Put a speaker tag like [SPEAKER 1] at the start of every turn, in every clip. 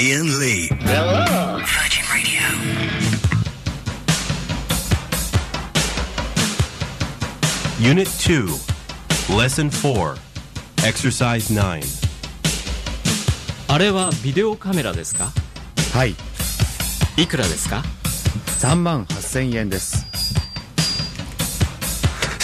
[SPEAKER 1] Murphy. Hello. Virgin Radio.
[SPEAKER 2] Unit 2, Lesson 4, Exercise 9.
[SPEAKER 3] あれはビデオカメラですか
[SPEAKER 4] はい
[SPEAKER 3] いくらですか
[SPEAKER 4] 3万8000円です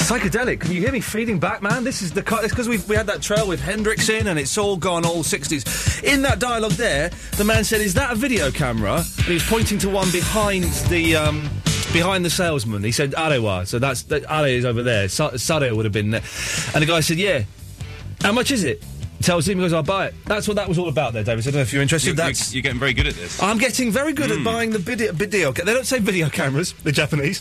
[SPEAKER 1] Psychedelic. Can you hear me feeding back, man? This is the cut. It's because we we had that trail with Hendrix in, and it's all gone all sixties. In that dialogue, there, the man said, "Is that a video camera?" And he was pointing to one behind the um, behind the salesman. He said, "Arewa." So that's that, Are is over there. Sa- Sare would have been there. And the guy said, "Yeah." How much is it? Tells him, he goes, "I'll buy it." That's what that was all about, there, David. So I don't know if you're interested.
[SPEAKER 5] You're,
[SPEAKER 1] that's
[SPEAKER 5] you're, you're getting very good at this.
[SPEAKER 1] I'm getting very good at buying the video, video. ca- They don't say video cameras, the Japanese.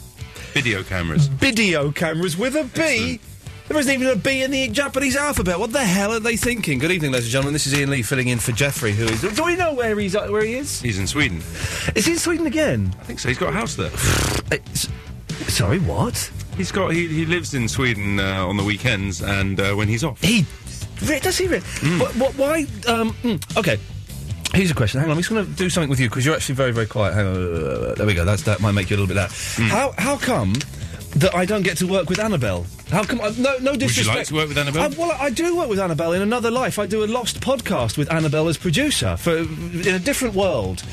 [SPEAKER 5] Video cameras.
[SPEAKER 1] Video cameras with a B. There isn't even a B in the Japanese alphabet. What the hell are they thinking? Good evening, ladies and gentlemen. This is Ian Lee filling in for Jeffrey, who is. Do we know where he's at- where he is?
[SPEAKER 5] He's in Sweden.
[SPEAKER 1] Is he in Sweden again?
[SPEAKER 5] I think so. He's got a house there.
[SPEAKER 1] It's- sorry, what?
[SPEAKER 5] He's got. He, he lives in Sweden uh, on the weekends and uh, when he's off.
[SPEAKER 1] He re- does he? Re- What, what? Why? Um, mm, okay. Here's a question. Hang on, I'm just going to do something with you because you're actually very, very quiet. Hang on. uh, There we go. That's that might make you a little bit loud.
[SPEAKER 5] Hmm.
[SPEAKER 1] How how come that I don't get to work with Annabelle? How come? I, no no disrespect.
[SPEAKER 5] like to work with Annabelle?
[SPEAKER 1] I, well, I do work with Annabelle in another life. I do a Lost podcast with Annabelle as producer for in a different world,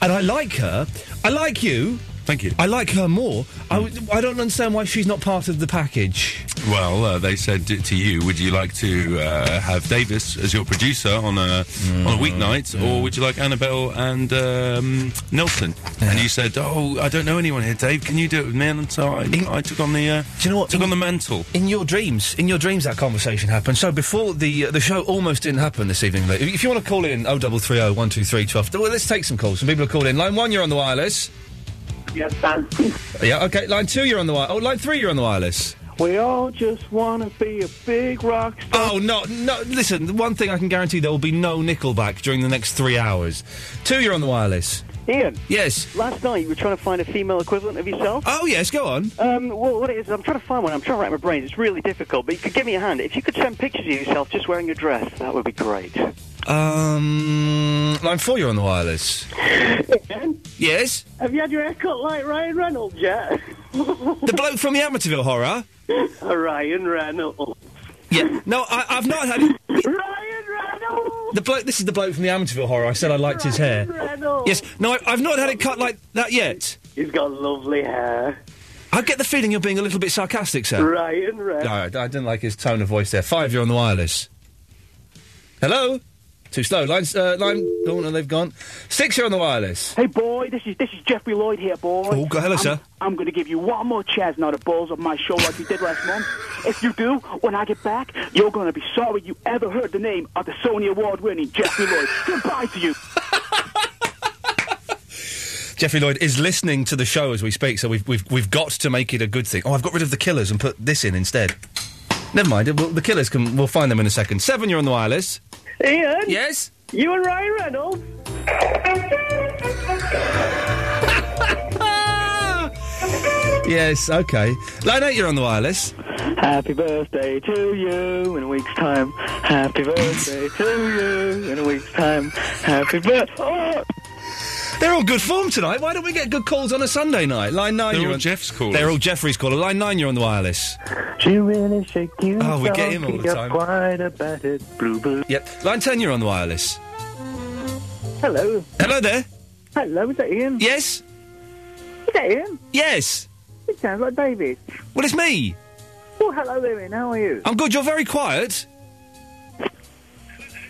[SPEAKER 1] and I like her. I like you.
[SPEAKER 5] Hmm. Thank you.
[SPEAKER 1] I like her more. I w- I don't understand why she's not part of the package.
[SPEAKER 5] Well, uh, they said t- to you, would you like to uh, have Davis as your producer on a
[SPEAKER 1] Mm.
[SPEAKER 5] on a weeknight, or would you like Annabelle and um, Nelson? And you said, oh, I don't know anyone here. Dave, can you do it with me? And so I, I took on the uh,
[SPEAKER 1] Do you know what?
[SPEAKER 5] took
[SPEAKER 1] In-
[SPEAKER 5] on the mantle.
[SPEAKER 1] In your dreams, in your dreams, that conversation happened. So before the uh, the show almost didn't happen this evening. But if you want to call in, oh double three oh one two three twelve. Well, let's take some calls. Some people are calling. Line one, you're on the wireless.
[SPEAKER 6] Yes, thanks.
[SPEAKER 1] Yeah, okay. Line two, you're on the wireless. Oh, line three, you're on the wireless.
[SPEAKER 6] We all Oh, just want to be a big rock star.
[SPEAKER 1] Oh no, no. Listen, the one thing I can guarantee there will be no Nickelback during the next three hours. Two, you're on the wireless.
[SPEAKER 6] Ian,
[SPEAKER 1] Yes.
[SPEAKER 6] last night you were trying to find a female equivalent of yourself.
[SPEAKER 1] Oh yes, go on.
[SPEAKER 6] Um, well, what it is, I'm trying to find one. I'm trying to rack my brains. It's really difficult, but you could give me a hand. If you could send pictures of yourself just wearing a dress, that would be great.
[SPEAKER 1] Um, line four, you're on the wireless. Yes.
[SPEAKER 6] Have you had your haircut like Ryan Reynolds yet?
[SPEAKER 1] The bloke from the Amityville Horror.
[SPEAKER 6] Ryan Reynolds.
[SPEAKER 1] Yeah. No, I, I've not had it.
[SPEAKER 6] Ryan Reynolds!
[SPEAKER 1] The bloke. This is the bloke from the Amityville Horror. I said I liked his hair.
[SPEAKER 6] Reynolds.
[SPEAKER 1] Yes. No, I, I've not had it cut like that yet.
[SPEAKER 6] He's got lovely hair.
[SPEAKER 1] I get the feeling you're being a little bit sarcastic, sir.
[SPEAKER 6] Ryan Reynolds.
[SPEAKER 1] No, I, I didn't like his tone of voice there. Five, you're on the wireless. Hello. Too slow. Line. Uh, line. Oh no, they've gone. Six, you're on the wireless.
[SPEAKER 7] Hey boy, this is this is Jeffrey Lloyd here, boy.
[SPEAKER 1] Oh, go- hello,
[SPEAKER 7] I'm,
[SPEAKER 1] sir.
[SPEAKER 7] I'm going to give you one more chestnut of balls on my show like you did last month. If you do, when I get back, you're going to be sorry you ever heard the name of the Sony Award-winning Jeffrey Lloyd. Goodbye to you.
[SPEAKER 1] Jeffrey Lloyd is listening to the show as we speak, so we've we've we've got to make it a good thing. Oh, I've got rid of the killers and put this in instead. Never mind. We'll, the killers can. We'll find them in a second. Seven, you're on the wireless.
[SPEAKER 6] Ian,
[SPEAKER 1] Yes.
[SPEAKER 6] you and Ryan Reynolds.
[SPEAKER 1] Ah! Yes. Okay. Line eight, you're on the wireless.
[SPEAKER 6] Happy birthday to you in a week's time. Happy birthday to you in a week's time. Happy birthday. Oh!
[SPEAKER 1] They're on good form tonight. Why don't we get good calls on a Sunday night? Line 9
[SPEAKER 5] They're
[SPEAKER 1] you're
[SPEAKER 5] all
[SPEAKER 1] on...
[SPEAKER 5] Jeff's callers.
[SPEAKER 1] They're all Jeffrey's caller. Line nine, you're on the wireless.
[SPEAKER 6] She really shake you.
[SPEAKER 1] Oh, we get him all the
[SPEAKER 6] You're
[SPEAKER 1] time.
[SPEAKER 6] Quite a battered blue blue.
[SPEAKER 1] Yep. Line ten, you're on the wireless.
[SPEAKER 6] Hello.
[SPEAKER 1] Hello there.
[SPEAKER 6] Hello, is that Ian?
[SPEAKER 1] Yes.
[SPEAKER 6] Is that Ian?
[SPEAKER 1] Yes.
[SPEAKER 6] It sounds like David.
[SPEAKER 1] Well, it's me.
[SPEAKER 6] Oh, hello there, Ian. How are you?
[SPEAKER 1] I'm good. You're very quiet.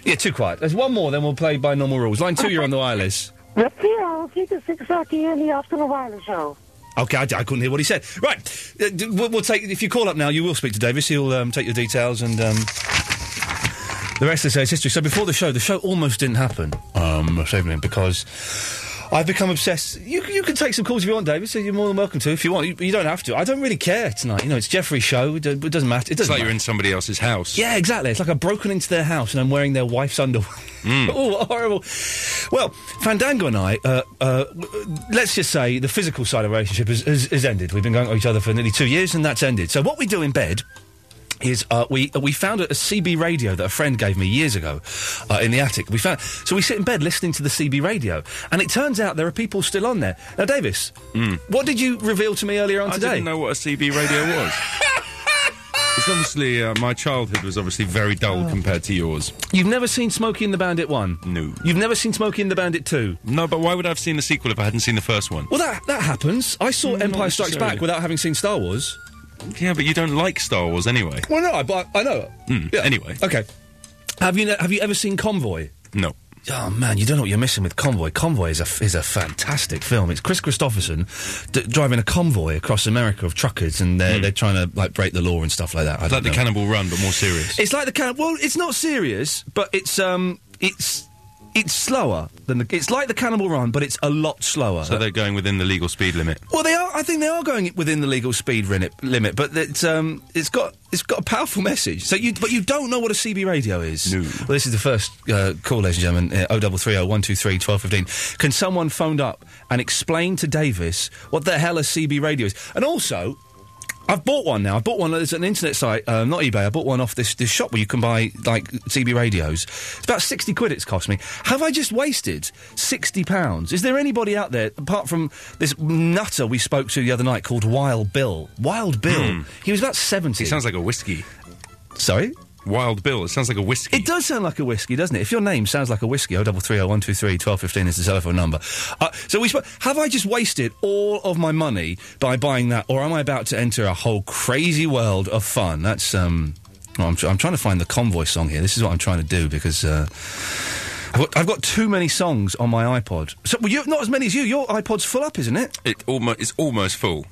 [SPEAKER 1] Yeah, too quiet. There's one more, then we'll play by normal rules. Line two, you're on the wireless.
[SPEAKER 8] The PR keep it six thirty in the after the wireless show.
[SPEAKER 1] Okay, I, d- I couldn't hear what he said. Right, uh, d- we'll, we'll take. If you call up now, you will speak to Davis. He'll um, take your details, and um, the rest is history. So before the show, the show almost didn't happen um, this evening because I've become obsessed. You, c- you can take some calls if you want, Davis. So you're more than welcome to if you want. You, you don't have to. I don't really care tonight. You know, it's Jeffrey's show. It, do- it doesn't matter. It
[SPEAKER 5] It's
[SPEAKER 1] doesn't.
[SPEAKER 5] like
[SPEAKER 1] matter.
[SPEAKER 5] you're in somebody else's house.
[SPEAKER 1] Yeah, exactly. It's like I've broken into their house and I'm wearing their wife's underwear.
[SPEAKER 5] Mm.
[SPEAKER 1] oh, what horrible. Well, Fandango and I, uh, uh, w- let's just say the physical side of our relationship has, has, has ended. We've been going to each other for nearly two years and that's ended. So, what we do in bed is uh, we uh, we found a, a CB radio that a friend gave me years ago uh, in the attic. We found so we sit in bed listening to the CB radio, and it turns out there are people still on there. Now, Davis, what did you reveal to me earlier on
[SPEAKER 5] Hmm. I
[SPEAKER 1] today?
[SPEAKER 5] didn't know what a CB radio was. It's obviously uh, my childhood was obviously very dull compared to yours.
[SPEAKER 1] Oh. You've never seen Smokey and the Bandit one.
[SPEAKER 5] No.
[SPEAKER 1] You've never seen Smokey and the Bandit two.
[SPEAKER 5] No, but why would I have seen the sequel if I hadn't seen the first one?
[SPEAKER 1] Well, that that happens. I saw
[SPEAKER 5] Hmm, Not
[SPEAKER 1] Empire Strikes
[SPEAKER 5] necessarily.
[SPEAKER 1] Back without having seen Star Wars.
[SPEAKER 5] Yeah, but you don't like Star Wars anyway.
[SPEAKER 1] Well, no, I- but I, I know.
[SPEAKER 5] Mm,
[SPEAKER 1] Yeah.
[SPEAKER 5] Anyway,
[SPEAKER 1] Okay. Have you ne- have you ever seen Convoy?
[SPEAKER 5] no.
[SPEAKER 1] Oh man, you don't know what you're missing with Convoy. Convoy is a f- is a fantastic film. It's Chris Christopherson d- driving a convoy across America of truckers, and they're they're trying to like break the law and stuff like that. I
[SPEAKER 5] Hmm. It's
[SPEAKER 1] don't
[SPEAKER 5] like the
[SPEAKER 1] know.
[SPEAKER 5] Cannibal Run, but more serious.
[SPEAKER 1] It's like the kind of well, it's not serious, but it's um, it's it's slower than the. It's like the Cannibal Run, but it's a lot slower.
[SPEAKER 5] so they're going within the legal speed limit.
[SPEAKER 1] well, they are. I think they are going within the legal speed rin- limit, but it's um, it's got it's got a powerful message. So you, but you don't know what a CB radio is.
[SPEAKER 5] No.
[SPEAKER 1] Well, this is the first uh, call, ladies and gentlemen. O double three O one two three twelve fifteen. Can someone phone up and explain to Davis what the hell a CB radio is? And also, I've bought one now. I bought one. There's an internet site, uh, not eBay. I bought one off this, this shop where you can buy like CB radios. It's about sixty quid. It's cost me. Have I just wasted sixty pounds? Is there anybody out there apart from this nutter we spoke to the other night called Wild Bill? Wild Bill. He was about seventy.
[SPEAKER 5] It Hmm. sounds like a whiskey.
[SPEAKER 1] Sorry.
[SPEAKER 5] Wild Bill. It sounds like a whiskey.
[SPEAKER 1] It does sound like a whiskey, doesn't it? If your name sounds like a whiskey, oh double three oh one two three twelve fifteen is the telephone number. Uh, so we sp- have I just wasted all of my money by buying that, or am I about to enter a whole crazy world of fun? That's um, well, I'm, tr- I'm trying to find the convoy song here. This is what I'm trying to do because uh, I've, got, I've got too many songs on my iPod. So well, you not as many as you. Your iPod's full up, isn't it?
[SPEAKER 5] It almost it's almost full,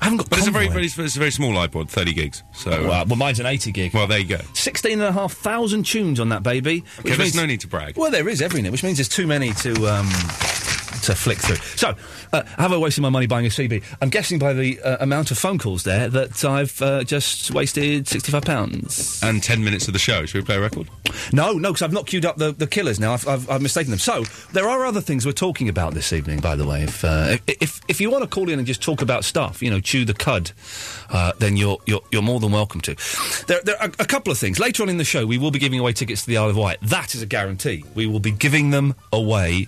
[SPEAKER 1] I haven't got.
[SPEAKER 5] but it's a very
[SPEAKER 1] Convoy.
[SPEAKER 5] very it's a very small iPod, thirty gigs. So uh,
[SPEAKER 1] Well, well, mine's an eighty gig.
[SPEAKER 5] well, there you go.
[SPEAKER 1] Sixteen and a half thousand tunes on that baby. which
[SPEAKER 5] Okay, there's
[SPEAKER 1] means-
[SPEAKER 5] no need to brag.
[SPEAKER 1] Well, there is every now, which means there's too many to um, to flick through. So, uh, have I wasted my money buying a CB? I'm guessing by the uh, amount of phone calls there that I've uh, just wasted sixty-five pounds.
[SPEAKER 5] And ten minutes of the show. Should we play a record?
[SPEAKER 1] No, no, because I've not queued up the, the killers. Now I've, I've, I've mistaken them. So there are other things we're talking about this evening. By the way, if uh, if, if if you want to call in and just talk about stuff, you know, chew the cud, uh, then you're, you're you're more than welcome to. There there are a couple of things later on in the show. We will be giving away tickets to the Isle of Wight. That is a guarantee. We will be giving them away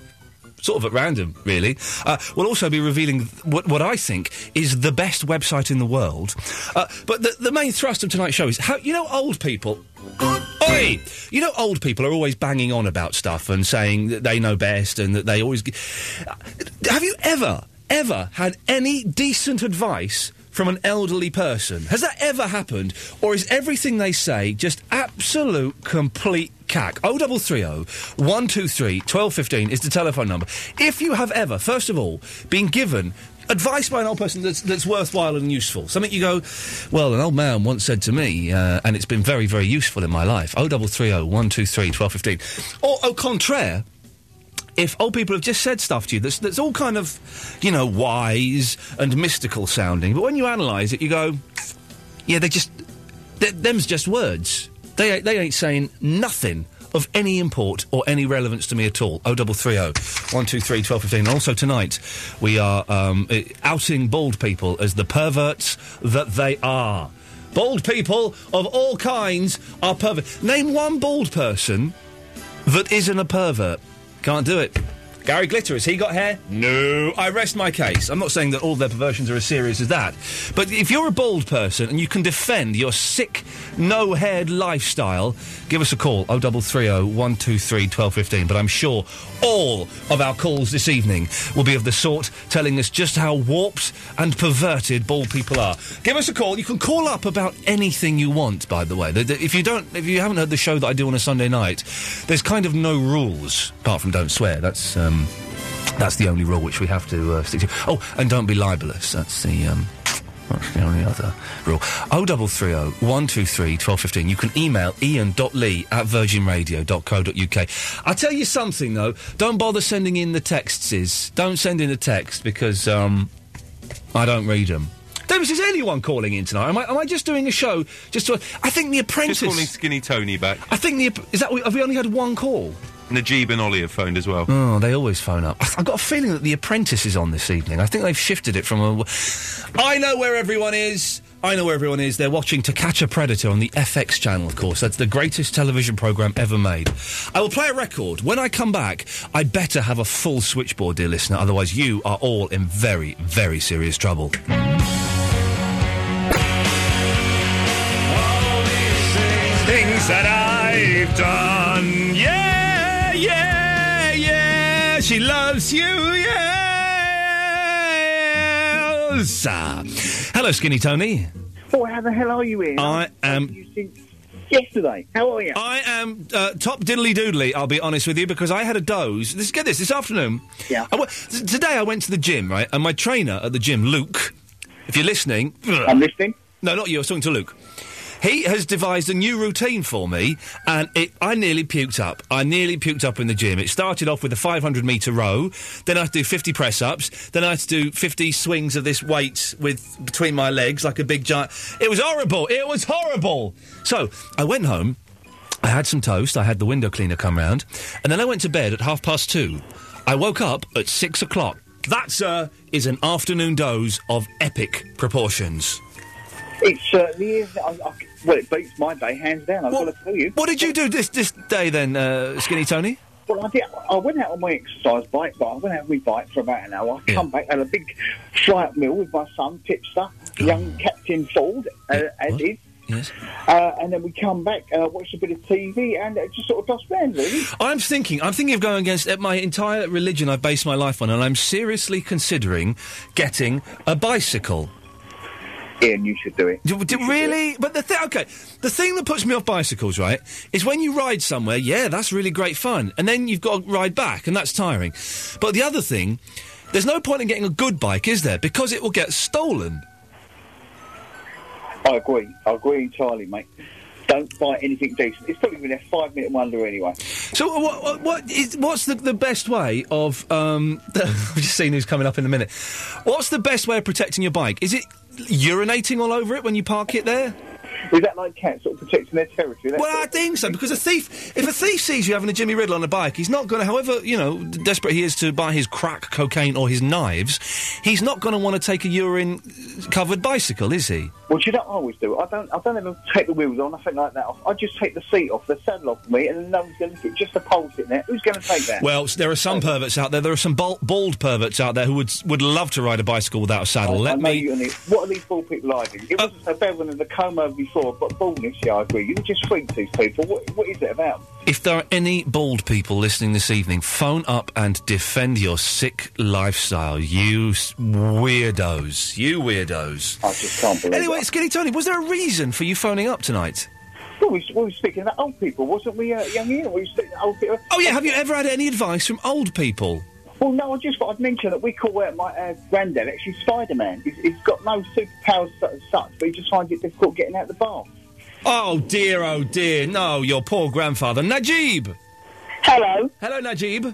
[SPEAKER 1] sort of at random, really. Uh, we'll also be revealing th- what, what I think is the best website in the world. Uh, but the, the main thrust of tonight's show is how you know old people. Oi! You know old people are always banging on about stuff and saying that they know best and that they always. G- uh, Have you ever, ever had any decent advice? From an elderly person. Has that ever happened? Or is everything they say just absolute, complete Oh, CAC. 0330 123 1215 is the telephone number. If you have ever, first of all, been given advice by an old person that's, that's worthwhile and useful, something you go, well, an old man once said to me, uh, and it's been very, very useful in my life. oh, 0330 123 1215. Or au contraire, if old people have just said stuff to you that's, that's all kind of, you know, wise and mystical sounding, but when you analyse it, you go, yeah, they just th- them's just words. They ain't- they ain't saying nothing of any import or any relevance to me at all. O double three O, one two three twelve fifteen. And also tonight we are um, eh, outing bald people as the perverts that they are. Bald people of all kinds are perverts. Name one bald person that isn't a pervert. Can't do it. Gary Glitter, has he got hair? No. I rest my case. I'm not saying that all their perversions are as serious as that. But if you're a bald person and you can defend your sick, no haired lifestyle, give us a call 0330 123 1215. But I'm sure all of our calls this evening will be of the sort telling us just how warped and perverted bald people are. Give us a call. You can call up about anything you want, by the way. The- the- If you don't, if you haven't heard the show that I do on a Sunday night, there's kind of no rules apart from don't swear. That's um, that's the only rule which we have to uh, stick to. Oh, and don't be libelous. That's the um, that's the only other rule. O double three O one two three twelve fifteen. You can email ian.lee at virginradio.co.uk. I'll tell you something though. Don't bother sending in the texts. Don't send in the text because um, I don't read them. Davis, is anyone calling in tonight? Am I, am I just doing a show? Just to, I think the Apprentice.
[SPEAKER 5] Just calling Skinny Tony back.
[SPEAKER 1] I think the is that have we only had one call?
[SPEAKER 5] Najib and Ollie have phoned as well.
[SPEAKER 1] Oh, they always phone up. I've got a feeling that The Apprentice is on this evening. I think they've shifted it from a. I know where everyone is. I know where everyone is. They're watching To Catch a Predator on the FX channel, of course. That's the greatest television programme ever made. I will play a record. When I come back, I better have a full switchboard, dear listener. Otherwise, you are all in very, very serious trouble. Things that I've done. Yeah, yeah, yeah. She loves you. Yes. Ah. Hello, Skinny Tony.
[SPEAKER 9] Oh, how the hell are you in?
[SPEAKER 1] I am
[SPEAKER 9] Yesterday. How are you?
[SPEAKER 1] I am uh, top diddly doodly. I'll be honest with you because I had a doze. This, get this this afternoon. Yeah. I w- t- today I went to the gym right, and my trainer at the gym, Luke. If you're listening, I'm
[SPEAKER 9] listening.
[SPEAKER 1] No, not you. I was talking to Luke. He has devised a new routine for me, and it, I nearly puked up. I nearly puked up in the gym. It started off with a 500 metre row, then I had to do 50 press ups, then I had to do 50 swings of this weight with between my legs like a big giant. It was horrible. It was horrible. So I went home. I had some toast. I had the window cleaner come round, and then I went to bed at half past two. I woke up at six o'clock. That, sir, is an afternoon doze of epic proportions.
[SPEAKER 9] It certainly is. I, I, well, it beats my day, hands down. I've got to tell you.
[SPEAKER 1] What did you do this this day then, uh, Skinny Tony?
[SPEAKER 9] Well, I, did, I went out on my exercise bike, but I went out on my bike for about an hour. I Come back, had a big flight meal with my son, Tipster, young Captain Ford, uh, as is.
[SPEAKER 1] Yes.
[SPEAKER 9] Uh, and then we come back, uh, watched a bit of TV, and it just sort of does round, really.
[SPEAKER 1] I'm thinking. I'm thinking of going against uh, my entire religion. I've based my life on, and I'm seriously considering getting a bicycle.
[SPEAKER 9] Ian, you should do it.
[SPEAKER 1] really? But the thing, okay, the thing that puts me off bicycles, right, is when you ride somewhere. Yeah, that's really great fun, and then you've got to ride back, and that's tiring. But the other thing, there's no point in getting a good bike, is there? Because it will get stolen.
[SPEAKER 9] I agree. I agree entirely, mate. Don't buy anything decent. It's probably been a five minute wonder anyway.
[SPEAKER 1] So, uh, what, what, what is, what's the, the best way of? Um, I've just seen who's coming up in a minute. What's the best way of protecting your bike? Is it urinating all over it when you park it there?
[SPEAKER 9] Is that like cats sort of protecting their territory? That's
[SPEAKER 1] Well, I think so because a thief, if a thief sees you having a Jimmy Riddle on a bike, he's not going to. However, you know, d- desperate he is to buy his crack cocaine or his knives, he's not going to want to take a urine-covered bicycle, is he?
[SPEAKER 9] Well, do you know what I always do? I don't. I don't ever take the wheels or nothing like that off. I just take the seat off, the saddle off me, and then no one's going to look at it, just a pole sitting there. Who's going to take that?
[SPEAKER 1] Well, s- there are some perverts out there. There are some bald, bald perverts out there who would s- would love to ride a bicycle without a saddle.
[SPEAKER 9] Oh, I
[SPEAKER 1] Let
[SPEAKER 9] know
[SPEAKER 1] me. Uh,
[SPEAKER 9] you and it- what are these bald people like? It wasn't so bad when there was a comb over before, but baldness, yeah, I agree. You can just freak these people. What, what is it about?
[SPEAKER 1] If there are any bald people listening this evening, phone up and defend your sick lifestyle. You s- weirdos. You weirdos.
[SPEAKER 9] I just can't believe
[SPEAKER 1] Anyway, Skinny Tony, was there a reason for you phoning up tonight?
[SPEAKER 9] Well, we, we were speaking about old people, wasn't we, uh, young Ian? We were speaking about old people.
[SPEAKER 1] Oh, yeah, have you ever had any advice from old people?
[SPEAKER 9] Well, no, I just thought I'd mention that we call uh, my uh, granddad actually Spider Man. He's, he's got no superpowers su- as such, but he just finds it difficult getting out the bath.
[SPEAKER 1] Oh, dear, oh, dear. No, your poor grandfather. Najib!
[SPEAKER 10] Hello.
[SPEAKER 1] Hello, Najib.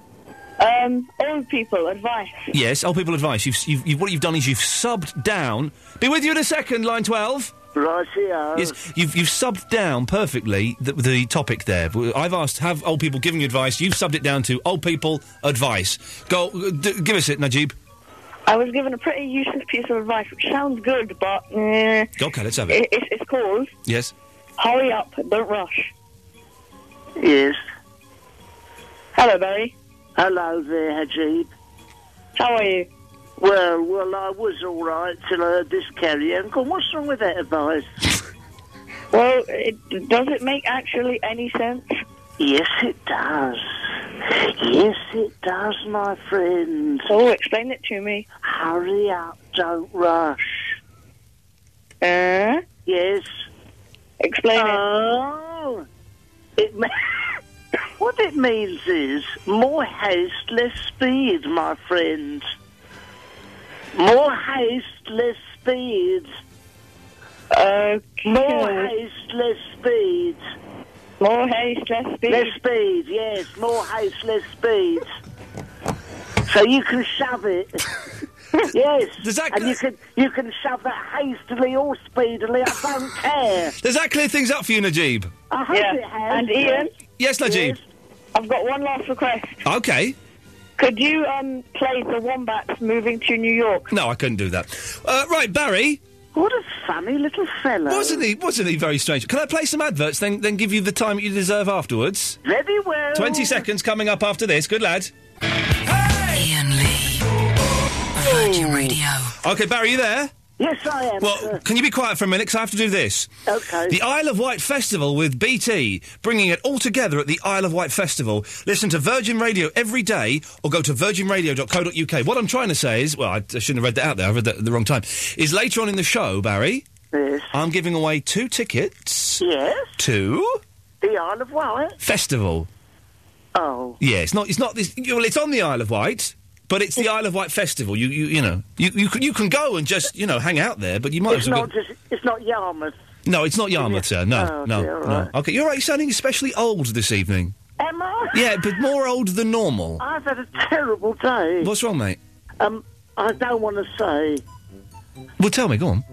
[SPEAKER 10] Um, old people advice.
[SPEAKER 1] Yes, old people advice. You've, s- you've, you've, what you've done is you've subbed down. Be with you in a second, line 12.
[SPEAKER 11] Right here.
[SPEAKER 1] Yes, you've, you've subbed down perfectly the, the topic there. W- I've asked, have old people given you advice? You've subbed it down to old people advice. Go, uh, d- give us it, Najib.
[SPEAKER 10] I was given a pretty useless piece of advice, which sounds good, but eh,
[SPEAKER 1] Okay, let's have
[SPEAKER 10] it,
[SPEAKER 1] it.
[SPEAKER 10] it's, it's called
[SPEAKER 1] Yes.
[SPEAKER 10] hurry up, don't rush.
[SPEAKER 11] Yes.
[SPEAKER 10] Hello, Barry.
[SPEAKER 11] Hello there, Hajib.
[SPEAKER 10] How are you?
[SPEAKER 11] Well, well, I was all right till I heard this carry on. Come, what's wrong with that advice?
[SPEAKER 10] Well, it, does it make actually any sense?
[SPEAKER 11] Yes, it does. Yes, it does, my friend.
[SPEAKER 10] Oh, explain it to me.
[SPEAKER 11] Hurry up, don't rush.
[SPEAKER 10] Uh,
[SPEAKER 11] Yes.
[SPEAKER 10] Explain
[SPEAKER 11] oh. it. ma- what it means is more haste, less speed, my friend. More haste, less speed.
[SPEAKER 10] Okay.
[SPEAKER 11] More haste, less speed.
[SPEAKER 10] More haste, less speed.
[SPEAKER 11] Less speed, yes. More haste, less speed. So you can shove it. yes.
[SPEAKER 1] Does that
[SPEAKER 11] and you can you can shove that hastily or speedily. I don't care.
[SPEAKER 1] Does that clear things up for you, Najib?
[SPEAKER 11] I hope
[SPEAKER 10] Yeah.
[SPEAKER 11] it has.
[SPEAKER 10] And Ian?
[SPEAKER 1] Yes, Najib.
[SPEAKER 10] I've got one last request.
[SPEAKER 1] Okay.
[SPEAKER 10] Could you um, play the Wombats moving to New York?
[SPEAKER 1] No, I couldn't do that. Uh, right, Barry.
[SPEAKER 11] What a funny little fellow.
[SPEAKER 1] Wasn't he? Wasn't he very strange? Can I play some adverts, then then give you the time you deserve afterwards?
[SPEAKER 11] Very well.
[SPEAKER 1] Twenty seconds coming up after this. Good lad.
[SPEAKER 12] Ian Lee. Virgin Radio.
[SPEAKER 1] Okay, Barry, you there?
[SPEAKER 11] Yes, I am.
[SPEAKER 1] Well,
[SPEAKER 11] sir.
[SPEAKER 1] can you be quiet for a minute? Because I have to do this.
[SPEAKER 11] Okay.
[SPEAKER 1] The Isle of Wight Festival with BT, bringing it all together at the Isle of Wight Festival. Listen to Virgin Radio every day or go to virginradio.co.uk. What I'm trying to say is, well, I, I shouldn't have read that out there, I read that at the wrong time, is later on in the show, Barry,
[SPEAKER 11] yes.
[SPEAKER 1] I'm giving away two tickets
[SPEAKER 11] Yes.
[SPEAKER 1] to
[SPEAKER 11] The Isle of Wight.
[SPEAKER 1] Festival.
[SPEAKER 11] Oh.
[SPEAKER 1] Yeah, it's not, it's not this, you- well, it's on the Isle of Wight. But it's the Isle of Wight Festival. You, you, you know, you, you, can, you can go and just, you know, hang out there, but you might
[SPEAKER 11] it's
[SPEAKER 1] as well.
[SPEAKER 11] not
[SPEAKER 1] go-
[SPEAKER 11] just. It's not Yarmouth.
[SPEAKER 1] No, it's not Yarmouth, sir. No,
[SPEAKER 11] Oh,
[SPEAKER 1] no,
[SPEAKER 11] dear, all
[SPEAKER 1] no.
[SPEAKER 11] right.
[SPEAKER 1] Okay, you're right. You're sounding especially old this evening.
[SPEAKER 11] Am I?
[SPEAKER 1] Yeah, but more old than normal.
[SPEAKER 11] I've had a terrible day.
[SPEAKER 1] What's wrong, mate?
[SPEAKER 11] Um, I don't want to say.
[SPEAKER 1] Well, tell me. Go on.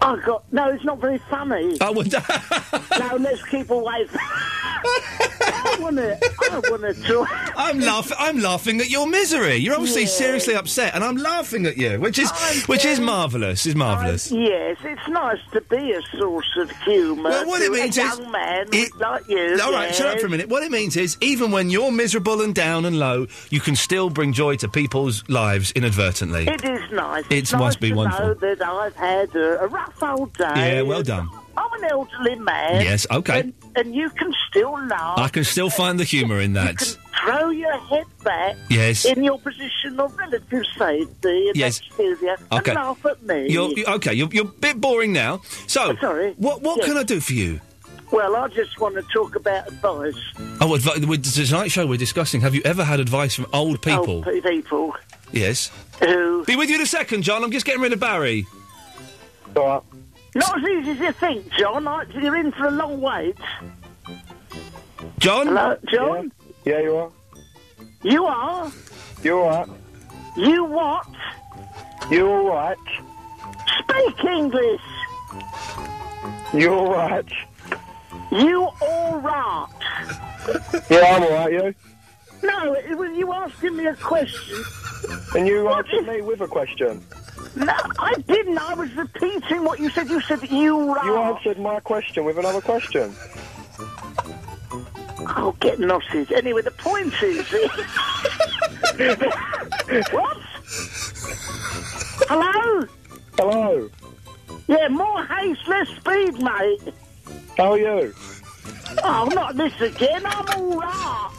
[SPEAKER 11] I got no. It's not very funny.
[SPEAKER 1] I would.
[SPEAKER 11] no, let's keep away. From... I want to. I want to try.
[SPEAKER 1] I'm laughing. I'm laughing at your misery. You're obviously
[SPEAKER 11] Yeah.
[SPEAKER 1] seriously upset, and I'm laughing at you, which is which is marvelous. Is marvelous.
[SPEAKER 11] Yes, it's nice to be a source of humour.
[SPEAKER 1] Well, what
[SPEAKER 11] to
[SPEAKER 1] it means
[SPEAKER 11] a
[SPEAKER 1] is-
[SPEAKER 11] young man like you.
[SPEAKER 1] All right, shut up
[SPEAKER 11] yes.
[SPEAKER 1] for a minute. What it means is, even when you're miserable and down and low, you can still bring joy to people's lives inadvertently.
[SPEAKER 11] It is nice.
[SPEAKER 1] It
[SPEAKER 11] nice
[SPEAKER 1] must be
[SPEAKER 11] to
[SPEAKER 1] wonderful.
[SPEAKER 11] know that I've had a, a rough old day.
[SPEAKER 1] yeah, well done.
[SPEAKER 11] I'm an elderly man.
[SPEAKER 1] Yes, okay.
[SPEAKER 11] And, and you can still laugh.
[SPEAKER 1] I can still find the humour in that.
[SPEAKER 11] Throw your head back.
[SPEAKER 1] Yes.
[SPEAKER 11] In your position of relative safety. And
[SPEAKER 1] Yes.
[SPEAKER 11] exterior,
[SPEAKER 1] Okay.
[SPEAKER 11] And laugh at me.
[SPEAKER 1] You're, you- uh, okay, you're, you're a bit boring now. So,
[SPEAKER 11] sorry.
[SPEAKER 1] what what
[SPEAKER 11] Yes.
[SPEAKER 1] can I do for you?
[SPEAKER 11] Well, I just want to talk about advice.
[SPEAKER 1] Oh, advi- with the tonight show we're discussing. Have you ever had advice from old people?
[SPEAKER 11] Old people.
[SPEAKER 1] yes.
[SPEAKER 11] Oh, Who?
[SPEAKER 1] Be with you in a second, John. I'm just getting rid of Barry.
[SPEAKER 11] Not as easy as you think, John. I, you're in for a long wait.
[SPEAKER 1] John.
[SPEAKER 11] Hello, John.
[SPEAKER 13] Yeah, you are.
[SPEAKER 11] You are.
[SPEAKER 13] You all right?
[SPEAKER 11] You what?
[SPEAKER 13] You all right?
[SPEAKER 11] Speak English.
[SPEAKER 13] You all right?
[SPEAKER 11] You all right?
[SPEAKER 13] Yeah, I'm all right. You?
[SPEAKER 11] No, it was you asking me a question.
[SPEAKER 13] And you answered me with a question.
[SPEAKER 11] No, I didn't. I was repeating what you said. You said you are.
[SPEAKER 13] You answered my question with another question.
[SPEAKER 11] Oh, get knotted. Anyway, the point is. what? Hello?
[SPEAKER 13] Hello.
[SPEAKER 11] Yeah, more haste, less speed, mate.
[SPEAKER 13] How are you?
[SPEAKER 11] Oh, not this again. I'm all right.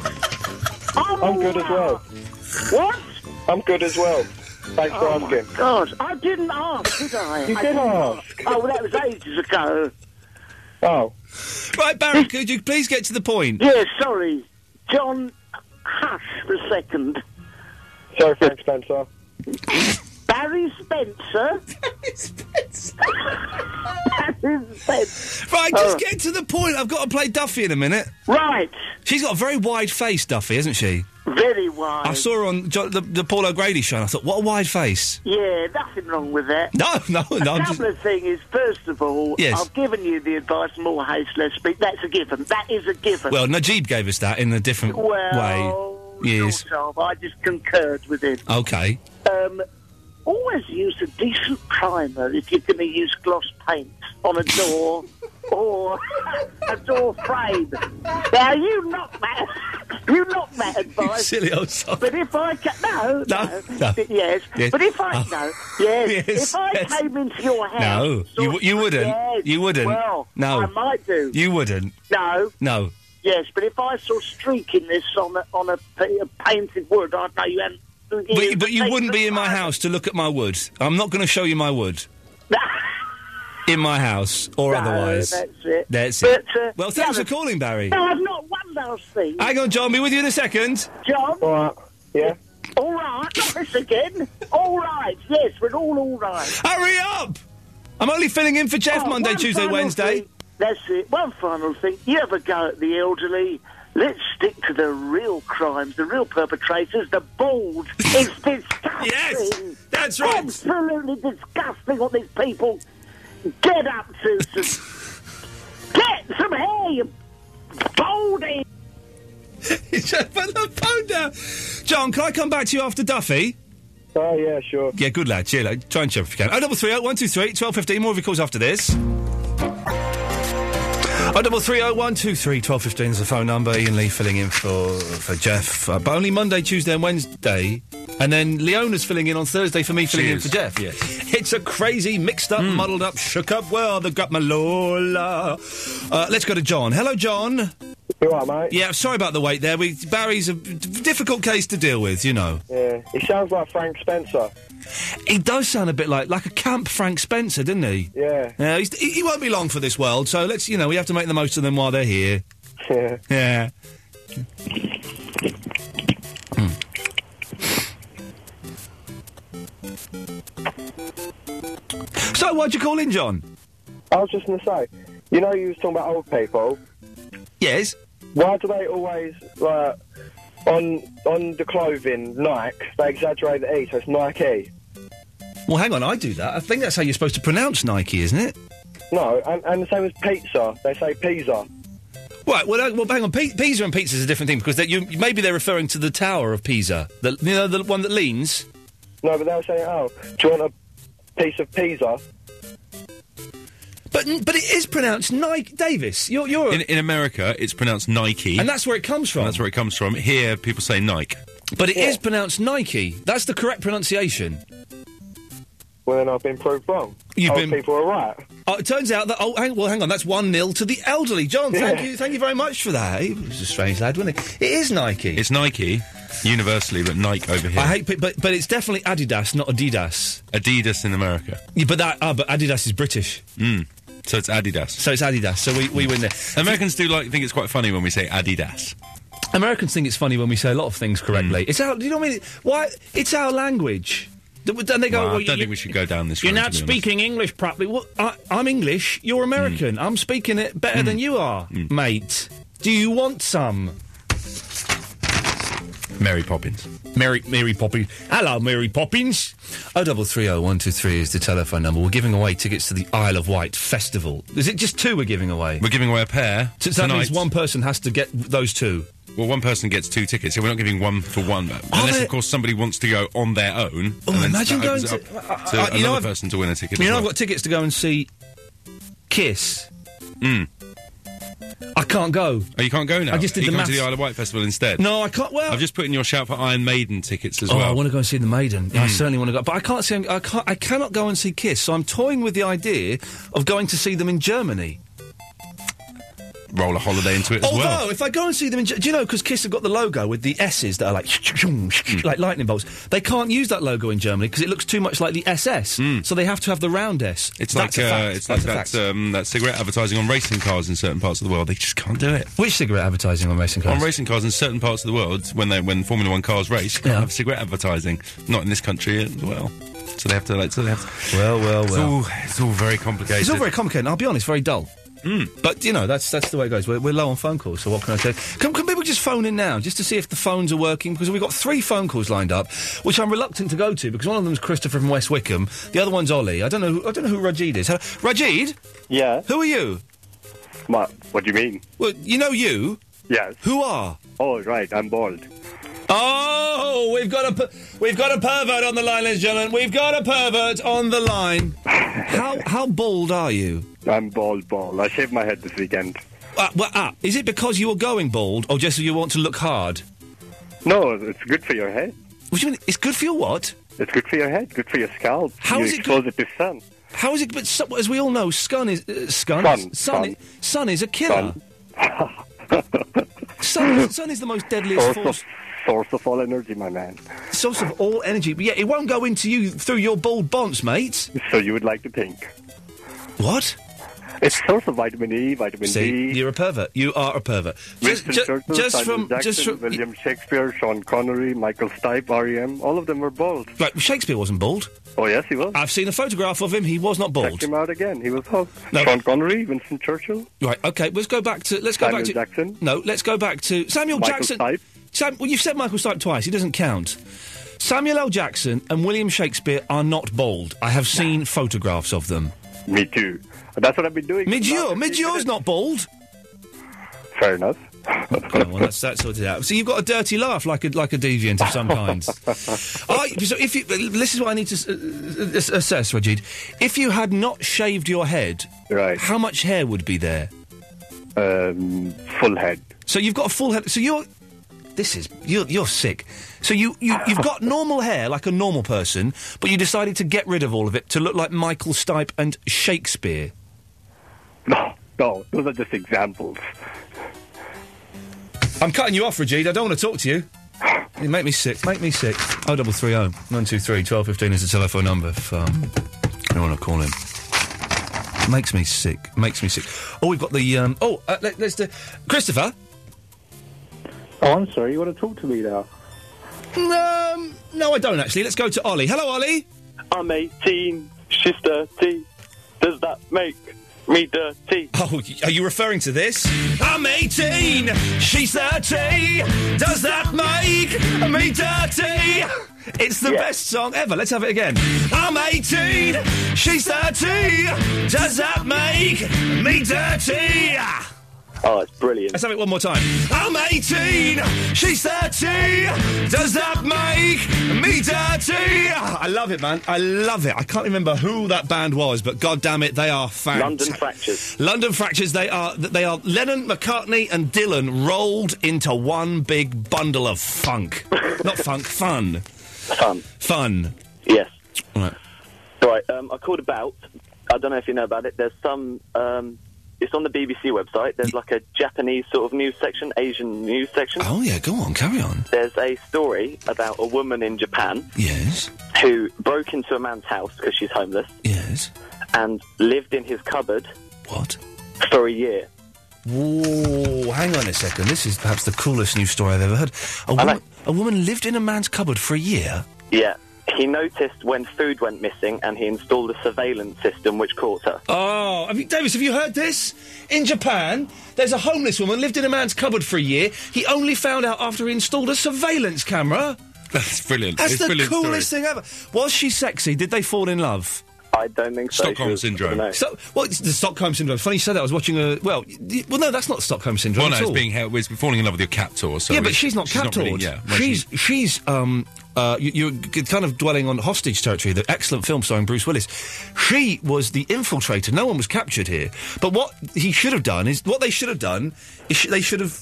[SPEAKER 11] I'm,
[SPEAKER 13] I'm
[SPEAKER 11] all
[SPEAKER 13] good as
[SPEAKER 11] right.
[SPEAKER 13] well.
[SPEAKER 11] Oh, What?
[SPEAKER 13] I'm good as well. Thanks for
[SPEAKER 11] Oh,
[SPEAKER 13] asking.
[SPEAKER 11] God, I didn't ask, did I?
[SPEAKER 13] You
[SPEAKER 11] I
[SPEAKER 13] did
[SPEAKER 11] didn't
[SPEAKER 13] ask.
[SPEAKER 11] Oh, well, that was ages ago.
[SPEAKER 13] Oh.
[SPEAKER 1] Right, Barry, could you please get to the point?
[SPEAKER 11] Yeah, sorry. John, hush for a second.
[SPEAKER 13] Sorry, Frank Spencer.
[SPEAKER 11] Barry Spencer. Barry Spencer. Barry Spencer.
[SPEAKER 1] Right, just
[SPEAKER 11] Oh.
[SPEAKER 1] get to the point. I've got to play Duffy in a minute.
[SPEAKER 11] Right.
[SPEAKER 1] She's got a very wide face, Duffy, hasn't she?
[SPEAKER 11] Very wise.
[SPEAKER 1] I saw her on jo- the, the Paul O'Grady show and I thought, what a wide face.
[SPEAKER 11] Yeah, nothing wrong with that.
[SPEAKER 1] No, no, no.
[SPEAKER 11] the
[SPEAKER 1] I'm just-
[SPEAKER 11] couple of thing is, first of all,
[SPEAKER 1] Yes.
[SPEAKER 11] I've given you the advice, more haste, less speed. That's a given. That is a given.
[SPEAKER 1] Well, Najib gave us that in a different
[SPEAKER 11] Well,
[SPEAKER 1] way. Yes.
[SPEAKER 11] sort of. I just concurred with him.
[SPEAKER 1] Okay.
[SPEAKER 11] Um, always use a decent primer if you're going to use gloss paint on a door or a door frame. Now you knock that, you knock that advice.
[SPEAKER 1] silly old sod.
[SPEAKER 11] But if I ca- no,
[SPEAKER 1] No,
[SPEAKER 11] no,
[SPEAKER 1] no.
[SPEAKER 11] Yes,
[SPEAKER 1] Yes.
[SPEAKER 11] but if I
[SPEAKER 1] Oh.
[SPEAKER 11] no, yes,
[SPEAKER 1] Yes,
[SPEAKER 11] if I
[SPEAKER 1] yes.
[SPEAKER 11] came into your house,
[SPEAKER 1] No, you, w- you wouldn't.
[SPEAKER 11] Yes.
[SPEAKER 1] You wouldn't.
[SPEAKER 11] Well,
[SPEAKER 1] no,
[SPEAKER 11] I might do.
[SPEAKER 1] you wouldn't.
[SPEAKER 11] No,
[SPEAKER 1] No.
[SPEAKER 11] yes, but if I saw streakiness on a, on a, pa- a painted wood, I'd know you hadn't.
[SPEAKER 1] But, but you wouldn't be in my house to look at my wood. I'm not going to show you my wood. in my house or
[SPEAKER 11] No,
[SPEAKER 1] otherwise.
[SPEAKER 11] that's it.
[SPEAKER 1] That's it.
[SPEAKER 11] But, uh,
[SPEAKER 1] well,
[SPEAKER 11] yeah,
[SPEAKER 1] thanks for
[SPEAKER 11] but- um,
[SPEAKER 1] calling, Barry.
[SPEAKER 11] No, I've not one last thing.
[SPEAKER 1] Hang on, John. Be with you in a second.
[SPEAKER 11] John,
[SPEAKER 13] All right. Yeah.
[SPEAKER 11] all right, not this again. All right, yes, we're all all right.
[SPEAKER 1] Hurry up! I'm only filling in for Jeff
[SPEAKER 11] Oh,
[SPEAKER 1] Monday,
[SPEAKER 11] one
[SPEAKER 1] Tuesday,
[SPEAKER 11] final
[SPEAKER 1] Wednesday.
[SPEAKER 11] thing. That's it. One final thing. You have a go at the elderly. Let's stick to the real crimes, the real perpetrators, the bald. it's disgusting.
[SPEAKER 1] Yes, that's right.
[SPEAKER 11] Absolutely disgusting what these people get up to. to- get some hair, you baldy.
[SPEAKER 1] He just put the phone down. John, can I come back to you after Duffy?
[SPEAKER 13] Oh, yeah, sure.
[SPEAKER 1] Yeah, good lad. Cheer, lad. Try and cheer if you can. Oh, double three oh one two three twelve fifteen. More of your calls after this. Oh, double three oh one two three twelve fifteen is the phone number. Ian Lee filling in for for Jeff, uh, but only Monday, Tuesday, and Wednesday, and then Leona's filling in on Thursday for me, filling
[SPEAKER 5] Cheers.
[SPEAKER 1] in for Jeff. It's a crazy, mixed up, muddled up, shook up world that got my Lola. Uh, let's go to John. Hello, John.
[SPEAKER 13] You all right, mate?
[SPEAKER 1] Yeah, sorry about the wait there. We Barry's a d- difficult case to deal with, you know.
[SPEAKER 13] Yeah. He sounds like Frank Spencer.
[SPEAKER 1] He does sound a bit like like a camp Frank Spencer, didn't he?
[SPEAKER 13] Yeah.
[SPEAKER 1] Yeah, he's, he he won't be long for this world, so let's you know we have to make the most of them while they're here.
[SPEAKER 13] Yeah.
[SPEAKER 1] Yeah. Hmm. So why'd you call in, John?
[SPEAKER 13] I was just going to say, you know, you was talking about old people.
[SPEAKER 1] Yes.
[SPEAKER 13] Why do they always like on on the clothing Nike? They exaggerate the e, so it's Nike.
[SPEAKER 1] Well, hang on, I do that. I think that's how you're supposed to pronounce Nike, isn't it?
[SPEAKER 13] No, and, and the same as pizza. They say pizza.
[SPEAKER 1] Right. Well, uh, well, hang on. P- Pisa and pizza is a different thing because they, you, maybe they're referring to the Tower of Pisa, the, you know, the one that leans.
[SPEAKER 13] No, but they'll say, oh, do you want a piece of pizza?
[SPEAKER 1] But n- but it is pronounced Nike Davis. You're Oh, you're.
[SPEAKER 5] In, in America, it's pronounced Nike.
[SPEAKER 1] And that's where it comes from.
[SPEAKER 5] That's where it comes from. Here, people say Nike.
[SPEAKER 1] But it is pronounced Nike. That's the correct pronunciation.
[SPEAKER 13] Well, then I've been proved wrong.
[SPEAKER 1] You've
[SPEAKER 13] Old
[SPEAKER 1] been-
[SPEAKER 13] people are right.
[SPEAKER 1] Oh, it turns out that oh, hang, well, hang on, that's one 0 to the elderly. John, thank you, thank you very much for that. He was a strange lad, wasn't he? It is Nike.
[SPEAKER 5] It's Nike universally, but Nike over here.
[SPEAKER 1] I hate, pe- but but it's definitely Adidas, not Adidas.
[SPEAKER 5] Adidas in America.
[SPEAKER 1] Yeah, but that, ah, but Adidas is British.
[SPEAKER 5] Mm. So it's Adidas.
[SPEAKER 1] So it's Adidas. So we, we win there.
[SPEAKER 5] Americans do like think it's quite funny when we say Adidas. Mm.
[SPEAKER 1] Americans think it's funny when we say a lot of things correctly. It's our, you know what I mean? Why? It's our language. Th- Then they go.
[SPEAKER 5] Well,
[SPEAKER 1] well,
[SPEAKER 5] I don't
[SPEAKER 1] you-
[SPEAKER 5] think we should go down this.
[SPEAKER 1] You're
[SPEAKER 5] road,
[SPEAKER 1] not
[SPEAKER 5] to be honest. Mm.
[SPEAKER 1] speaking English properly. Well, I, I'm English. You're American. I'm speaking it better than you are, mate. Do you want some?
[SPEAKER 5] Mary Poppins.
[SPEAKER 1] Mary, Mary Poppins. Hello, Mary Poppins. Oh, double three oh one two three is the telephone number. We're giving away tickets to the Isle of Wight festival. Is it just two we're giving away?
[SPEAKER 5] We're giving away a pair
[SPEAKER 1] So that
[SPEAKER 5] tonight.
[SPEAKER 1] means one person has to get those two.
[SPEAKER 5] Well, one person gets two tickets, so we're not giving one for one. unless,
[SPEAKER 1] there-
[SPEAKER 5] of course, somebody wants to go on their own.
[SPEAKER 1] Oh,
[SPEAKER 5] and then
[SPEAKER 1] imagine
[SPEAKER 5] that
[SPEAKER 1] going
[SPEAKER 5] opens it
[SPEAKER 1] to-
[SPEAKER 5] up
[SPEAKER 1] I-
[SPEAKER 5] to
[SPEAKER 1] I- you
[SPEAKER 5] another
[SPEAKER 1] know, I've-
[SPEAKER 5] person to win a ticket.
[SPEAKER 1] You
[SPEAKER 5] as
[SPEAKER 1] know, I've
[SPEAKER 5] well.
[SPEAKER 1] got tickets to go and see Kiss.
[SPEAKER 5] Mm.
[SPEAKER 1] I can't go.
[SPEAKER 5] Oh, you can't go now.
[SPEAKER 1] I just did
[SPEAKER 5] Are you
[SPEAKER 1] the
[SPEAKER 5] going to
[SPEAKER 1] maths-
[SPEAKER 5] the Isle of Wight festival instead.
[SPEAKER 1] No, I can't. Well,
[SPEAKER 5] I've just put in your shout for Iron Maiden tickets as
[SPEAKER 1] oh, I
[SPEAKER 5] well.
[SPEAKER 1] want to go and see the Maiden. I
[SPEAKER 5] Mm.
[SPEAKER 1] certainly want to go, but I can't see. I can't. I cannot go and see Kiss. So I'm toying with the idea of going to see them in Germany.
[SPEAKER 5] Roll a holiday into it as
[SPEAKER 1] Although,
[SPEAKER 5] well.
[SPEAKER 1] if I go and see them in, Ge- do you know? Because Kiss have got the logo with the S's that are like
[SPEAKER 5] Hmm.
[SPEAKER 1] like lightning bolts. They can't use that logo in Germany because it looks too much like the SS. So they have to have the round S.
[SPEAKER 5] Hmm. It's
[SPEAKER 1] That's
[SPEAKER 5] like
[SPEAKER 1] a
[SPEAKER 5] uh,
[SPEAKER 1] fact.
[SPEAKER 5] it's
[SPEAKER 1] That's
[SPEAKER 5] like
[SPEAKER 1] a fact.
[SPEAKER 5] that um, that cigarette advertising on racing cars in certain parts of the world. They just can't do it.
[SPEAKER 1] Which cigarette advertising on racing cars?
[SPEAKER 5] On racing cars in certain parts of the world, when they when Formula One cars race, you can't have cigarette advertising. Not in this country as well. So they have to like. So they have to,
[SPEAKER 1] well, well,
[SPEAKER 5] It's
[SPEAKER 1] well.
[SPEAKER 5] all, it's all very complicated.
[SPEAKER 1] It's all very complicated. and I'll be honest, very dull. But you know that's that's the way it goes. We're, we're low on phone calls, so what can I say? Can, can people just phone in now just to see if the phones are working? Because we've got three phone calls lined up, which I'm reluctant to go to because one of them's Christopher from West Wickham, the other one's Ollie. I don't know. Who, I don't know who Rajid is. Hello- Rajid.
[SPEAKER 14] Yeah.
[SPEAKER 1] Who are you?
[SPEAKER 14] What, what do you mean?
[SPEAKER 1] Well, you know you.
[SPEAKER 14] Yes.
[SPEAKER 1] Who are?
[SPEAKER 14] Oh, right. I'm bald.
[SPEAKER 1] Oh, we've got a per- we've got a pervert on the line, ladies and gentlemen. We've got a pervert on the line. How how bald are you?
[SPEAKER 14] I'm bald, bald. I shaved my head this weekend.
[SPEAKER 1] Uh, well, ah, is it because you are going bald, or just you want to look hard?
[SPEAKER 14] No, it's good for your head.
[SPEAKER 1] What do you mean? It's good for your what?
[SPEAKER 14] It's good for your head. Good for your scalp.
[SPEAKER 1] How
[SPEAKER 14] you
[SPEAKER 1] is it
[SPEAKER 14] expose it to sun.
[SPEAKER 1] How is it? But so, as we all know, scun is uh, scun.
[SPEAKER 14] Sun,
[SPEAKER 1] sun, i- sun is a killer. sun, sun is the most deadliest
[SPEAKER 14] Source
[SPEAKER 1] force,
[SPEAKER 14] of, source of all energy, my man.
[SPEAKER 1] source of all energy. But yeah, it won't go into you through your bald bonds, mate.
[SPEAKER 14] So you would like to think.
[SPEAKER 1] What?
[SPEAKER 14] It's source of vitamin E, vitamin
[SPEAKER 1] See,
[SPEAKER 14] D.
[SPEAKER 1] you're a pervert. You are a pervert. Just,
[SPEAKER 14] Winston
[SPEAKER 1] ju-
[SPEAKER 14] Churchill,
[SPEAKER 1] just
[SPEAKER 14] Simon
[SPEAKER 1] from,
[SPEAKER 14] Jackson,
[SPEAKER 1] just from.
[SPEAKER 14] William Shakespeare, Sean Connery, Michael Stipe, REM, all of them were bald.
[SPEAKER 1] Like, Shakespeare wasn't bald.
[SPEAKER 14] Oh yes, he was.
[SPEAKER 1] I've seen a photograph of him. He was not bald.
[SPEAKER 14] Check him out again. He was bald.
[SPEAKER 1] No.
[SPEAKER 14] Sean Connery, Winston Churchill.
[SPEAKER 1] Right. Okay. Let's go back to. Let's go
[SPEAKER 14] Samuel
[SPEAKER 1] back to
[SPEAKER 14] Jackson?
[SPEAKER 1] No. Let's go back to Samuel
[SPEAKER 14] Michael
[SPEAKER 1] Jackson.
[SPEAKER 14] Stipe?
[SPEAKER 1] Sam, well, you've said Michael Stipe twice. He doesn't count. Samuel L. Jackson and William Shakespeare are not bald. I have seen photographs of them.
[SPEAKER 14] Me too. That's what I've been doing.
[SPEAKER 1] Midure, Midure's not bald.
[SPEAKER 14] Fair enough.
[SPEAKER 1] Right, well, that's that sorted out. So you've got a dirty laugh, like a like a deviant of some kind. I, so if you, this is what I need to s- uh, ass- assess, Rajid. If you had not shaved your head, right. how much hair would be there? Um, full head. So you've got a full head. So you're. This is you're you're sick. So you, you you've got normal hair like a normal person, but you decided to get rid of all of it to look like Michael Stipe and Shakespeare.
[SPEAKER 14] No, no, those are just examples.
[SPEAKER 1] I'm cutting you off, Rajid. I don't want to talk to you. You make me sick. Make me sick. Oh double three oh nine two three twelve fifteen is the telephone number. If um, you want to call him, makes me sick. Makes me sick. Oh, we've got the um. Oh, uh, let, us do Christopher.
[SPEAKER 15] Oh, I'm sorry. You want to talk to me now?
[SPEAKER 1] Um, no, I don't actually. Let's go to Ollie. Hello, Ollie.
[SPEAKER 9] I'm 18, she's 30. Does that make me dirty?
[SPEAKER 1] Oh, y- are you referring to this? I'm 18, she's 30. Does that make me dirty? It's the best song ever. Let's have it again. I'm 18, she's 30. Does that make me dirty?
[SPEAKER 9] Oh, it's brilliant.
[SPEAKER 1] Let's have it one more time. I'm 18, she's 30. Does that make me dirty? Ah, I love it, man. I love it. I can't remember who that band was, but god damn it, they are fantastic.
[SPEAKER 9] London fractures.
[SPEAKER 1] London Fractures. They are th- they are Lennon, McCartney, and Dylan rolled into one big bundle of funk. Not funk, fun,
[SPEAKER 9] Fun.
[SPEAKER 1] fun.
[SPEAKER 9] Yes.
[SPEAKER 1] Right.
[SPEAKER 9] Right, um, I called about. I don't know if you know about it. There's some. Um, it's on the BBC website. There's like a Japanese sort of news section, Asian news section.
[SPEAKER 1] Oh yeah, go on, carry on.
[SPEAKER 9] There's a story about a woman in Japan
[SPEAKER 1] Yes,
[SPEAKER 9] who broke into a man's house because she's homeless
[SPEAKER 1] yes.
[SPEAKER 9] and lived in his cupboard.
[SPEAKER 1] What?
[SPEAKER 9] For a year.
[SPEAKER 1] Whoa, hang on a second. This is perhaps the coolest news story I've ever heard. A woman, a woman lived in a man's cupboard for a year.
[SPEAKER 9] Yeah. He noticed when food went missing and he installed a surveillance system which caught her.
[SPEAKER 1] Oh, have you, Davis, have you heard this? In Japan, there's a homeless woman lived in a man's cupboard for a year. He only found out after he installed a surveillance camera.
[SPEAKER 5] That's brilliant.
[SPEAKER 1] That's
[SPEAKER 5] it's
[SPEAKER 1] the
[SPEAKER 5] brilliant
[SPEAKER 1] coolest
[SPEAKER 5] story.
[SPEAKER 1] thing ever. Was she sexy? Did they fall in love?
[SPEAKER 9] I don't think so.
[SPEAKER 5] Stockholm syndrome.
[SPEAKER 1] So, well, it's the Stockholm syndrome. Funny you said that. I was watching a well, y- well, no, that's not Stockholm syndrome
[SPEAKER 5] Well, no,
[SPEAKER 1] at
[SPEAKER 5] it's
[SPEAKER 1] all.
[SPEAKER 5] being held, it's falling in love with your cat tour. So
[SPEAKER 1] yeah, but
[SPEAKER 5] it's-
[SPEAKER 1] she's not cat
[SPEAKER 5] really-
[SPEAKER 1] toured.
[SPEAKER 5] yeah, well,
[SPEAKER 1] she's she's um uh you, you're g- kind of dwelling on hostage territory. The excellent film starring Bruce Willis. She was the infiltrator. No one was captured here. But what he should have done is what they should have done is sh- they should have.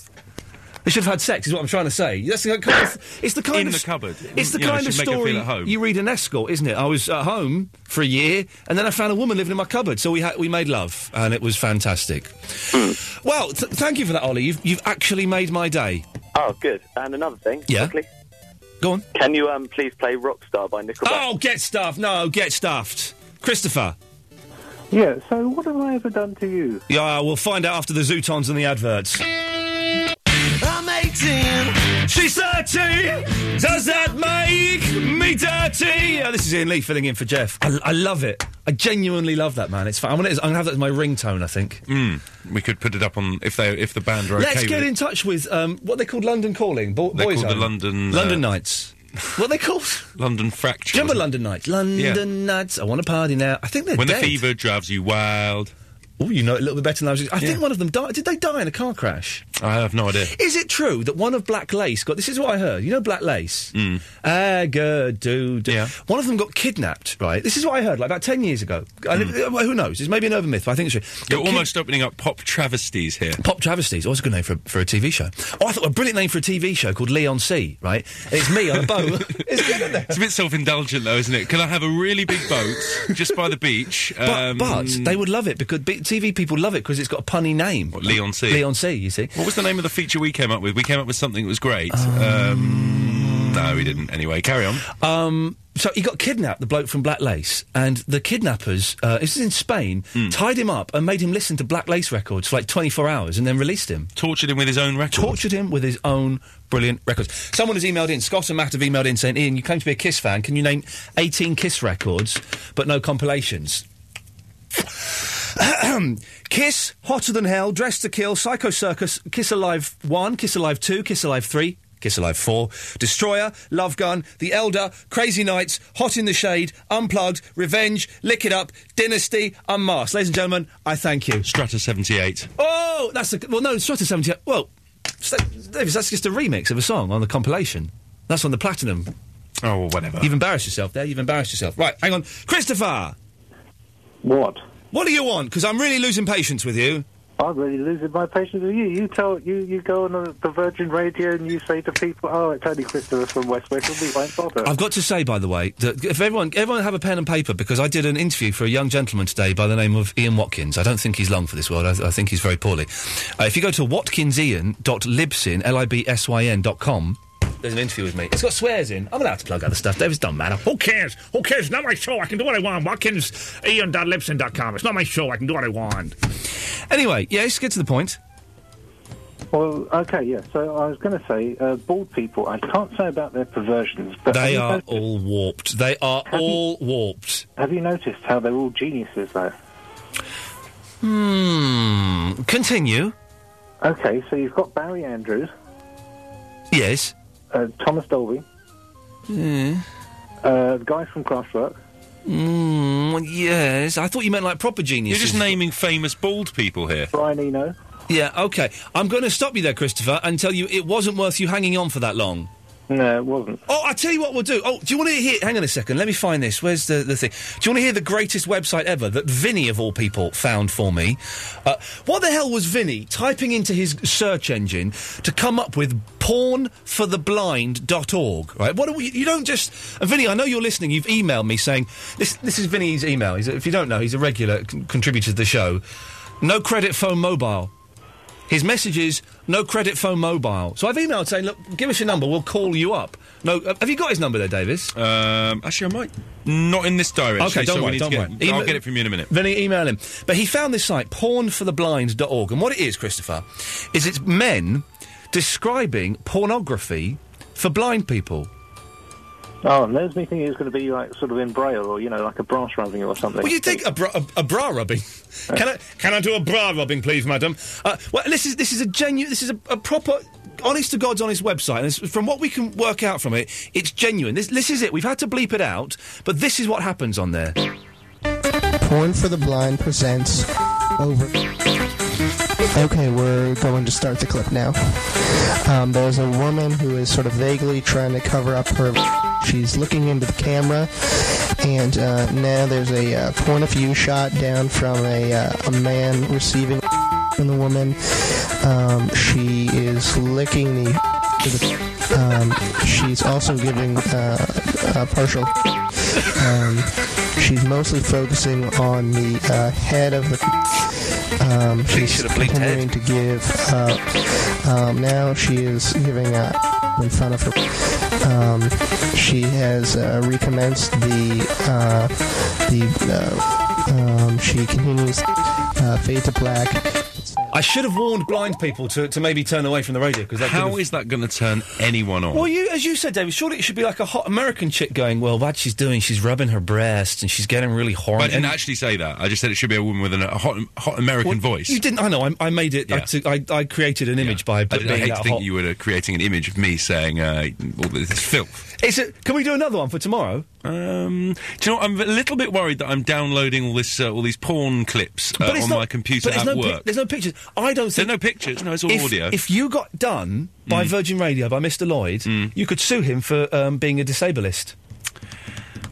[SPEAKER 1] They should have had sex, is what I'm trying to say. That's the kind of, it's the kind
[SPEAKER 5] In
[SPEAKER 1] of
[SPEAKER 5] the
[SPEAKER 1] s-
[SPEAKER 5] cupboard.
[SPEAKER 1] It's the
[SPEAKER 5] You know,
[SPEAKER 1] kind of
[SPEAKER 5] should make her feel
[SPEAKER 1] story
[SPEAKER 5] at home.
[SPEAKER 1] you read in Escort, isn't it? I was at home for a year, and then I found a woman living in my cupboard, so we ha- we made love, and it was fantastic.
[SPEAKER 9] Hmm.
[SPEAKER 1] well, th- thank you for that, Ollie. You've, you've actually made my day.
[SPEAKER 9] Oh, good. And another thing.
[SPEAKER 1] Yeah.
[SPEAKER 9] Quickly.
[SPEAKER 1] Go on.
[SPEAKER 9] Can you um, please play Rockstar by Nickelback?
[SPEAKER 1] Oh, get stuffed. No, get stuffed. Christopher.
[SPEAKER 15] Yeah, so what have I ever done to you?
[SPEAKER 1] Yeah, we'll find out after the Zootons and the adverts.
[SPEAKER 12] I'm 18.
[SPEAKER 1] She's 30. Does that make me dirty? Uh, this is Ian Lee filling in for Jeff. I, I love it. I genuinely love that, man. It's fun. I'm going to have that as my ringtone, I think.
[SPEAKER 5] Mm, we could put it up on if they if the band are okay.
[SPEAKER 1] Let's get
[SPEAKER 5] with
[SPEAKER 1] in touch with um, what they called London Calling. Bo-
[SPEAKER 5] They're
[SPEAKER 1] boys
[SPEAKER 5] called the
[SPEAKER 1] Home.
[SPEAKER 5] London,
[SPEAKER 1] London
[SPEAKER 5] uh,
[SPEAKER 1] Nights. what are they called?
[SPEAKER 5] it. London fracture.
[SPEAKER 1] Do you remember
[SPEAKER 5] wasn't
[SPEAKER 1] London Nights? London Nights. I want to party now. I think
[SPEAKER 5] it?
[SPEAKER 1] they're
[SPEAKER 5] When
[SPEAKER 1] dead.
[SPEAKER 5] the fever drives you wild.
[SPEAKER 1] Oh, you know it a little bit better than I was. I think one of them died. Did they die in a car crash?
[SPEAKER 5] I have no idea.
[SPEAKER 1] Is it true that one of Black Lace got? This is what I heard. You know Black Lace. Mm. Yeah. One of them got kidnapped. Right. This is what I heard. Like about ten years ago. And it- well, who knows? It's maybe an urban myth. But I think it's true.
[SPEAKER 5] Mm. You're
[SPEAKER 1] Got kid-
[SPEAKER 5] almost opening up pop travesties here.
[SPEAKER 1] Pop Travesties. Oh, that's a good name for, for a TV show. Oh, I thought a brilliant name for a TV show called Leon C. Right. And it's me on a boat.
[SPEAKER 5] It's a bit self-indulgent, though, isn't it? Can I have a really big boat just by the beach? Um,
[SPEAKER 1] but they would love it because b- TV people love it because it's got a punny name. What,
[SPEAKER 5] Leon C?
[SPEAKER 1] Leon C. You see.
[SPEAKER 5] What was the name of the feature we came up with? We came up with something that was great. Um, no, we didn't. Anyway, carry on.
[SPEAKER 1] Um, so he got kidnapped, the bloke from Black Lace, and the kidnappers, uh, this is in Spain,
[SPEAKER 5] Hmm.
[SPEAKER 1] tied him up and made him listen to Black Lace records for like 24 hours and then released him.
[SPEAKER 5] Tortured him with his own record.
[SPEAKER 1] Tortured him with his own brilliant records. Someone has emailed in, Scott and Matt have emailed in saying, Ian, you claim to be a Kiss fan. Can you name 18 Kiss records, but no compilations? Kiss, Hotter Than Hell, Dress to Kill, Psycho Circus, Kiss Alive 1, Kiss Alive 2, Kiss Alive 3, Kiss Alive 4, Destroyer, Love Gun, The Elder, Crazy Nights, Hot in the Shade, Unplugged, Revenge, Lick It Up, Dynasty, Unmasked. Ladies and gentlemen, I thank you.
[SPEAKER 5] Strata 78.
[SPEAKER 1] Oh, that's a. Well, no, Strata 78. Well, So, Davis, that's just a remix of a song on the compilation. That's on the platinum.
[SPEAKER 5] Oh, well, whatever.
[SPEAKER 1] You've embarrassed yourself there. You've embarrassed yourself. Right, hang on, Christopher.
[SPEAKER 16] What?
[SPEAKER 1] What do you want? Because I'm really losing patience with you.
[SPEAKER 16] I'm really losing my patience with you. You tell you you go on the, the Virgin Radio and you say to people, "Oh, it's only Christopher from West Wales. We won't bother."
[SPEAKER 1] I've got to say, by the way, that if everyone everyone have a pen and paper because I did an interview for a young gentleman today by the name of Ian Watkins. I don't think he's long for this world. I, I think he's very poorly. Uh, if you go to watkinsian.libsyn l i b s y n dot com, there's an interview with me. It's got swears in. I'm allowed to plug other stuff. David's done matter.
[SPEAKER 17] Who cares? Who cares? It's not my show. I can do what I want. Watkins, Ian.Lipson.com. It's not my show. I can do what I want.
[SPEAKER 1] Anyway, yes, get to the point.
[SPEAKER 16] Well, okay, yeah. So I was going to say, uh, bald people. I can't say about their perversions, but have
[SPEAKER 1] They
[SPEAKER 16] you
[SPEAKER 1] are
[SPEAKER 16] noticed-
[SPEAKER 1] all warped. They are
[SPEAKER 16] Have you-
[SPEAKER 1] all warped.
[SPEAKER 16] have you noticed how they're all geniuses though?
[SPEAKER 1] Hmm. Continue.
[SPEAKER 16] Okay, so you've got Barry Andrews,
[SPEAKER 1] Yes.
[SPEAKER 16] uh, Thomas Dolby,
[SPEAKER 1] Yeah.
[SPEAKER 16] uh, the guy from Kraftwerk.
[SPEAKER 1] Mm, yes. I thought you meant like proper geniuses.
[SPEAKER 5] You're just naming famous bald people here.
[SPEAKER 16] Brian Eno.
[SPEAKER 1] Yeah, okay. I'm going to stop you there, Christopher, and tell you it wasn't worth you hanging on for that long.
[SPEAKER 16] No, it wasn't.
[SPEAKER 1] Oh, I tell you what we'll do. Oh, do you want to hear? Hang on a second. Let me find this. Where's the, the thing? Do you want to hear the greatest website ever that Vinny of all people found for me? Uh, what the hell was Vinny typing into his search engine to come up with pornfortheblind.org? Right? What do we, you don't just and Vinny, I know you're listening. You've emailed me saying this. This is Vinny's email. He's, a- if you don't know, he's a regular con- contributor to the show. No credit phone mobile. His message is no credit phone mobile. So I've emailed saying, look, give us your number, we'll call you up. No, uh, have you got his number there, Davis?
[SPEAKER 5] Um, actually, I might. Not in this direction.
[SPEAKER 1] Okay, don't
[SPEAKER 5] so
[SPEAKER 1] worry,
[SPEAKER 5] we need
[SPEAKER 1] don't
[SPEAKER 5] to
[SPEAKER 1] worry.
[SPEAKER 5] get, I'll get it from you in a minute.
[SPEAKER 1] Then he email him. But he found this site, pornfortheblind.org, and what it is, Christopher, is it's men describing pornography for blind people.
[SPEAKER 16] Oh, and there's me thinking it was going to be like sort of in braille or you know like a brass rubbing or something.
[SPEAKER 1] Well, you think a bra, a, a bra rubbing? can I can I do a bra rubbing, please, madam? Uh, well, this is this is a genuine, this is a, a proper, honest to God's honest website. And it's, from what we can work out from it, it's genuine. This this is it. We've had to bleep it out, but this is what happens on there.
[SPEAKER 18] Porn for the Blind presents over. Okay, we're going to start the clip now. Um, there's a woman who is sort of vaguely trying to cover up her. She's looking into the camera, and uh, now there's a uh, point of view shot down from a, uh, a man receiving from the woman. Um, she is licking the. To the um, she's also giving uh, a partial. Um, she's mostly focusing on the uh, head of the. Um, she's continuing to give. Uh, um, now she is giving up in front of her. Um, she has uh, recommenced the uh, the. Uh, um, she continues uh, fade to black.
[SPEAKER 1] I should have warned blind people to, to maybe turn away from the radio because
[SPEAKER 5] How is that going to turn anyone on?
[SPEAKER 1] Well, you, as you said, David, surely it should be like a hot American chick going, "Well, what she's doing, she's rubbing her breast and she's getting really horny."
[SPEAKER 5] I didn't
[SPEAKER 1] And-
[SPEAKER 5] actually say that. I just said it should be a woman with an, a hot, hot American
[SPEAKER 1] Well,
[SPEAKER 5] voice.
[SPEAKER 1] You didn't. I know. I, I made it. I, took- I, I created an image by
[SPEAKER 5] I,
[SPEAKER 1] put,
[SPEAKER 5] did- I
[SPEAKER 1] being
[SPEAKER 5] hate
[SPEAKER 1] that
[SPEAKER 5] to think
[SPEAKER 1] hot.
[SPEAKER 5] you were uh, creating an image of me saying uh, all this is filth.
[SPEAKER 1] Is it? Can we do another one for tomorrow?
[SPEAKER 5] Um, do you know? What? I'm a little bit worried that I'm downloading all this, uh, all these porn clips uh, on my computer
[SPEAKER 1] but there's
[SPEAKER 5] at
[SPEAKER 1] no pic-
[SPEAKER 5] work.
[SPEAKER 1] there's no pictures. I don't
[SPEAKER 5] There's
[SPEAKER 1] think.
[SPEAKER 5] no pictures. No, it's all
[SPEAKER 1] if,
[SPEAKER 5] audio. Mm.
[SPEAKER 1] If you got done by Virgin Radio by Mr. Lloyd, you could sue him for um, being a disableist.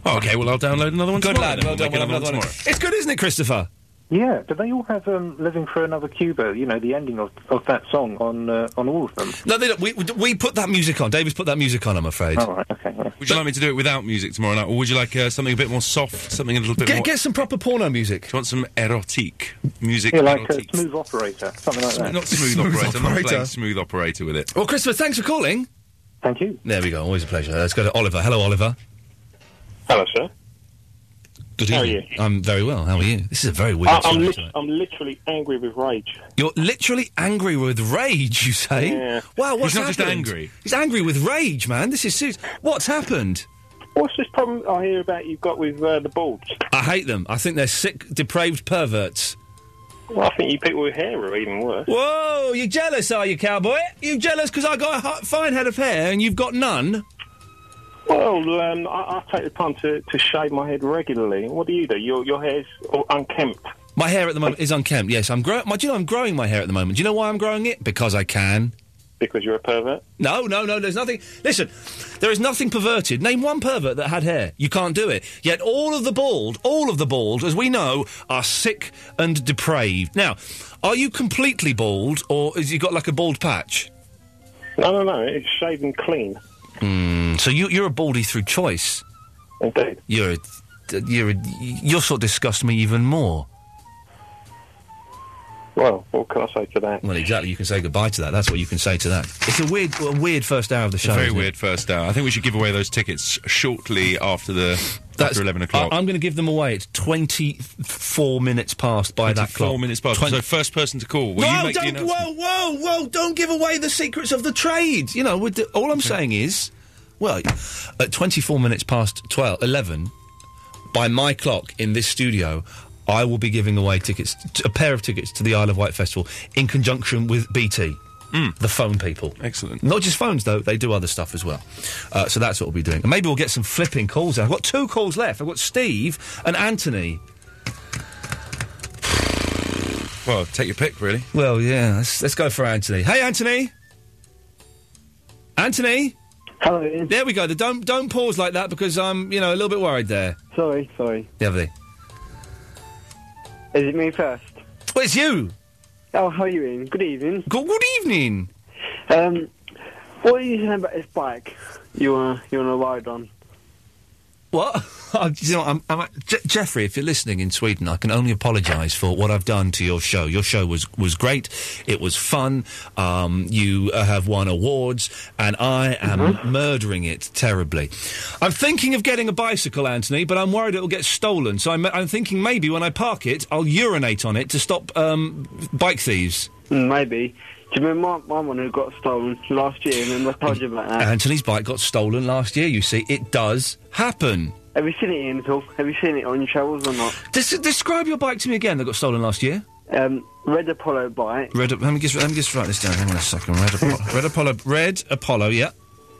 [SPEAKER 5] Oh, okay, well I'll download another one.
[SPEAKER 1] Good
[SPEAKER 5] tomorrow
[SPEAKER 1] lad.
[SPEAKER 5] then. We'll
[SPEAKER 1] Well
[SPEAKER 5] make
[SPEAKER 1] done. We'll have
[SPEAKER 5] another
[SPEAKER 1] another
[SPEAKER 5] one
[SPEAKER 1] one.
[SPEAKER 5] tomorrow.
[SPEAKER 1] It's good, isn't it, Christopher?
[SPEAKER 16] Yeah, do they all have um, "Living for Another Cuba"? You know, the ending of, of that song on uh, on all of them.
[SPEAKER 1] No, they don't. We, we put that music on. Davis put that music on. I'm afraid.
[SPEAKER 16] All right, okay. yeah.
[SPEAKER 5] Would you like me to do it without music tomorrow night, or would you like uh, something a bit more soft, something a little bit
[SPEAKER 1] Get,
[SPEAKER 5] more?
[SPEAKER 1] get some proper porno music. Do
[SPEAKER 5] you want some erotique music?
[SPEAKER 16] Yeah, like
[SPEAKER 5] erotique?
[SPEAKER 16] a smooth operator, something like that.
[SPEAKER 5] Not smooth, operator. I'm not playing smooth operator with it.
[SPEAKER 1] Well, Christopher, thanks for calling.
[SPEAKER 16] Thank you.
[SPEAKER 1] There we go. Always a pleasure. Let's go to Oliver. Hello, Oliver.
[SPEAKER 10] Hello, sir.
[SPEAKER 1] Good
[SPEAKER 10] How are
[SPEAKER 1] evening. I'm very well. How are you? This is a very weird.
[SPEAKER 10] I, I'm,
[SPEAKER 1] show
[SPEAKER 10] lit
[SPEAKER 1] tonight.
[SPEAKER 10] I'm literally angry with rage.
[SPEAKER 1] You're literally angry with rage, you say?
[SPEAKER 10] Yeah.
[SPEAKER 1] Wow,
[SPEAKER 10] He's
[SPEAKER 1] what's
[SPEAKER 10] not just
[SPEAKER 1] happened?
[SPEAKER 10] angry.
[SPEAKER 1] He's angry with rage, man. This is serious. What's happened?
[SPEAKER 10] What's this problem I hear about you've got with uh, the balls?
[SPEAKER 1] I hate them. I think they're sick, depraved perverts.
[SPEAKER 10] Well, I think you people with hair are even worse.
[SPEAKER 1] Whoa, you jealous, are you, cowboy? You jealous because I got a hot, fine head of hair and you've got none?
[SPEAKER 10] Well, um, I, I take the time to, to shave my head regularly. What do you do? Your, your hair's all unkempt.
[SPEAKER 1] My hair at the moment is unkempt. Yes, I'm growing. Do you know I'm growing my hair at the moment? Do you know why I'm growing it? Because I can.
[SPEAKER 10] because you're a pervert?
[SPEAKER 1] No, no, no. There's nothing. Listen, there is nothing perverted. Name one pervert that had hair. You can't do it. Yet all of the bald, all of the bald, as we know, are sick and depraved. Now, are you completely bald, or has you got like a bald patch?
[SPEAKER 10] No, no, no. It's shaven clean.
[SPEAKER 1] Mm, so you, you're a baldy through choice.
[SPEAKER 10] Indeed.
[SPEAKER 1] You're, a, you're, a, your sort disgusts me even more.
[SPEAKER 10] Well, what can I say to that?
[SPEAKER 1] Well, exactly. You can say goodbye to that. That's what you can say to that. It's a weird, a weird first hour of the show.
[SPEAKER 5] Very
[SPEAKER 1] isn't it?
[SPEAKER 5] weird first hour. I think we should give away those tickets shortly after the
[SPEAKER 1] That's-
[SPEAKER 5] after eleven o'clock.
[SPEAKER 1] I, am going to give them away. It's 24 minutes past by that clock.
[SPEAKER 5] Four minutes past. So first person to call. Will you
[SPEAKER 1] No,
[SPEAKER 5] make the
[SPEAKER 1] don't.
[SPEAKER 5] announcement?
[SPEAKER 1] Whoa, whoa, whoa! Don't give away the secrets of the trade. You know, with the, all I'm saying is, well, at 24 minutes past 12, 11, by my clock in this studio. I will be giving away tickets, t- a pair of tickets to the Isle of Wight Festival in conjunction with BT, the phone people.
[SPEAKER 5] Mm. Excellent.
[SPEAKER 1] Not just phones, though, they do other stuff as well. Uh, so that's what we'll be doing. And maybe we'll get some flipping calls. I've got two calls left. I've got Steve and Anthony.
[SPEAKER 5] Well, take your pick, really.
[SPEAKER 1] Well, yeah, let's, let's go for Anthony. Hey, Anthony. Anthony.
[SPEAKER 19] Hello.
[SPEAKER 1] There we go. The don't don't pause like that because I'm you know a little bit worried there.
[SPEAKER 19] Sorry, sorry.
[SPEAKER 1] The other thing.
[SPEAKER 19] Is it me first?
[SPEAKER 1] Well, it's you.
[SPEAKER 19] Oh, how are you, Ian? Good evening.
[SPEAKER 1] Good, good evening.
[SPEAKER 19] Um, what are you saying about this bike? You wanna you wanna ride on?
[SPEAKER 1] What? I'm, you know, I'm, I'm, Je- Jeffrey, if you're listening in Sweden, I can only apologise for what I've done to your show. Your show was, was great. It was fun. Um, you uh, have won awards, and I am murdering it terribly. I'm thinking of getting a bicycle, Anthony, but I'm worried it'll get stolen. So I'm, I'm thinking maybe when I park it, I'll urinate on it to stop um, bike thieves.
[SPEAKER 19] Mm, Maybe. Do you remember my, my one who got stolen last year? Remember I told you about that?
[SPEAKER 1] Anthony's bike got stolen last year. You see, it does happen.
[SPEAKER 19] Have you seen it, Ian? At all? Have you seen it on your travels or not?
[SPEAKER 1] Des- describe your bike to me again that got stolen last year.
[SPEAKER 19] Um, red Apollo bike.
[SPEAKER 1] Red. Let me just let me just write this down. Hang on a second. Red Apollo. Red Apollo. Red Apollo. Yeah.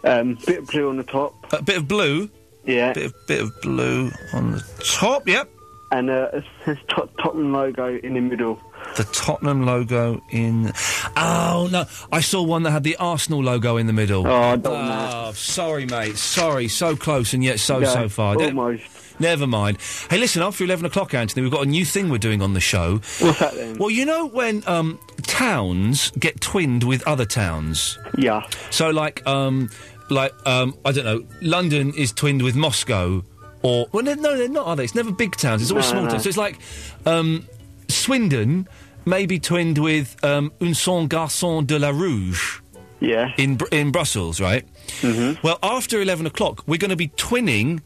[SPEAKER 19] Um, bit of blue on the top.
[SPEAKER 1] A bit of blue.
[SPEAKER 19] Yeah.
[SPEAKER 1] Bit of bit of blue on the top. Yep.
[SPEAKER 19] And uh, it's, it's Tot- Tottenham logo in the middle.
[SPEAKER 1] The Tottenham logo in. Oh no! I saw one that had the Arsenal logo in the middle.
[SPEAKER 19] Oh, I don't
[SPEAKER 1] Oh, sorry, mate. Sorry. So close and yet so
[SPEAKER 19] Yeah,
[SPEAKER 1] so far. Ne-
[SPEAKER 19] almost.
[SPEAKER 1] Never mind. Hey, listen. After eleven o'clock, Anthony, we've got a new thing we're doing on the show.
[SPEAKER 19] What's that then?
[SPEAKER 1] Well, you know when um, towns get twinned with other towns.
[SPEAKER 19] Yeah.
[SPEAKER 1] So like um, like um, I don't know, London is twinned with Moscow, or well, no, no, they're not, are they? It's never big towns. It's always
[SPEAKER 19] No,
[SPEAKER 1] small
[SPEAKER 19] no.
[SPEAKER 1] towns. So it's like um, Swindon may be twinned with um, Un Son Garçon de la Rouge.
[SPEAKER 19] Yeah.
[SPEAKER 1] In Br- in Brussels, right? Mm-hmm. Well, after eleven o'clock, we're going to be twinning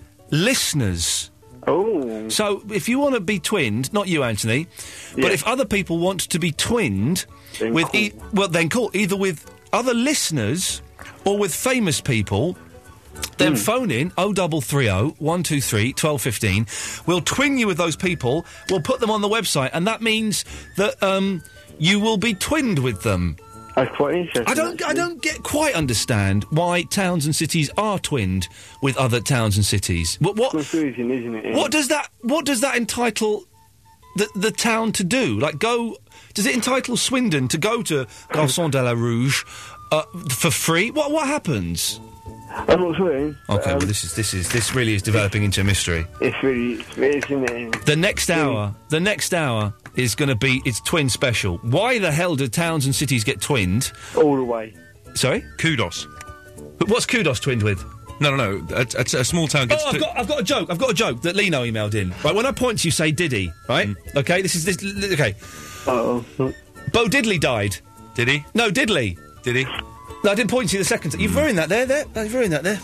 [SPEAKER 1] listeners.
[SPEAKER 19] Oh.
[SPEAKER 1] So if you want to be twinned, not you, Anthony, but if other people want to be twinned with, e- well, then call either with other listeners or with famous people. Then
[SPEAKER 19] Hmm.
[SPEAKER 1] phone in 0330 123 1215. We'll twin you with those people. We'll put them on the website, and that means that um, you will be twinned with them.
[SPEAKER 19] That's quite interesting.
[SPEAKER 1] I don't, I
[SPEAKER 19] actually.
[SPEAKER 1] don't get quite understand why towns and cities are twinned with other towns and cities. What, what
[SPEAKER 19] Confusing, isn't it? Ian?
[SPEAKER 1] what does that What does that entitle the the town to do? Like go? Does it entitle Swindon to go to Garçon de la Rouge uh, for free? What What happens?
[SPEAKER 19] I'm not sure. eh? Ian.
[SPEAKER 1] Okay, well this is this is this really is developing into a mystery.
[SPEAKER 19] It's really, it's really, isn't it? Ian?
[SPEAKER 1] The next hour, the next hour is going to be it's twin special. Why the hell do towns and cities get twinned?
[SPEAKER 19] All the way.
[SPEAKER 1] Sorry,
[SPEAKER 5] kudos.
[SPEAKER 1] What's kudos twinned with?
[SPEAKER 5] No, no, no. A, a- a small town gets.
[SPEAKER 1] Oh, I've
[SPEAKER 5] twi-
[SPEAKER 1] got, I've got a joke. I've got a joke that Lino emailed in. Right, when I point to you, say Diddy. Right?
[SPEAKER 5] Mm.
[SPEAKER 1] Okay, this is this. li- li- Okay.
[SPEAKER 19] Oh.
[SPEAKER 1] Bo Diddley died.
[SPEAKER 5] Did he?
[SPEAKER 1] No, Diddley.
[SPEAKER 5] Did he?
[SPEAKER 1] No, I didn't point to you the second time. You've ruined that there, there. You've ruined that there.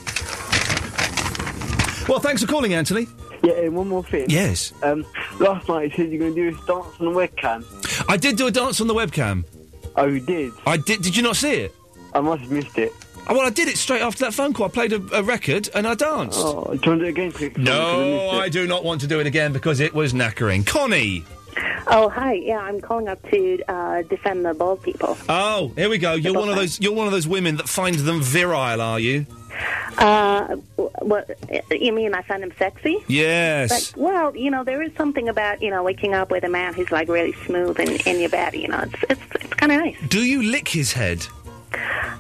[SPEAKER 1] Well, thanks for calling, Anthony.
[SPEAKER 19] Yeah, and one more thing.
[SPEAKER 1] Yes.
[SPEAKER 19] Um, last night you said you're going to do this dance on the webcam.
[SPEAKER 1] I did do a dance on the webcam.
[SPEAKER 19] Oh, you did?
[SPEAKER 1] I did. Did you not see it?
[SPEAKER 19] I must have missed it.
[SPEAKER 1] Oh, well, I did it straight after that phone call. I played a, a record and I danced.
[SPEAKER 19] Oh, do you want to do it again, please?
[SPEAKER 1] No, I do not want to do it again because it was knackering. Connie.
[SPEAKER 20] Oh, hi. Yeah, I'm calling up to uh, defend the bald people.
[SPEAKER 1] Oh, here we go. You're one of those. You're one of those women that find them virile, are you?
[SPEAKER 20] Uh, wh- what you mean? I find them sexy.
[SPEAKER 1] Yes.
[SPEAKER 20] But, well, you know, there is something about you know waking up with a man who's like really smooth in, in your bed. You know, it's it's, it's kind of nice.
[SPEAKER 1] Do you lick his head?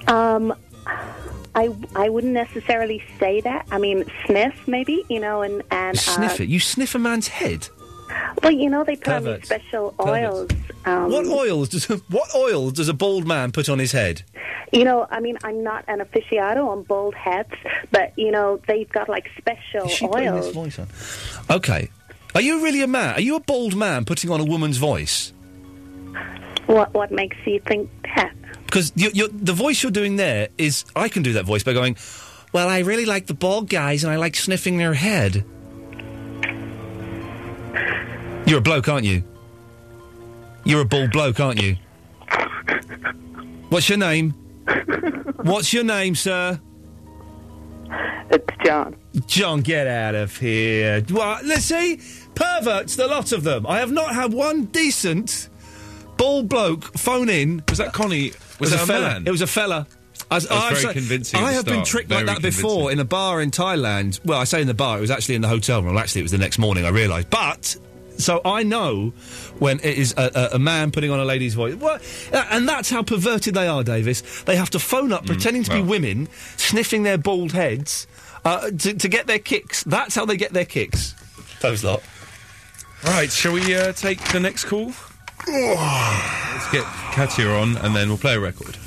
[SPEAKER 20] Um, I I wouldn't necessarily say that. I mean, sniff maybe, you know, and and uh,
[SPEAKER 19] Uh,
[SPEAKER 1] Sniff it. You sniff a man's head.
[SPEAKER 20] Well, you know, they put on
[SPEAKER 1] Perverts.
[SPEAKER 20] these special oils.
[SPEAKER 1] Perverts.
[SPEAKER 20] Um,
[SPEAKER 1] what oils does what oil does a bald man put on his head?
[SPEAKER 20] You know, I mean, I'm not an aficionado on bald heads, but you know, they've got like special
[SPEAKER 1] Is she putting this
[SPEAKER 20] oils.
[SPEAKER 1] voice on? Okay. Are you really a man? Are you a bald man putting on a woman's voice?
[SPEAKER 20] What what makes you think that?
[SPEAKER 1] Because you, you, the voice you're doing there is, I can do that voice by going, well, I really like the bald guys and I like sniffing their head. You're a bloke, aren't you? You're a bald bloke, aren't you? What's your name? What's your name, sir? It's John. John, get out of here. Well, let's see. Perverts, the lot of them. I have not had one decent bald bloke phone in. Was that Connie?
[SPEAKER 5] was that
[SPEAKER 1] a
[SPEAKER 5] a
[SPEAKER 1] fella.
[SPEAKER 5] man?
[SPEAKER 1] It was a fella. I,
[SPEAKER 5] That was
[SPEAKER 1] I've
[SPEAKER 5] very
[SPEAKER 1] said-
[SPEAKER 5] convincing at
[SPEAKER 1] I
[SPEAKER 5] the
[SPEAKER 1] have been
[SPEAKER 5] start,
[SPEAKER 1] tricked like
[SPEAKER 5] very
[SPEAKER 1] that before in a bar in Thailand. Well, I say in the bar, it was actually in the hotel room. Well, Actually, it was the next morning, I realised. But, so I know when it is a, a, a man putting on a lady's voice. What? uh, And that's how perverted they are, Davis. They have to phone
[SPEAKER 5] Mm,
[SPEAKER 1] up pretending to be women, sniffing their bald heads uh, to, to get their kicks. That's how they get their kicks. Those lot.
[SPEAKER 5] Right, shall we uh, take the next call? Let's get Katia on, and then we'll play a record.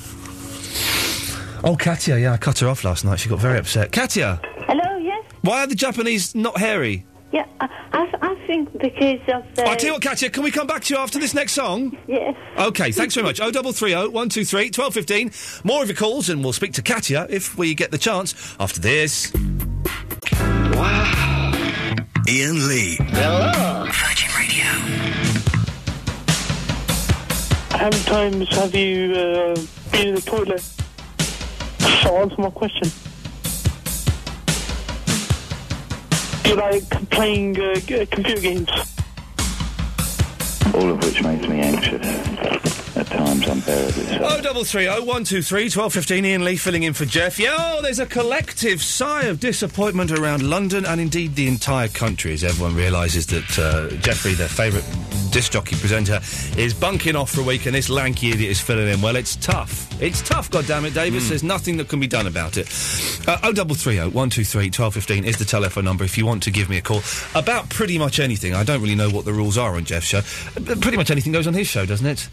[SPEAKER 1] Oh, Katia, yeah, I cut her off last night. She got very upset. Katia,
[SPEAKER 2] Hello, yes.
[SPEAKER 1] why are the Japanese not hairy?
[SPEAKER 2] Yeah, I, I, I think because of the.
[SPEAKER 1] I tell you what, Katya, can we come back to you after this next song?
[SPEAKER 2] Yes.
[SPEAKER 1] Okay, thanks very much. Oh, 0330 123 1215. More of your calls, and we'll speak to Katya if we get the chance after this. Wow. Ian Lee.
[SPEAKER 12] Hello.
[SPEAKER 3] Virgin Radio.
[SPEAKER 12] How many times have you uh, been in the toilet? So answer my question. Do you like playing uh, g- uh, computer games?
[SPEAKER 21] all of which makes me anxious. At times unbearably so.
[SPEAKER 1] Oh, 0330 123 1215. Ian Lee filling in for Jeff. Yo, there's a collective sigh of disappointment around London and indeed the entire country as everyone realises that uh, Jeffrey, their favourite disc jockey presenter, is bunking off for a week and this lanky idiot is filling in. Well, it's tough. It's tough, goddammit, Davis. There's nothing that can be done about it. Uh, 0330 123 1215 is the telephone number if you want to give me a call about pretty much anything. I don't really know what the rules are on Jeff's show. Uh, Pretty much anything goes on his show, doesn't it?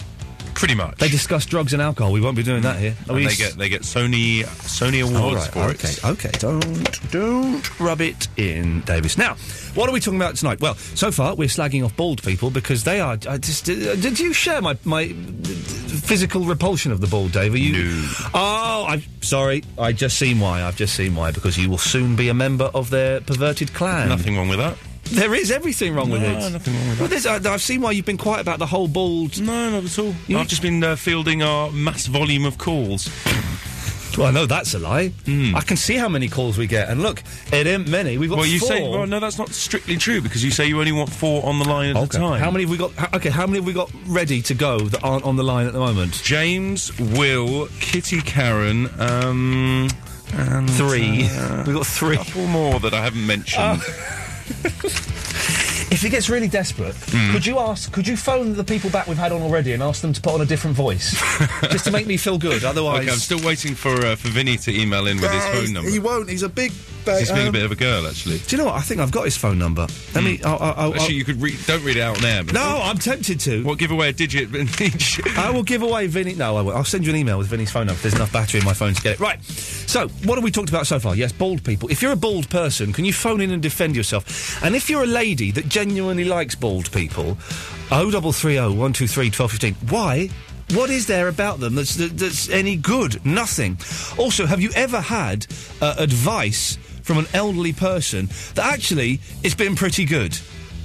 [SPEAKER 5] Pretty much.
[SPEAKER 1] They discuss drugs and alcohol. We won't be doing that here.
[SPEAKER 5] And
[SPEAKER 1] we
[SPEAKER 5] they
[SPEAKER 1] s-
[SPEAKER 5] get they get Sony Sony
[SPEAKER 1] Oh,
[SPEAKER 5] awards
[SPEAKER 1] right,
[SPEAKER 5] for
[SPEAKER 1] okay,
[SPEAKER 5] it.
[SPEAKER 1] Okay, don't don't rub it in, Davis. Now, what are we talking about tonight? Well, so far we're slagging off bald people because they are. I just uh, did you share my my uh, physical repulsion of the bald, Dave? Are you? Oh, I'm sorry. I just seen why. I've just seen why because you will soon be a member of their perverted clan.
[SPEAKER 5] Nothing wrong with that.
[SPEAKER 1] There is everything wrong with
[SPEAKER 5] No,
[SPEAKER 1] it.
[SPEAKER 5] nothing wrong with
[SPEAKER 1] Well,
[SPEAKER 5] that.
[SPEAKER 1] there's- I, I've seen why you've been quiet about the whole bald.
[SPEAKER 5] No, not at all. I've just been uh, fielding our mass volume of calls.
[SPEAKER 1] Well, I know that's a lie. I can see how many calls we get, and look, it ain't many. We've got
[SPEAKER 5] Hmm. well, you
[SPEAKER 1] four.
[SPEAKER 5] say well, no, that's not strictly true because you say you only want four on the line at
[SPEAKER 1] Okay.
[SPEAKER 5] a time.
[SPEAKER 1] How many have we got? h- Okay, how many have we got ready to go that aren't on the line at the moment?
[SPEAKER 5] James, Will, Kitty, Karen, um, and
[SPEAKER 1] Three.
[SPEAKER 5] we
[SPEAKER 1] got three.
[SPEAKER 5] Couple more that I haven't mentioned.
[SPEAKER 1] If it gets really desperate,
[SPEAKER 5] Hmm.
[SPEAKER 1] could you ask? Could you phone the people back we've had on already and ask them to put on a different voice, just to make me feel good? Otherwise,
[SPEAKER 5] okay, I'm still waiting for uh, for Vinny to email in with his phone number.
[SPEAKER 1] He won't. He's a big. ba-
[SPEAKER 5] He's being a
[SPEAKER 1] um,
[SPEAKER 5] bit of a girl, actually. Hmm.
[SPEAKER 1] Do you know what? I think I've got his phone number. Let me. I'll, I'll, I'll,
[SPEAKER 5] Actually, you could re- don't read it out now. but-
[SPEAKER 1] no, I'm tempted to.
[SPEAKER 5] What, give away a digit?
[SPEAKER 1] I will give away Vinny. No, I will. I'll send you an email with Vinny's phone number. If there's enough battery in my phone to get it. Right. So, what have we talked about so far? Yes, bald people. If you're a bald person, can you phone in and defend yourself? And if you're a lady that genuinely likes bald people, 0330 123 1215. Why? What is there about them that's, that, that's any good? Nothing. Also, have you ever had uh, advice from an elderly person that actually it's been pretty good?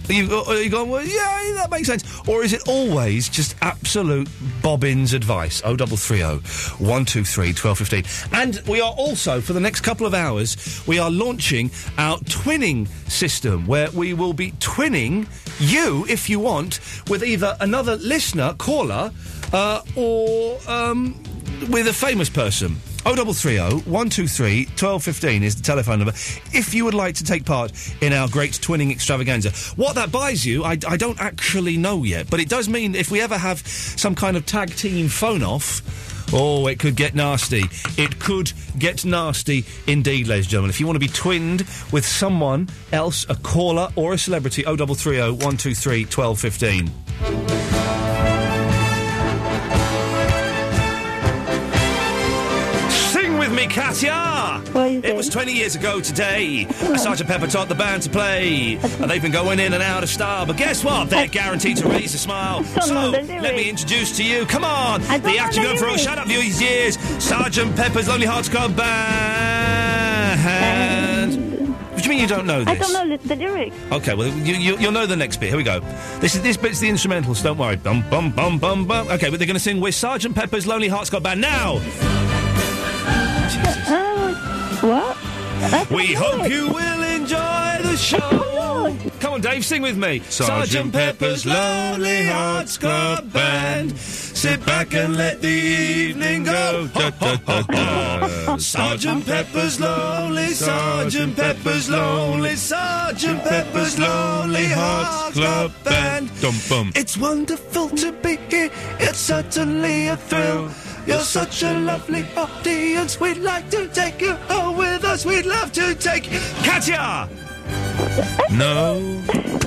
[SPEAKER 1] You've got, you gone, well, yeah, that makes sense. Or is it always just absolute bobbins advice? Oh, 0330 123 1215. And we are also, for the next couple of hours, we are launching our twinning system where we will be twinning you, if you want, with either another listener, caller, uh, or um, with a famous person. 0330 123 1215 is the telephone number if you would like to take part in our great twinning extravaganza. What that buys you, I, I don't actually know yet, but it does mean if we ever have some kind of tag team phone off, Oh, it could get nasty. It could get nasty indeed, ladies and gentlemen. If you want to be twinned with someone else, a caller or a celebrity, 0330 123 1215. Sing with me, Katya! It was 20 years ago today.
[SPEAKER 2] Hmm.
[SPEAKER 1] Sergeant Pepper taught the band to play. And they've been going in and out of style, but guess what? They're guaranteed to raise a smile. So, let me introduce to you, come on, the acting for all Shut Up Your Ears, Sergeant Pepper's Lonely Hearts Club Band. What do you mean you don't know this?
[SPEAKER 2] I don't know the, the lyrics.
[SPEAKER 1] Okay, well, you, you, you'll know the next bit. Here we go. This is this bit's the instrumentals. Don't worry. Bum bum bum bum bum. Okay, but they're going to sing "We're Sergeant Pepper's Lonely Hearts Club Band" now.
[SPEAKER 2] What?
[SPEAKER 1] we hope you will enjoy the show. Come on, Dave, sing with me.
[SPEAKER 5] Sergeant Pepper's Lonely Hearts Club Band. Sit back and let the evening go. Da, da, da, da. Sergeant Pepper's Lonely, Sergeant Pepper's Lonely, Sergeant Pepper's Lonely Hearts Club Band. Dum bum.
[SPEAKER 3] It's wonderful to be here. It's certainly a thrill. You're such a lovely audience. We'd like to take you home with us. We'd love to take you.
[SPEAKER 1] Katya! No.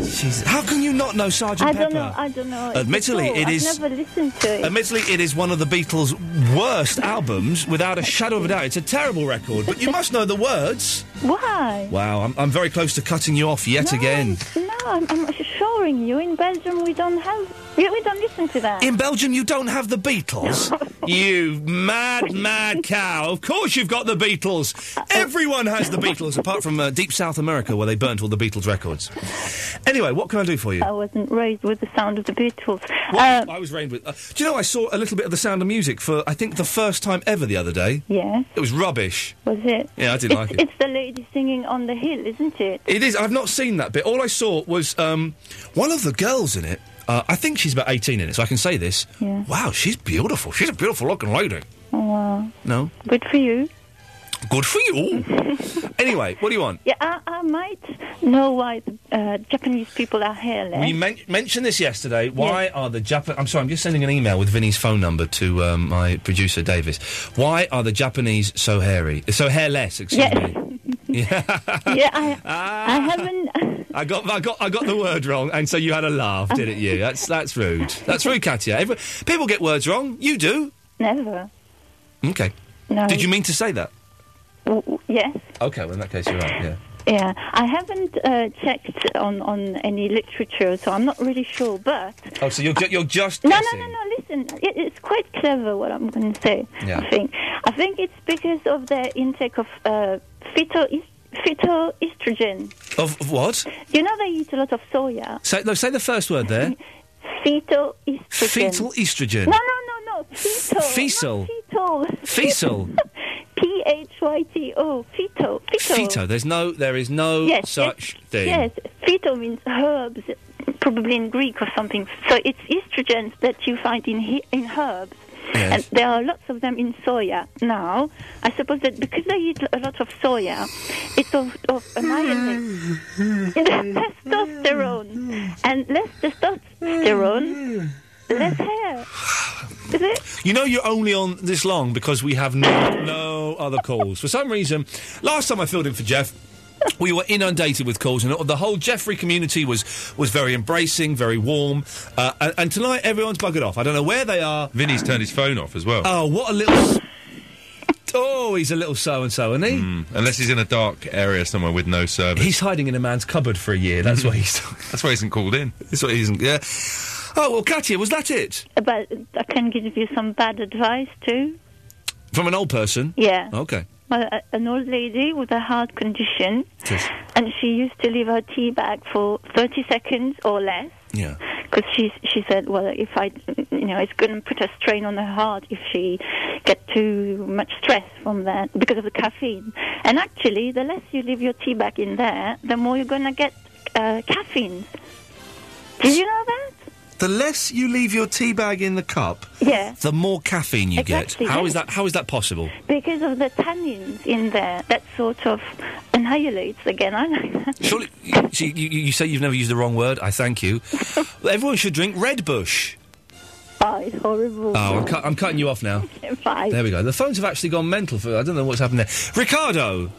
[SPEAKER 1] Jeez, how can you not know Sergeant
[SPEAKER 2] I
[SPEAKER 1] Pepper?
[SPEAKER 2] don't know. I don't know. it
[SPEAKER 1] Admittedly,
[SPEAKER 2] at all.
[SPEAKER 1] it
[SPEAKER 2] I've
[SPEAKER 1] is-
[SPEAKER 2] never listened to it.
[SPEAKER 1] Admittedly, it is one of the Beatles' worst albums, without a shadow of a doubt. It's a terrible record, but you must know the words.
[SPEAKER 2] Why?
[SPEAKER 1] Wow, I'm, I'm very close to cutting you off yet again.
[SPEAKER 2] No, I'm, I'm assuring you. In Belgium, we don't have. We, we don't listen to that.
[SPEAKER 1] In Belgium, you don't have the Beatles. you mad, mad cow. Of course you've got the Beatles. Everyone has the Beatles, apart from uh, deep South America, where they burnt all the Beatles records. Anyway, what can I do for you?
[SPEAKER 2] I wasn't raised with the sound of the Beatles.
[SPEAKER 1] Well, I was rained with. Uh, do you know I saw a little bit of The Sound of Music for I think the first time ever the other day.
[SPEAKER 2] Yes,
[SPEAKER 1] It was rubbish.
[SPEAKER 2] was it?
[SPEAKER 1] Yeah, I didn't like
[SPEAKER 2] it's,
[SPEAKER 1] it.
[SPEAKER 2] It's the lady singing on the hill, isn't it?
[SPEAKER 1] It is. I've not seen that bit. All I saw was um, one of the girls in it. Uh, I think she's about eighteen in it, so I can say this.
[SPEAKER 2] Yeah.
[SPEAKER 1] Wow, she's beautiful. She's a beautiful looking lady.
[SPEAKER 2] Oh,
[SPEAKER 1] No,
[SPEAKER 2] good for you.
[SPEAKER 1] good for you. anyway, what do you want?
[SPEAKER 2] Yeah, I, I might know why the, uh, Japanese people are hairless.
[SPEAKER 1] We men- mentioned this yesterday. Why are the Japan? I'm sorry, I'm just sending an email with Vinny's phone number to um, my producer Davis. Why are the Japanese so hairy? So hairless, excuse
[SPEAKER 2] Yes.
[SPEAKER 1] me. Yeah.
[SPEAKER 2] yeah, I,
[SPEAKER 1] Ah.
[SPEAKER 2] I haven't.
[SPEAKER 1] I got, I got, I got the word wrong, and so you had a laugh, didn't you? That's that's rude. That's rude, Katya. Every, people get words wrong. You do.
[SPEAKER 2] Never.
[SPEAKER 1] Okay.
[SPEAKER 2] No.
[SPEAKER 1] Did you mean to say that?
[SPEAKER 2] W- w- Yes.
[SPEAKER 1] Okay. Well, in that case, you're right. Yeah.
[SPEAKER 2] Yeah, I haven't uh, checked on, on any literature, so I'm not really sure. But
[SPEAKER 1] Oh, so you're ju- you're just
[SPEAKER 2] no, no,
[SPEAKER 1] guessing.
[SPEAKER 2] no, no. Listen, it, it's quite clever what I'm going to say.
[SPEAKER 1] Yeah.
[SPEAKER 2] I think I think it's because of their intake of uh, phyto phytoestrogen.
[SPEAKER 1] Of, of what?
[SPEAKER 2] You know they eat a lot of soya.
[SPEAKER 1] Say no. Say the first word there.
[SPEAKER 2] Phytoestrogen.
[SPEAKER 1] Fetal estrogen.
[SPEAKER 2] No, no, no, no. Phyto.
[SPEAKER 1] Fecal.
[SPEAKER 2] Phyto.
[SPEAKER 1] Fecal.
[SPEAKER 2] P H Y T O. Phyto. Phyto.
[SPEAKER 1] Feto. There's no. There is no
[SPEAKER 2] Yes,
[SPEAKER 1] such thing.
[SPEAKER 2] Yes, phyto means herbs, probably in Greek or something. So it's estrogens that you find in he- in herbs. And there are lots of them in soya now. I suppose that because they eat a lot of soya, it's of, of amylase, testosterone, and less testosterone, less hair. Is it?
[SPEAKER 1] You know you're only on this long because we have no, no other calls. For some reason, last time I filled in for Jeff, we were inundated with calls, and the whole Jeffrey community was was very embracing, very warm. Uh, and, and tonight, everyone's buggered off. I don't know where they are.
[SPEAKER 5] Vinny's turned his phone off as well.
[SPEAKER 1] Oh, what a little. s- Oh, he's a little so and so, isn't he?
[SPEAKER 5] Hmm. Unless he's in a dark area somewhere with no service. Hmm.
[SPEAKER 1] He's hiding in a man's cupboard for a year. That's why he's.
[SPEAKER 5] That's why he isn't called in.
[SPEAKER 1] That's why he isn't. Yeah. Oh well, Katya, was that it
[SPEAKER 2] But I can give you some bad advice too.
[SPEAKER 1] from an old person?
[SPEAKER 2] Yeah.
[SPEAKER 1] Okay.
[SPEAKER 2] Well, a- an old lady with a heart condition,
[SPEAKER 1] Yes.
[SPEAKER 2] and she used to leave her tea bag for 30 seconds or less.
[SPEAKER 1] Yeah.
[SPEAKER 2] Because she she said, well, if I, you know, it's going to put a strain on her heart if she get too much stress from that because of the caffeine. And actually, the less you leave your tea bag in there, the more you're going to get uh, caffeine. Did you know that?
[SPEAKER 1] The less you leave your tea bag in the cup,
[SPEAKER 2] Yeah.
[SPEAKER 1] the more caffeine you
[SPEAKER 2] Exactly,
[SPEAKER 1] get. How
[SPEAKER 2] yes.
[SPEAKER 1] is that? How is that possible?
[SPEAKER 2] Because of the tannins in there, that sort of annihilates again. I like that.
[SPEAKER 1] Surely, you, see, you, you say you've never used the wrong word. I thank you. Everyone should drink Red Bush.
[SPEAKER 2] Oh, it's horrible.
[SPEAKER 1] Oh, I'm, cut I'm cutting you off now.
[SPEAKER 2] Bye.
[SPEAKER 1] There we go. The phones have actually gone mental for. I don't know what's happened there. Ricardo.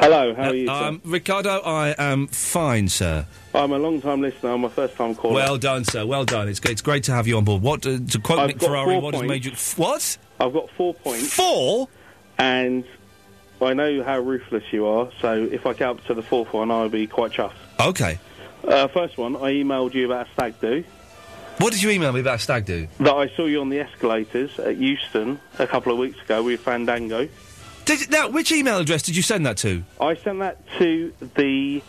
[SPEAKER 4] Hello, how are you, sir?
[SPEAKER 1] Um, Ricardo, I am fine, sir.
[SPEAKER 4] I'm a long time listener. I'm a first time caller.
[SPEAKER 1] Well done, sir. Well done. It's, g- it's great to have you on board. What uh, to quote
[SPEAKER 4] I've
[SPEAKER 1] Nick
[SPEAKER 4] got
[SPEAKER 1] Ferrari?
[SPEAKER 4] four
[SPEAKER 1] What has
[SPEAKER 4] points.
[SPEAKER 1] made you? F- what?
[SPEAKER 4] I've got four points.
[SPEAKER 1] Four.
[SPEAKER 4] And I know how ruthless you are. So if I get up to the fourth one, I'll be quite chuffed.
[SPEAKER 1] Okay.
[SPEAKER 4] Uh, first one, I emailed you about a stag do.
[SPEAKER 1] What did you email me about stag do?
[SPEAKER 4] That I saw you on the escalators at Euston a couple of weeks ago with Fandango.
[SPEAKER 1] Did, now, which email address did you send that to?
[SPEAKER 4] I sent that to the.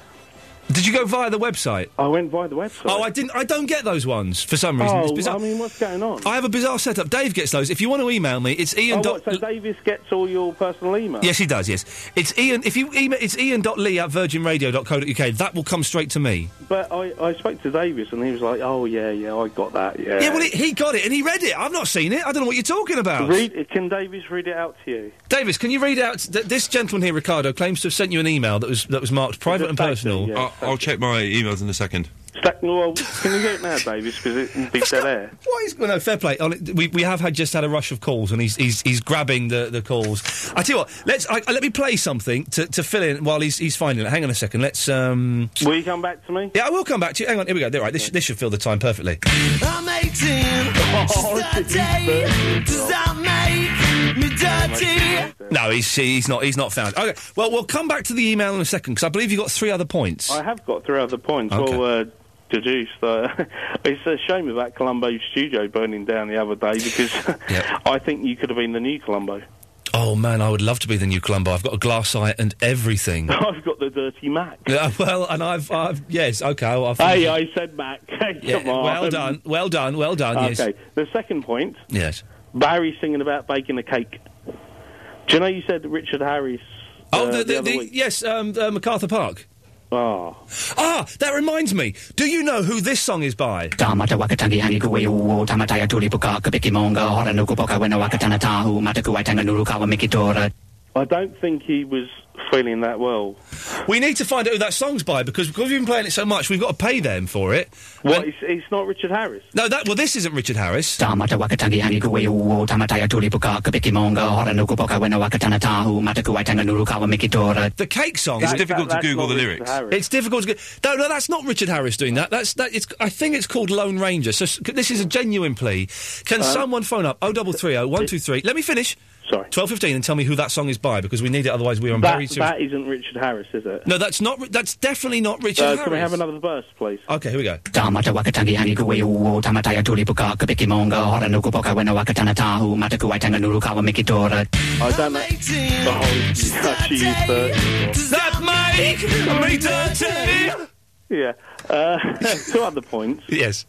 [SPEAKER 1] Did you go via the website?
[SPEAKER 4] I went via the website.
[SPEAKER 1] Oh, I didn't. I don't get those ones for some reason. it's
[SPEAKER 4] Oh,
[SPEAKER 1] bizarre.
[SPEAKER 4] I mean, what's going on?
[SPEAKER 1] I have a bizarre setup. Dave gets those. If you want to email me, it's Ian.
[SPEAKER 4] Oh,
[SPEAKER 1] dot-
[SPEAKER 4] what, so Davis gets all your personal emails.
[SPEAKER 1] Yes, he does. Yes, it's Ian. If you email, it's Ian.Lee at virginradio.co.uk. That will come straight to me.
[SPEAKER 4] But I, I spoke to Davis and he was like, "Oh yeah, yeah, I got that. Yeah,
[SPEAKER 1] Yeah, well, he, he got it and he read it. I've not seen it. I don't know what you're talking about.
[SPEAKER 4] Read it. Can Davis read it out to you?
[SPEAKER 1] Davis, can you read out? Th- this gentleman here, Ricardo, claims to have sent you an email that was that was marked private and personal.
[SPEAKER 5] I'll, I'll check my emails in a second.
[SPEAKER 4] Stack, well, can you get it now, Davis? Because it would be dead air.
[SPEAKER 1] What is well, no fair play? On it, we we have had just had a rush of calls, and he's he's, he's grabbing the, the calls. I tell you what, let's I, I- let me play something to, to fill in while he's he's finding it. Hang on a second. Let's um.
[SPEAKER 4] Will you come back to me?
[SPEAKER 1] Yeah, I will come back to you. Hang on. Here we go. There, right. This this should fill the time perfectly.
[SPEAKER 3] I'm 18.
[SPEAKER 9] Oh,
[SPEAKER 3] it's the day. Does that make me dirty?
[SPEAKER 1] No, he's he's not he's not found. Okay. Well, we'll come back to the email in a second because I believe you got three other points.
[SPEAKER 4] I have got three other points.
[SPEAKER 1] Okay.
[SPEAKER 4] Well, uh, deduce that it's a shame about Colombo studio burning down the other day because I think you could have been the new Colombo.
[SPEAKER 1] Oh man, I would love to be the new Columbo. I've got a glass eye and everything.
[SPEAKER 4] I've got the dirty Mac.
[SPEAKER 1] Yeah, well, and I've, I've yes, okay. Well, I think-
[SPEAKER 4] Hey, I said Mac. Come
[SPEAKER 1] Yeah,
[SPEAKER 4] on.
[SPEAKER 1] well done, well done, well done. yes.
[SPEAKER 4] Okay. The second point.
[SPEAKER 1] Yes.
[SPEAKER 4] Barry singing about baking a cake. Do you know you said Richard Harris?
[SPEAKER 1] Oh,
[SPEAKER 4] uh,
[SPEAKER 1] the, the,
[SPEAKER 4] other
[SPEAKER 1] the-
[SPEAKER 4] week?
[SPEAKER 1] yes, um, uh, MacArthur Park.
[SPEAKER 4] Ah.
[SPEAKER 1] Ah, that reminds me. Do you know who this song is by?
[SPEAKER 6] Tamata wakatangi hangi kuwe uo tamataya tulipuka kabiki monga hora nuku poka wena wakatana tahu matakuai tanganuru kawa mikitora.
[SPEAKER 4] I don't think he was feeling that well.
[SPEAKER 1] We need to find out who that song's by because because we've been playing it so much, we've got to pay them for it.
[SPEAKER 4] What? It's, it's not Richard Harris.
[SPEAKER 1] No, that well, this isn't Richard Harris.
[SPEAKER 6] Tamata wakatangi hangi kuwe uo tamataya tulipuka kabiki monga hora nuku poka wena wakatana tahu matakuai tanganuru kawa mikitora.
[SPEAKER 1] The cake song.
[SPEAKER 6] It's That- difficult that- to that's Google not the Richard lyrics. Harris.
[SPEAKER 1] It's difficult to. Go- no, no, that's not Richard Harris doing that. That's that. It's. I think it's called Lone Ranger. So s- c- this is a genuine plea. Can
[SPEAKER 4] Uh,
[SPEAKER 1] someone phone up? Oh, double three oh one two three. Let me finish.
[SPEAKER 4] Sorry.
[SPEAKER 1] Twelve fifteen and tell me who that song is by because we need it. Otherwise, we are in
[SPEAKER 4] that,
[SPEAKER 1] very serious.
[SPEAKER 4] that isn't Richard Harris, is it?
[SPEAKER 1] No, that's not. Ri- That's definitely not Richard
[SPEAKER 4] Uh,
[SPEAKER 1] Harris.
[SPEAKER 4] can we have another verse, please?
[SPEAKER 1] Okay, here we go.
[SPEAKER 6] Tamata wakatangi hangi kuwe uo tamataya tulipuka kabiki monga hora nuku poka wena wakatana tahu matakuai tanganuru kawa mikitora.
[SPEAKER 4] I don't know. Oh, she's
[SPEAKER 3] Does that make me dirty?
[SPEAKER 4] Yeah. Uh, two other points.
[SPEAKER 1] Yes.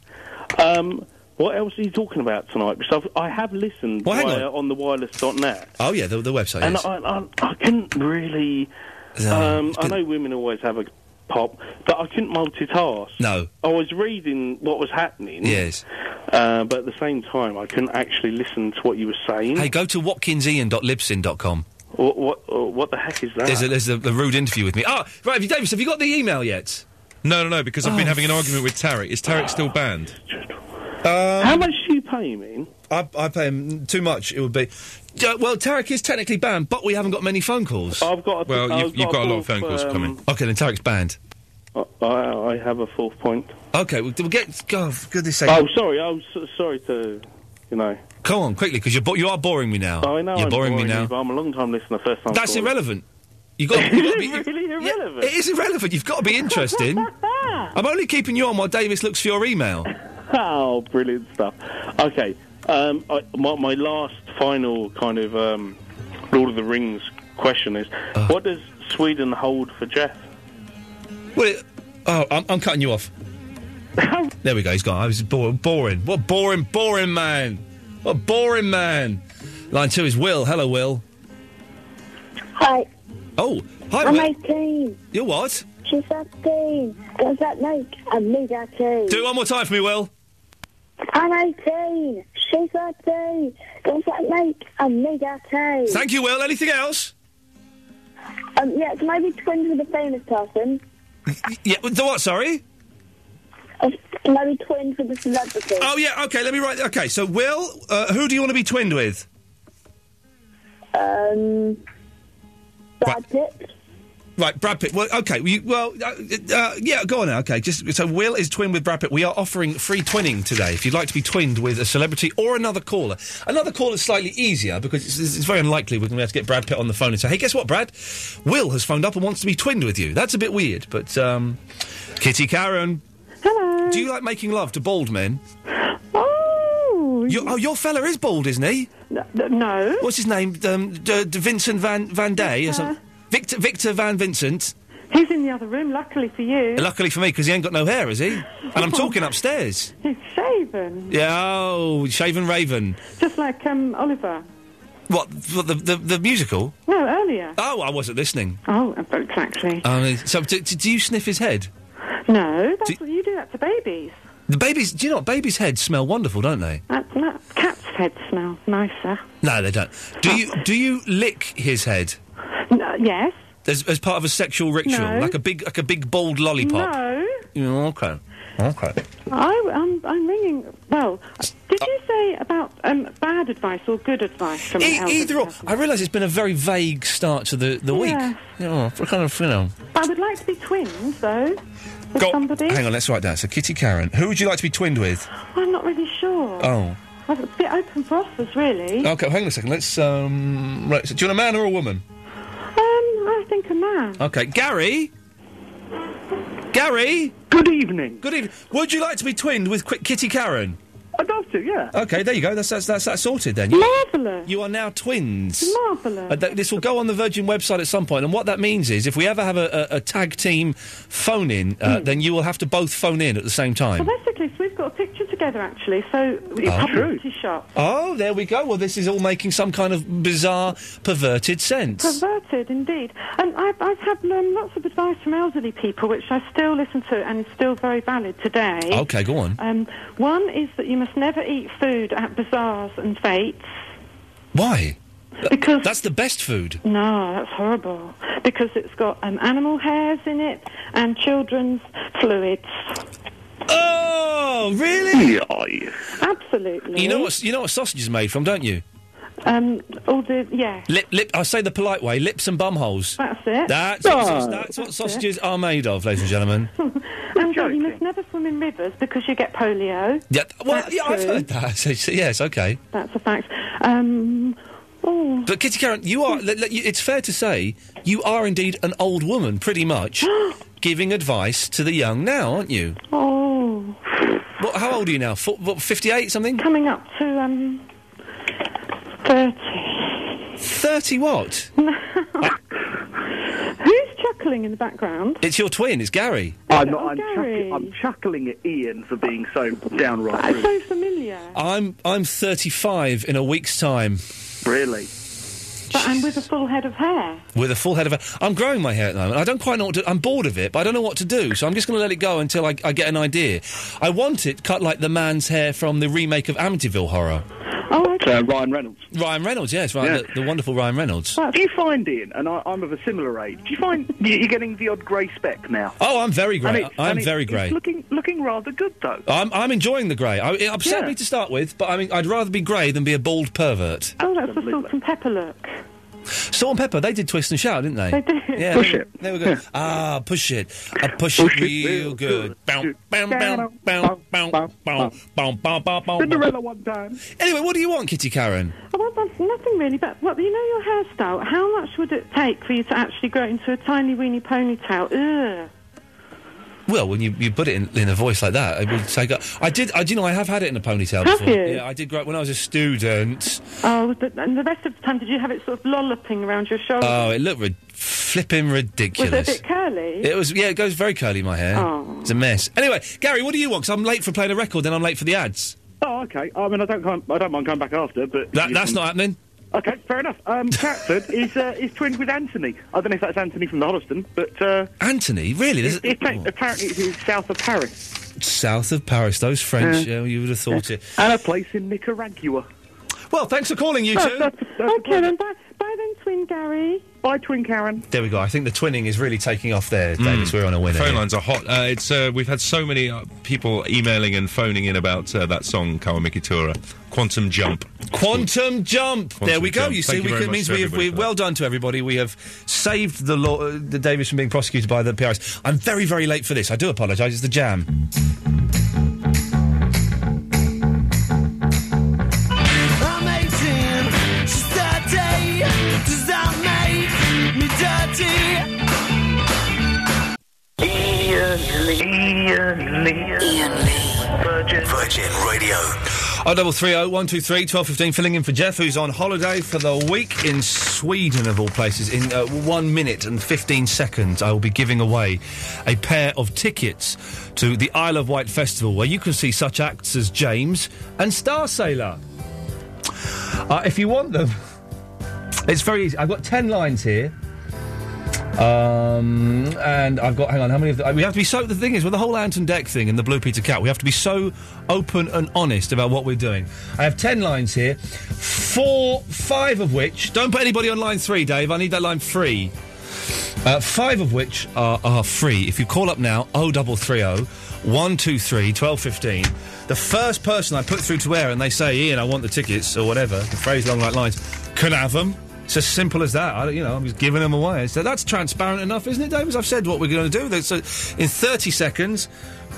[SPEAKER 4] Um, what else are you talking about tonight? Because I've, I have listened
[SPEAKER 1] Well, hang
[SPEAKER 4] via,
[SPEAKER 1] on.
[SPEAKER 4] on the wireless.net.
[SPEAKER 1] Oh yeah, the, the website.
[SPEAKER 4] And
[SPEAKER 1] yes.
[SPEAKER 4] I, I, I couldn't really. Um, I know women always have a pop, but I couldn't multitask.
[SPEAKER 1] no.
[SPEAKER 4] I was reading what was happening.
[SPEAKER 1] Yes.
[SPEAKER 4] Uh, but at the same time, I couldn't actually listen to what you were saying.
[SPEAKER 1] Hey, go to watkinsian.libsyn.com.
[SPEAKER 4] What, what, uh, what the heck is that?
[SPEAKER 1] There's a there's a, a rude interview with me. Ah, right. Have you, Davis, have you got the email yet?
[SPEAKER 5] No, no, no, because I've been
[SPEAKER 1] Oh,
[SPEAKER 5] having an argument with Tarek. Is Tarek still banned?
[SPEAKER 4] How much do you pay him in?
[SPEAKER 1] Um, I, I pay him too much. It would be. Uh, well, Tarek is technically banned, but we haven't got many phone calls.
[SPEAKER 4] I've got. A, I've call for, um,
[SPEAKER 1] Okay, then Tarek's banned.
[SPEAKER 4] I, I I have a fourth point.
[SPEAKER 1] Okay, we'll, we'll get. God, for goodness sake.
[SPEAKER 4] Oh, sorry. I'm so, sorry to, you know.
[SPEAKER 1] Come on, quickly, because you're bo- you are boring me now.
[SPEAKER 4] I know
[SPEAKER 1] You're
[SPEAKER 4] I'm
[SPEAKER 1] boring, me now.
[SPEAKER 4] you, but I'm a long time listener, first time.
[SPEAKER 1] That's
[SPEAKER 4] caller.
[SPEAKER 1] irrelevant. You got. You got to be,
[SPEAKER 4] It's really irrelevant.
[SPEAKER 1] it is irrelevant. Ah. You've got to be interesting. I'm only keeping you on while Davis looks for your email.
[SPEAKER 4] Oh, brilliant stuff. Okay, um, I, my, my last final kind of um, Lord of the Rings question is:
[SPEAKER 1] Uh.
[SPEAKER 4] What does Sweden hold for Jeff?
[SPEAKER 1] Well, it, oh, I'm, I'm cutting you off. there we go. He's gone. I was bo- boring. What a boring, boring man. What a boring man. Line two is Will. Hello, Will.
[SPEAKER 7] Hi,
[SPEAKER 1] Oh, hi,
[SPEAKER 7] I'm
[SPEAKER 1] Will.
[SPEAKER 7] 18.
[SPEAKER 1] You're what?
[SPEAKER 7] She's 18. Does that make me 18?
[SPEAKER 1] Do it one more time for me, Will.
[SPEAKER 7] I'm 18. She's 18. Does that make me 18?
[SPEAKER 1] Thank you, Will. Anything else?
[SPEAKER 7] Um, yeah, can I be twins with a famous person?
[SPEAKER 1] Yeah. The what? Sorry.
[SPEAKER 7] Larry Uh, Twins with the celebrity.
[SPEAKER 1] Oh yeah, okay. Let me write. Okay, so Will, uh, who do you want to be twinned with?
[SPEAKER 7] Um, Brad Pitt.
[SPEAKER 1] Right, Brad Pitt. Well, okay. We, well, uh, uh, yeah. Go on now. Okay, just so Will is twinned with Brad Pitt. We are offering free twinning today. If you'd like to be twinned with a celebrity or another caller, another caller is slightly easier because it's, it's very unlikely we're going to have to get Brad Pitt on the phone and say, "Hey, guess what, Brad? Will has phoned up and wants to be twinned with you." That's a bit weird, but um, Kitty Karen. Hello. Do you like making love to bald men?
[SPEAKER 8] Oh,
[SPEAKER 1] Your, oh, your fella is bald, isn't he?
[SPEAKER 8] No.
[SPEAKER 1] What's his name? Um, d- d- Vincent Van Van Day or something? Victor Victor Van Vincent.
[SPEAKER 8] he's in the other room. Luckily for you,
[SPEAKER 1] Luckily for me, because he ain't got no hair, is he? And I'm talking upstairs.
[SPEAKER 8] he's shaven,
[SPEAKER 1] Yeah, oh, Shaven Raven.
[SPEAKER 8] just like um, Oliver.
[SPEAKER 1] What, what the, the the musical?
[SPEAKER 8] No, earlier.
[SPEAKER 1] Oh, I wasn't listening.
[SPEAKER 8] Oh, exactly.
[SPEAKER 1] Um, so, do, do do you sniff his head?
[SPEAKER 8] No, that's what you do that to babies.
[SPEAKER 1] The babies, do you know what? Babies' heads smell wonderful, don't they?
[SPEAKER 8] That, that cat's head smells nicer.
[SPEAKER 1] No, they don't. Do you do you lick his head
[SPEAKER 8] No, uh, yes.
[SPEAKER 1] as, as part of a sexual ritual,
[SPEAKER 8] No.
[SPEAKER 1] like a big like a big bald lollipop?
[SPEAKER 8] No.
[SPEAKER 1] Yeah, okay, okay.
[SPEAKER 8] I, I'm, I'm ringing. Well, did you say about um, bad advice or good advice from
[SPEAKER 1] E-
[SPEAKER 8] an elderly
[SPEAKER 1] either or.
[SPEAKER 8] person?
[SPEAKER 1] I realise it's been a very vague start to the the
[SPEAKER 8] Yeah.
[SPEAKER 1] week. Yeah, for kind of you know.
[SPEAKER 8] I would like to be twins, though. With
[SPEAKER 1] Go-
[SPEAKER 8] somebody.
[SPEAKER 1] Hang on, let's write down. So, Kitty Karen, who would you like to be twinned with?
[SPEAKER 8] I'm not really sure.
[SPEAKER 1] Oh.
[SPEAKER 8] I'm a bit open for offers, really.
[SPEAKER 1] Okay, hang on a second. Let's um. Right, so do you want a man or a woman?
[SPEAKER 8] Um, I think a man.
[SPEAKER 1] Okay, Gary. Gary. Good evening. Good evening. Would you like to be twinned with Quick Kitty Karen?
[SPEAKER 8] I'd love to, yeah.
[SPEAKER 1] Okay, there you go. That's that's that's, that's sorted then.
[SPEAKER 8] Marvellous.
[SPEAKER 1] You are now twins.
[SPEAKER 8] Marvellous.
[SPEAKER 1] Uh, th- this will go on the Virgin website at some point, and what that means is, if we ever have a, a, a tag team phone in, uh, then you will have to both phone in at the same time.
[SPEAKER 8] Hmm. Well, that's okay. So we've got a picture together, actually. So it's
[SPEAKER 1] Oh.
[SPEAKER 8] publicity shop.
[SPEAKER 1] Oh, there we go. Well, this is all making some kind of bizarre, perverted sense.
[SPEAKER 8] Perverted, indeed. And I've, I've had um, lots of advice from elderly people, which I still listen to and still very valid today.
[SPEAKER 1] Okay, go on.
[SPEAKER 8] Um, one is that you must never eat food at bazaars and fates.
[SPEAKER 1] Why?
[SPEAKER 8] Because
[SPEAKER 1] that's the best food.
[SPEAKER 8] No, that's horrible. Because it's got um, animal hairs in it and children's fluids.
[SPEAKER 1] Oh, really?
[SPEAKER 8] Absolutely.
[SPEAKER 1] You know what? You know what sausage is made from, don't you?
[SPEAKER 8] Um, all the yeah.
[SPEAKER 1] Lip, lip. I say the polite way: lips and bum holes.
[SPEAKER 8] That's it.
[SPEAKER 1] That's, what, saus- that's what sausages are made of, ladies and gentlemen.
[SPEAKER 8] it. And that you must never swim in rivers because you get polio.
[SPEAKER 1] Yeah, well,
[SPEAKER 8] That's
[SPEAKER 1] yeah, I've
[SPEAKER 8] true.
[SPEAKER 1] heard that. So, so, yes, okay.
[SPEAKER 8] That's a fact. Um, oh,
[SPEAKER 1] But Kitty Karen, you are. l- l- you- it's fair to say you are indeed an old woman, pretty much, giving advice to the young now, aren't you?
[SPEAKER 8] oh,
[SPEAKER 1] What, how old are you now? Fo- what, Fifty-eight, something.
[SPEAKER 8] coming up to um, thirty. Hmm.
[SPEAKER 1] Thirty what?
[SPEAKER 8] Who's chuckling in the background?
[SPEAKER 1] It's your twin. It's Gary.
[SPEAKER 22] I'm, not, I'm,
[SPEAKER 8] Gary.
[SPEAKER 22] chuckling, I'm chuckling at Ian for being so downright rude.
[SPEAKER 8] So familiar,
[SPEAKER 1] I'm I'm 35 in a week's time.
[SPEAKER 22] Really?
[SPEAKER 8] but and with a full head of hair.
[SPEAKER 1] With a full head of hair. I'm growing my hair at the moment. I don't quite know what to... I'm bored of it, but I don't know what to do, so I'm just going to let it go until I, I get an idea. I want it cut like the man's hair from the remake of Amityville Horror.
[SPEAKER 8] Oh, okay.
[SPEAKER 22] Uh, Ryan Reynolds.
[SPEAKER 1] Ryan Reynolds, yes, right,
[SPEAKER 22] Yeah.
[SPEAKER 1] the, the wonderful Ryan Reynolds.
[SPEAKER 22] Do you find, Ian, and I, I'm of a similar age, do you find you- you're getting the odd grey speck now?
[SPEAKER 1] Oh, I'm very
[SPEAKER 22] And
[SPEAKER 1] grey.
[SPEAKER 22] it's-
[SPEAKER 1] I'm
[SPEAKER 22] and it-
[SPEAKER 1] very
[SPEAKER 22] it's
[SPEAKER 1] grey.
[SPEAKER 22] looking, looking rather good, though.
[SPEAKER 1] I'm, I'm enjoying the grey. I, it upset
[SPEAKER 22] Yeah.
[SPEAKER 1] me to start with, but I mean, I'd rather be grey than be a bald pervert.
[SPEAKER 8] Oh, that's the salt and pepper look.
[SPEAKER 1] Salt and Pepper, they did Twist and Shout, didn't they?
[SPEAKER 8] They did.
[SPEAKER 1] Yeah,
[SPEAKER 8] Push
[SPEAKER 1] they,
[SPEAKER 8] it.
[SPEAKER 1] They were good. Ah, push it. I push, it real good. Bounce, bounce, bounce, bounce, bounce, bounce, bounce, bounce, bounce,
[SPEAKER 22] Cinderella
[SPEAKER 1] bounce.
[SPEAKER 22] one time.
[SPEAKER 1] Anyway, what do you want, Kitty Karen?
[SPEAKER 8] I want that- Oh, nothing really, but what, you know your hairstyle. How much would it take for you to actually grow into a tiny weeny ponytail? Ugh.
[SPEAKER 1] Well, when you, you put it in, in a voice like that, it would take. up- I did. I do you know. I have had it in a ponytail
[SPEAKER 8] Have
[SPEAKER 1] before.
[SPEAKER 8] you?
[SPEAKER 1] Yeah, I did grow up when I was a student.
[SPEAKER 8] Oh, but and the rest of the time, did you have it sort of lolloping around your shoulder?
[SPEAKER 1] Oh, it looked rid- flipping
[SPEAKER 8] was it
[SPEAKER 1] ridiculous.
[SPEAKER 8] a bit curly?
[SPEAKER 1] It was yeah. It goes very curly. My hair.
[SPEAKER 8] Oh.
[SPEAKER 1] It's a mess. Anyway, Gary, what do you want? Because I'm late for playing a record, then I'm late for the ads.
[SPEAKER 22] Oh, okay. I mean, I don't, come- I don't mind coming back after, but...
[SPEAKER 1] That, that's not happening.
[SPEAKER 22] Okay, fair enough. Um, Catford is, uh, is twinned with Anthony. I don't know if that's Anthony from the Hoddesdon, but... Uh,
[SPEAKER 1] Anthony, really? There's- Oh.
[SPEAKER 22] It's, it's, appa- apparently, it's south of Paris.
[SPEAKER 1] South of Paris, those French. yeah, you would have thought it.
[SPEAKER 22] And a place in Nicaragua.
[SPEAKER 1] Well, thanks for calling, you
[SPEAKER 8] That's-
[SPEAKER 1] two.
[SPEAKER 8] that's- okay, then. Oh, Bye, bye then, twin Gary. Bye, twin Karen.
[SPEAKER 1] There we go. I think the twinning is really taking off there, Davis. We're on a winner.
[SPEAKER 5] Mm. Phone
[SPEAKER 1] here.
[SPEAKER 5] lines are hot. Uh, it's uh, we've had so many uh, people emailing and phoning in about uh, that song, Kawamiki Tura, Quantum Jump.
[SPEAKER 1] Quantum Jump.
[SPEAKER 5] Quantum
[SPEAKER 1] there we go.
[SPEAKER 5] Jump.
[SPEAKER 1] You
[SPEAKER 5] Thank
[SPEAKER 1] see,
[SPEAKER 5] you
[SPEAKER 1] we
[SPEAKER 5] very
[SPEAKER 1] can,
[SPEAKER 5] much
[SPEAKER 1] means
[SPEAKER 5] to
[SPEAKER 1] we have
[SPEAKER 5] everybody
[SPEAKER 1] we
[SPEAKER 5] for
[SPEAKER 1] well done to everybody. We have saved the law, uh, the Davis from being prosecuted by the PRS. I'm very very late for this. I do apologise. It's the jam.
[SPEAKER 3] Amazing, she's dirty. Does that make me dirty? Ian Lee, Ian Lee, Ian Lee. Virgin, Virgin Radio.
[SPEAKER 1] Oh double three oh one two three twelve fifteen. Filling in for Jeff, who's on holiday for the week in Sweden of all places. In uh, one minute and fifteen seconds, I will be giving away a pair of tickets to the Isle of Wight festival, where you can see such acts as James and Star Sailor. Uh, if you want them, it's very easy. I've got ten lines here. Um, and I've got, hang on, how many of the, we have to be so, the thing is, with the whole Anton Deck thing and the Blue Peter Cat, we have to be so open and honest about what we're doing. I have ten lines here, four, five of which, don't put anybody on line three, Dave, I need that line free. Uh, five of which are, are free. If you call up now, 0330 123 1215, the first person I put through to air and they say, Ian, I want the tickets, or whatever, the phrase along that lines, can have them. It's as simple as that. I, don't- you know, I'm just giving them away. So that's transparent enough, isn't it, Davis? I've said what we're going to do. There's, uh, in 30 seconds,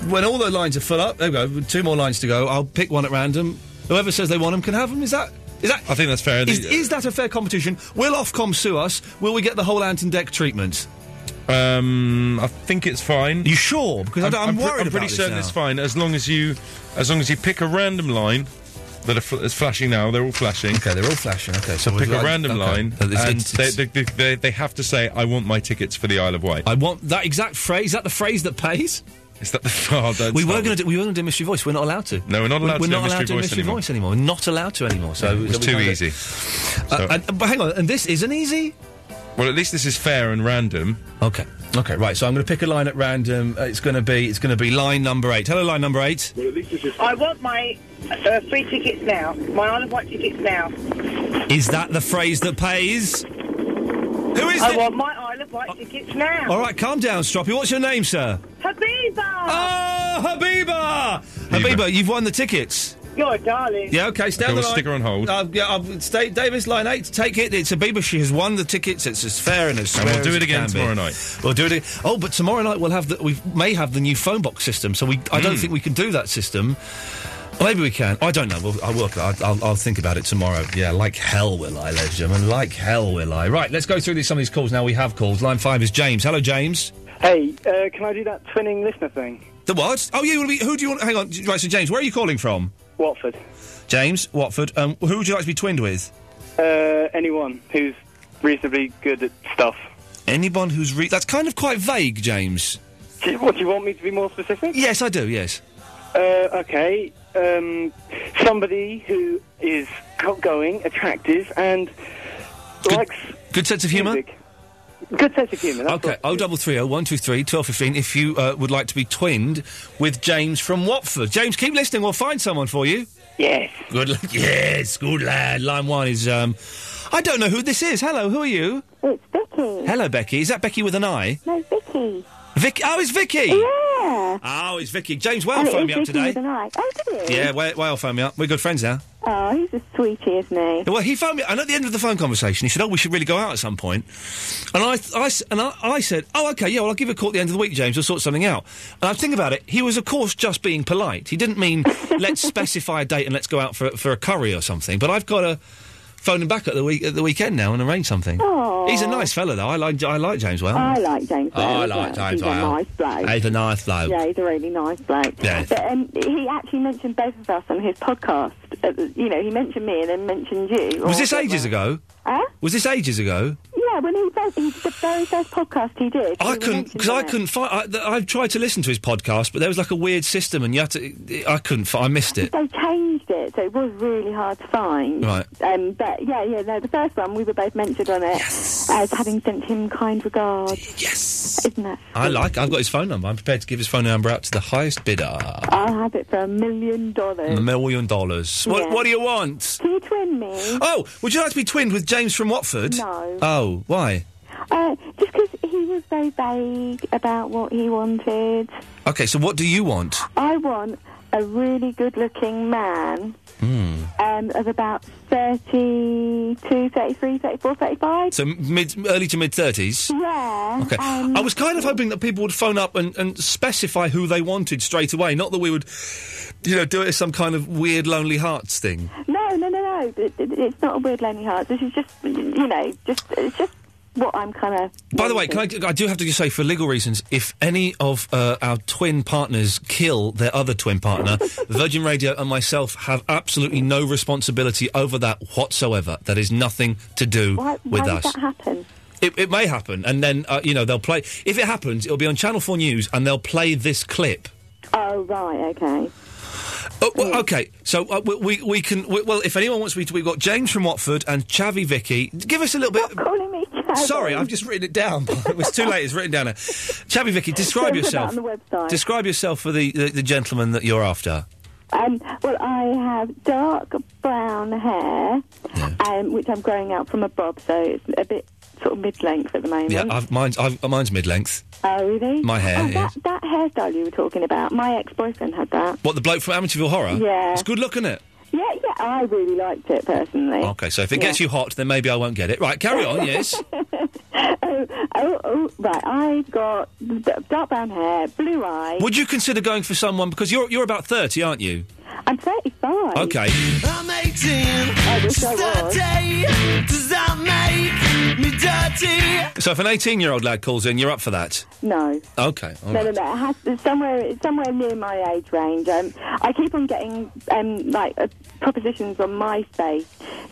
[SPEAKER 1] when all the lines are full up, there we go, two more lines to go, I'll pick one at random. Whoever says they want them can have them. Is that... Is that
[SPEAKER 5] I think that's fair.
[SPEAKER 1] is, is that a fair competition? Will Ofcom sue us? Will we get the whole Anton Deck treatment?
[SPEAKER 5] Um, I think it's fine.
[SPEAKER 1] You sure? Because I don't- I'm
[SPEAKER 5] pre-
[SPEAKER 1] worried
[SPEAKER 5] I'm pretty
[SPEAKER 1] about this
[SPEAKER 5] certain
[SPEAKER 1] now.
[SPEAKER 5] it's fine as long as you, as long as you pick a random line that are fl- is flashing now. They're all flashing.
[SPEAKER 1] Okay, they're all flashing. Okay,
[SPEAKER 5] so
[SPEAKER 1] so
[SPEAKER 5] pick
[SPEAKER 1] we've
[SPEAKER 5] a
[SPEAKER 1] got-
[SPEAKER 5] random
[SPEAKER 1] okay.
[SPEAKER 5] line,
[SPEAKER 1] Uh, it's-
[SPEAKER 5] and
[SPEAKER 1] it's-
[SPEAKER 5] they, they, they, they, they have to say, "I want my tickets for the Isle of Wight."
[SPEAKER 1] I want that exact phrase. Is that the phrase that pays?
[SPEAKER 5] Is that the oh, don't
[SPEAKER 1] we
[SPEAKER 5] start
[SPEAKER 1] were
[SPEAKER 5] with-
[SPEAKER 1] going to do, we were going to do mystery voice. We're not allowed to.
[SPEAKER 5] No, we're not allowed
[SPEAKER 1] we're
[SPEAKER 5] to do
[SPEAKER 1] not allowed
[SPEAKER 5] mystery
[SPEAKER 1] to do
[SPEAKER 5] voice
[SPEAKER 1] mystery
[SPEAKER 5] anymore.
[SPEAKER 1] voice anymore. We're not allowed to anymore. So
[SPEAKER 5] It's
[SPEAKER 1] so we
[SPEAKER 5] too
[SPEAKER 1] can't do it.
[SPEAKER 5] easy.
[SPEAKER 1] Uh, and- but hang on, and this isn't easy.
[SPEAKER 5] Well, at least this is fair and random.
[SPEAKER 1] Okay. Okay, right. So I'm going to pick a line at random. Uh, it's going to be it's going to be line number eight. Hello, line number eight.
[SPEAKER 23] I want my uh, free tickets now. My Isle of Wight tickets now.
[SPEAKER 1] Is that the phrase that pays? Who is
[SPEAKER 23] I
[SPEAKER 1] it?
[SPEAKER 23] want my Isle of Wight tickets now.
[SPEAKER 1] All right, calm down, Stroppy. What's your name, sir?
[SPEAKER 23] Habiba!
[SPEAKER 1] Oh, Habiba! Habiba, you've won the tickets.
[SPEAKER 23] You're a darling.
[SPEAKER 1] Yeah, okay, stay on the
[SPEAKER 5] we'll
[SPEAKER 1] line.
[SPEAKER 5] stick her on hold.
[SPEAKER 1] Uh, yeah, I'll stay, Davis, line eight, take it. It's Habiba. She has won the tickets. It's as fair and as
[SPEAKER 5] And we'll
[SPEAKER 1] square
[SPEAKER 5] do
[SPEAKER 1] as
[SPEAKER 5] it again
[SPEAKER 1] can be.
[SPEAKER 5] tomorrow night.
[SPEAKER 1] We'll do it again. Oh, but tomorrow night we'll have the, we may have the new phone box system, so we, I don't
[SPEAKER 5] Mm.
[SPEAKER 1] think we can do that system. Or Maybe we can. I don't know. We'll, I'll work. I'll, I'll, I'll think about it tomorrow. Yeah, like hell will I, ladies and gentlemen. Like hell will I. Right, let's go through these, some of these calls now. We have calls. Line five is James. Hello, James.
[SPEAKER 11] Hey, uh, can I do that twinning listener thing?
[SPEAKER 1] The what? Oh, you. Who do you want? Hang on. Right, so James, where are you calling from?
[SPEAKER 11] Watford.
[SPEAKER 1] James Watford. Um, who would you like to be twinned with?
[SPEAKER 11] Uh, anyone who's reasonably good at stuff.
[SPEAKER 1] Anyone who's re- that's kind of quite vague, James.
[SPEAKER 11] Do you, what, do you want me to be more specific?
[SPEAKER 1] Yes, I do. Yes.
[SPEAKER 11] Uh, okay. Um, somebody who is outgoing, attractive, and likes
[SPEAKER 1] Good sense of humour.
[SPEAKER 11] good sense of humour. That's
[SPEAKER 1] Okay. O double three O one two three twelve fifteen. If you uh, would like to be twinned with James from Watford, James, keep listening. We'll find someone for you.
[SPEAKER 11] Yes.
[SPEAKER 1] Good. luck. Yes. Good lad. Line one is. Um, I don't know who this is. Hello. Who are you?
[SPEAKER 13] It's Vicky.
[SPEAKER 1] Hello, Becky. Is that Becky with an I?
[SPEAKER 13] No, Vicky.
[SPEAKER 1] Vicky. Oh, it's Vicky.
[SPEAKER 13] Yeah.
[SPEAKER 1] Oh, it's Vicky. James
[SPEAKER 13] and
[SPEAKER 1] Whale
[SPEAKER 13] it
[SPEAKER 1] phoned
[SPEAKER 13] is
[SPEAKER 1] me up
[SPEAKER 13] Vicky
[SPEAKER 1] today.
[SPEAKER 13] with an I. Oh, did he?
[SPEAKER 1] Yeah, Whale, Whale phoned me up. We're good friends now.
[SPEAKER 13] Oh, he's a sweetie, isn't he?
[SPEAKER 1] Well, he phoned me, and at the end of the phone conversation, he said, "Oh, we should really go out at some point." And I, th- I s- and I, I said, "Oh, okay, yeah, well, I'll give you a call at the end of the week, James. We'll sort something out." And I think about it, he was, of course, just being polite. He didn't mean let's specify a date and let's go out for for a curry or something. But I've got to phone him back at the week at the weekend now and arrange something.
[SPEAKER 13] Aw.
[SPEAKER 1] He's a nice fella, though. I like I like James well.
[SPEAKER 13] Oh. I like James
[SPEAKER 1] Oh, I like
[SPEAKER 13] Whale as well.
[SPEAKER 1] James
[SPEAKER 13] He's a
[SPEAKER 1] Whale.
[SPEAKER 13] nice bloke.
[SPEAKER 1] He's a nice bloke.
[SPEAKER 13] Yeah, he's a really nice bloke.
[SPEAKER 1] Yeah.
[SPEAKER 13] But um, he actually mentioned both of us on his podcast. Uh, you know, he mentioned me and then mentioned you.
[SPEAKER 1] Was
[SPEAKER 13] Or-
[SPEAKER 1] this ages ago?
[SPEAKER 13] Huh?
[SPEAKER 1] Was this ages ago?
[SPEAKER 13] Yeah, when he first, he, the very first podcast he did.
[SPEAKER 1] I
[SPEAKER 13] he
[SPEAKER 1] couldn't because I
[SPEAKER 13] mentioned
[SPEAKER 1] couldn't find. I, th- I tried to listen to his podcast, but there was like a weird system, and you had to. I couldn't. Fi- I missed it.
[SPEAKER 13] that. They changed it. it, so it was really hard to find.
[SPEAKER 3] Right.
[SPEAKER 13] Um, but yeah, yeah, no, the first one we were both mentioned on it as having sent him kind regards.
[SPEAKER 1] Yes,
[SPEAKER 13] isn't it?
[SPEAKER 1] I like. I've got his phone number. I'm prepared to give his phone number out to the highest bidder.
[SPEAKER 13] I'll have it for a million dollars.
[SPEAKER 1] Million dollars. What,
[SPEAKER 13] Yeah.
[SPEAKER 1] what do you want?
[SPEAKER 13] Can you twin me?
[SPEAKER 1] Oh, would you like to be twinned with James from Watford?
[SPEAKER 13] No.
[SPEAKER 1] Oh, why?
[SPEAKER 13] Uh, just because he was very vague about what he wanted.
[SPEAKER 1] Okay, so what do you want?
[SPEAKER 13] I want a really good-looking man
[SPEAKER 1] Hmm.
[SPEAKER 13] um, of about 32, 33, 34, 35.
[SPEAKER 1] So mid, early to mid thirties.
[SPEAKER 13] Yeah.
[SPEAKER 1] Okay.
[SPEAKER 13] Um,
[SPEAKER 1] I was kind of hoping that people would phone up and, and specify who they wanted straight away, not that we would, you know, do it as some kind of weird lonely hearts thing.
[SPEAKER 13] No, no, no, no. It, it, it's not a weird lonely heart. This is just, you know, just it's just what I'm kind of.
[SPEAKER 1] By the way, can I, I do have to just say, for legal reasons, if any of uh, our twin partners kill their other twin partner, Virgin Radio and myself have absolutely no responsibility over that whatsoever. That is nothing to do
[SPEAKER 13] Why,
[SPEAKER 1] Mm, with
[SPEAKER 13] why
[SPEAKER 1] us.
[SPEAKER 13] did that happen?
[SPEAKER 1] It, it may happen, and then uh, you know they'll play. If it happens, it'll be on Channel Four News, and they'll play this clip.
[SPEAKER 13] Oh right, okay.
[SPEAKER 1] Oh, well, okay, so uh, we, we we can. We, well, if anyone wants me to, we've got James from Watford and Chavi Vicky. Give us a little bit.
[SPEAKER 13] calling me Chavi.
[SPEAKER 1] Sorry, I've just written it down. it was too late. It's written down. Now. Chavi Vicky, describe
[SPEAKER 13] Don't put that
[SPEAKER 1] yourself.
[SPEAKER 13] on the website.
[SPEAKER 1] Describe yourself for the, the the gentleman that you're after.
[SPEAKER 13] Um, well, I have dark brown hair, um, which I'm growing out from a bob, so it's a bit sort of mid-length at the moment.
[SPEAKER 1] Yeah, I've, mine's I've, mine's mid length.
[SPEAKER 13] oh really?
[SPEAKER 1] My hair,
[SPEAKER 13] Oh,
[SPEAKER 1] yes.
[SPEAKER 13] that, that hairstyle you were talking about. My ex-boyfriend had that.
[SPEAKER 1] What the bloke from Amityville Horror?
[SPEAKER 13] Yeah.
[SPEAKER 1] it's good looking it.
[SPEAKER 13] Yeah, yeah. I really liked it personally.
[SPEAKER 1] Okay, so if it
[SPEAKER 13] Yeah.
[SPEAKER 1] gets you hot, then maybe I won't get it. Right, carry on. Yes.
[SPEAKER 13] oh, oh, oh, right. I've got d- dark brown hair, blue eyes.
[SPEAKER 1] Would you consider going for someone because you're you're about thirty, aren't you?
[SPEAKER 13] I'm 35.
[SPEAKER 1] Okay.
[SPEAKER 3] I'm 18. I
[SPEAKER 13] wish I
[SPEAKER 3] was. Does that make me dirty?
[SPEAKER 1] So if an eighteen-year-old lad calls in, you're up for that.
[SPEAKER 13] No.
[SPEAKER 1] Okay. all
[SPEAKER 13] no,
[SPEAKER 1] right.
[SPEAKER 13] no, no. It has it's somewhere, it's somewhere near my age range. Um, I keep on getting um, like uh, propositions on MySpace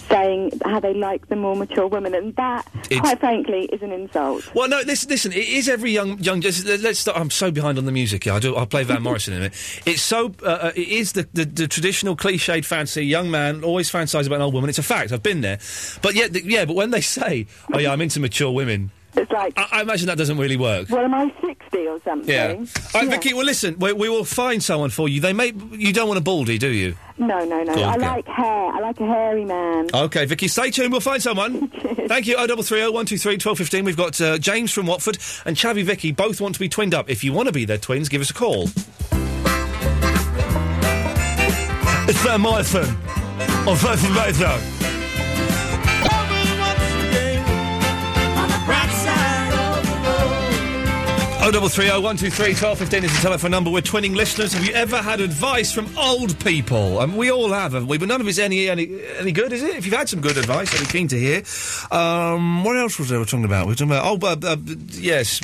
[SPEAKER 13] saying how they like the more mature women, and that,
[SPEAKER 1] It's-
[SPEAKER 13] quite frankly, is an insult.
[SPEAKER 1] Well, no, listen, listen. It is every young, young. Just, let- let's. Start, I'm so behind on the music. Here. I do. I'll play Van Morrison in a minute. It's so. Uh, uh, it is the, the the traditional cliched fancy young man always fantasize about an old woman. It's a fact. I've been there. But yeah, th- yeah. But when they say, "Oh yeah, I'm into mature women,"
[SPEAKER 13] it's like
[SPEAKER 1] I, I imagine that doesn't really work.
[SPEAKER 13] Well, am I 60 or something?
[SPEAKER 1] Yeah. All right, Vicky. Well, listen. We, we will find someone for you. They may. You don't want a baldy, do you?
[SPEAKER 13] No, no, no.
[SPEAKER 1] Go on,
[SPEAKER 13] I
[SPEAKER 1] go.
[SPEAKER 13] like hair. I like a hairy man.
[SPEAKER 1] Okay, Vicky, stay tuned. We'll find someone. Thank you. 0330 123 1215. We've got uh, James from Watford and Chavi Vicky both want to be twinned up. If you want to be their twins, give us a call. It's Van Morrison on Virgin Radio. Oh double three oh one two three twelve fifteen is the telephone number. We're twinning listeners. Have you ever had advice from old people? And we all have, haven't we? But none of it's any any any good, is it? If you've had some good advice, I'd be keen to hear. Um, what else was I talking about? We We're talking about oh, uh, uh, yes.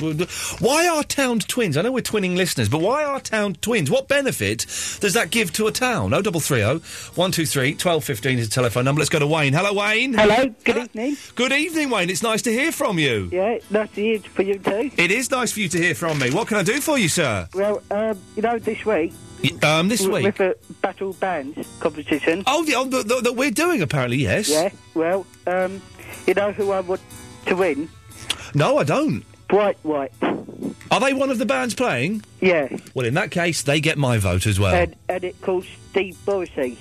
[SPEAKER 1] Why are town twins? I know we're twinning listeners, but why are town twins? What benefit does that give to a town? Oh double three oh one two three twelve fifteen is the telephone number. Let's go to Wayne. Hello, Wayne.
[SPEAKER 14] Hello, good evening.
[SPEAKER 1] Good evening, Wayne. It's nice to hear from you.
[SPEAKER 14] Yeah, nice to hear for you too.
[SPEAKER 1] It is nice for you to hear from me. What can I do for you, sir?
[SPEAKER 14] Well, um, you know, this week.
[SPEAKER 1] Y- Um, this
[SPEAKER 14] w- With
[SPEAKER 1] week.
[SPEAKER 14] the Battle Bands competition.
[SPEAKER 1] Oh, the, oh the, the, that we're doing apparently. Yes.
[SPEAKER 14] Yeah, well, um, you know who I want to win?
[SPEAKER 1] No, I don't.
[SPEAKER 14] Bright White.
[SPEAKER 1] Are they one of the bands playing?
[SPEAKER 14] Yeah.
[SPEAKER 1] Well, in that case, they get my vote as well.
[SPEAKER 14] And, and it called Steve Borsey.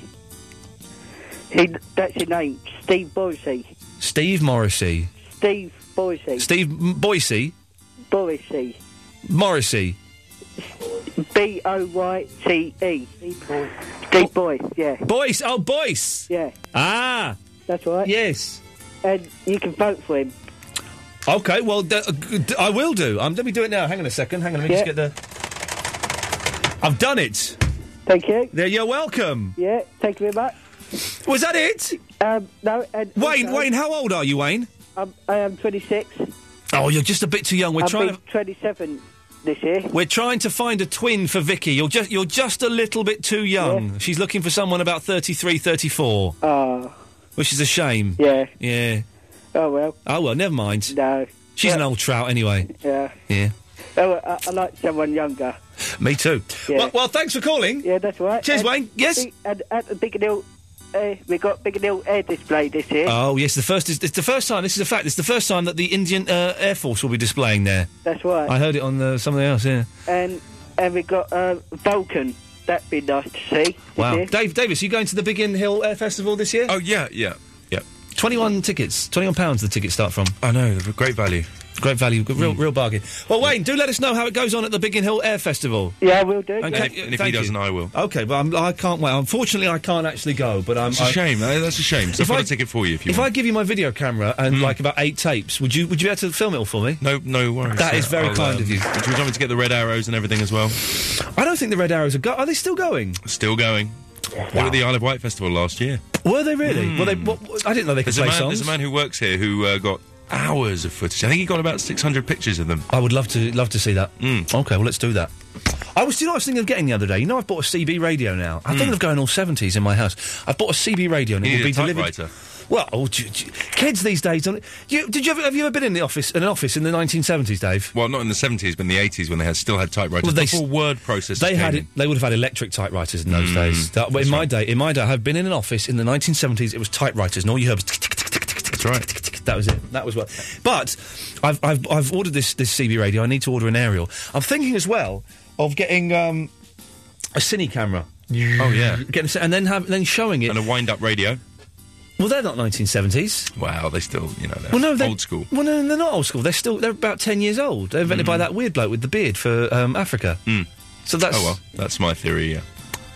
[SPEAKER 14] He, that's his name, Steve Borsey.
[SPEAKER 1] Steve Morrissey.
[SPEAKER 14] Steve Borsey.
[SPEAKER 1] Steve M- Boyce.
[SPEAKER 14] Borsey.
[SPEAKER 1] Morrissey.
[SPEAKER 14] B O Y T E. Steve Boy, yeah.
[SPEAKER 1] Boyce, oh, Boyce.
[SPEAKER 14] Yeah.
[SPEAKER 1] Ah.
[SPEAKER 14] That's right.
[SPEAKER 1] Yes.
[SPEAKER 14] And you can vote for him.
[SPEAKER 1] Okay, well, d- uh, g- d- I will do. Um, let me do it now. Hang on a second. Hang on, let me
[SPEAKER 14] Yeah.
[SPEAKER 1] just get the. I've done it.
[SPEAKER 14] Thank you.
[SPEAKER 1] There, you're welcome.
[SPEAKER 14] Yeah, thank you very much.
[SPEAKER 1] Was that it?
[SPEAKER 14] Um, no. And
[SPEAKER 1] Wayne,
[SPEAKER 14] also,
[SPEAKER 1] Wayne, how old are you, Wayne?
[SPEAKER 14] I'm, I am 26.
[SPEAKER 1] Oh, you're just a bit too young. We're
[SPEAKER 14] I've
[SPEAKER 1] trying
[SPEAKER 14] been
[SPEAKER 1] to.
[SPEAKER 14] 27 this year.
[SPEAKER 1] We're trying to find a twin for Vicky. You're just you're just a little bit too young. She's looking for someone about 33, 34.
[SPEAKER 14] Oh,
[SPEAKER 1] Which is a shame.
[SPEAKER 14] Yeah.
[SPEAKER 1] Yeah.
[SPEAKER 14] oh well.
[SPEAKER 1] Oh well, never mind.
[SPEAKER 14] No.
[SPEAKER 1] She's an old trout anyway.
[SPEAKER 14] Yeah.
[SPEAKER 1] Yeah.
[SPEAKER 14] Oh, I, I like someone younger.
[SPEAKER 1] Me too.
[SPEAKER 14] Yeah.
[SPEAKER 1] Well, well, thanks for calling.
[SPEAKER 14] Yeah, that's all right.
[SPEAKER 1] Cheers,
[SPEAKER 14] and
[SPEAKER 1] Wayne. Yes.
[SPEAKER 14] be- and at the Biggin Hill uh, we got big new air display this year.
[SPEAKER 1] Oh yes, the first is it's the first time. This is a fact. It's the first time that the Indian uh, Air Force will be displaying there.
[SPEAKER 14] That's right.
[SPEAKER 1] I heard it on the, something else. Yeah.
[SPEAKER 14] and and we got uh, Vulcan. That'd be nice to see. this
[SPEAKER 1] Wow.
[SPEAKER 14] year.
[SPEAKER 1] Dave Davis, you going to the Big Inn Hill Air Festival this year?
[SPEAKER 5] Oh yeah, yeah, yeah.
[SPEAKER 1] Twenty-one tickets. Twenty-one pounds. The tickets start from.
[SPEAKER 5] I know. They're great value. Mm.
[SPEAKER 1] Great value. Good- Real, real bargain. Well, Wayne, do let us know how it goes on at the Biggin Hill Air Festival.
[SPEAKER 14] Yeah, we'll do.
[SPEAKER 5] And if- and if he doesn't, I will.
[SPEAKER 1] Okay, but I'm, I can't wait. Unfortunately, I can't actually go. But I'm.
[SPEAKER 5] It's a
[SPEAKER 1] I-
[SPEAKER 5] shame. eh, That's a shame. So
[SPEAKER 1] If
[SPEAKER 5] I've got
[SPEAKER 1] I-
[SPEAKER 5] a ticket for you if you
[SPEAKER 1] If
[SPEAKER 5] want. Mm.
[SPEAKER 1] I give you my video camera and like about eight tapes, would you would you be able to film it all for me?
[SPEAKER 5] No, no worries.
[SPEAKER 1] That
[SPEAKER 5] Yeah,
[SPEAKER 1] is very
[SPEAKER 5] I'll,
[SPEAKER 1] kind
[SPEAKER 5] um,
[SPEAKER 1] of you.
[SPEAKER 5] Do you want me to get the red arrows and everything as well?
[SPEAKER 1] I don't think the Red Arrows are. Go- are they still going?
[SPEAKER 5] Still going. They were at the Isle of Wight Festival last year.
[SPEAKER 1] Were they really?
[SPEAKER 5] Mm.
[SPEAKER 1] Well, they. What, I didn't know they could
[SPEAKER 5] There's a,
[SPEAKER 1] play
[SPEAKER 5] man,
[SPEAKER 1] songs.
[SPEAKER 5] there's a man who works here who uh, got hours of footage. I think he got about 600 pictures of them. Mm.
[SPEAKER 1] I would love to love to see that. Okay, well let's do that. I was, do you know, what I was thinking of getting the other day. You know, I've bought a CB radio now. I'm thinking of going all seventies in my house. I've bought a CB radio and
[SPEAKER 5] Mm. You
[SPEAKER 1] it will
[SPEAKER 5] need a
[SPEAKER 1] be delivered.
[SPEAKER 5] typewriter.
[SPEAKER 1] Well, oh, d- d- kids these days don't. You, did you ever have you ever been in the office in an office in the 1970s, Dave?
[SPEAKER 5] Well, not in the 70s, but in the 80s when they had still had typewriters.
[SPEAKER 1] Well, they
[SPEAKER 5] before
[SPEAKER 1] s-
[SPEAKER 5] word processors
[SPEAKER 1] They
[SPEAKER 5] came
[SPEAKER 1] had
[SPEAKER 5] in.
[SPEAKER 1] it, they would have had electric typewriters in those
[SPEAKER 5] Mm,
[SPEAKER 1] days. That, in my day, in my day, I've been in an office in the 1970s. It was typewriters, and all you heard was. tick, tick, tick, tick, tick, tick, tick, tick, tick, tick. That was it. That was what. But I've, I've I've ordered this this CB radio. I need to order an aerial. I'm thinking as well of getting um, a cine camera.
[SPEAKER 5] Oh, yeah.
[SPEAKER 1] getting a, and then have then showing it.
[SPEAKER 5] And a wind-up radio.
[SPEAKER 1] Well, they're not 1970s.
[SPEAKER 5] Wow, they still, you know, they're
[SPEAKER 1] Well, no, they're,
[SPEAKER 5] old school.
[SPEAKER 1] Well, no, they're not old school. They're still they're about ten years old. They're invented by that weird bloke with the beard for um, Africa.
[SPEAKER 5] Mm.
[SPEAKER 1] So that's
[SPEAKER 5] Oh, well, that's my theory, yeah.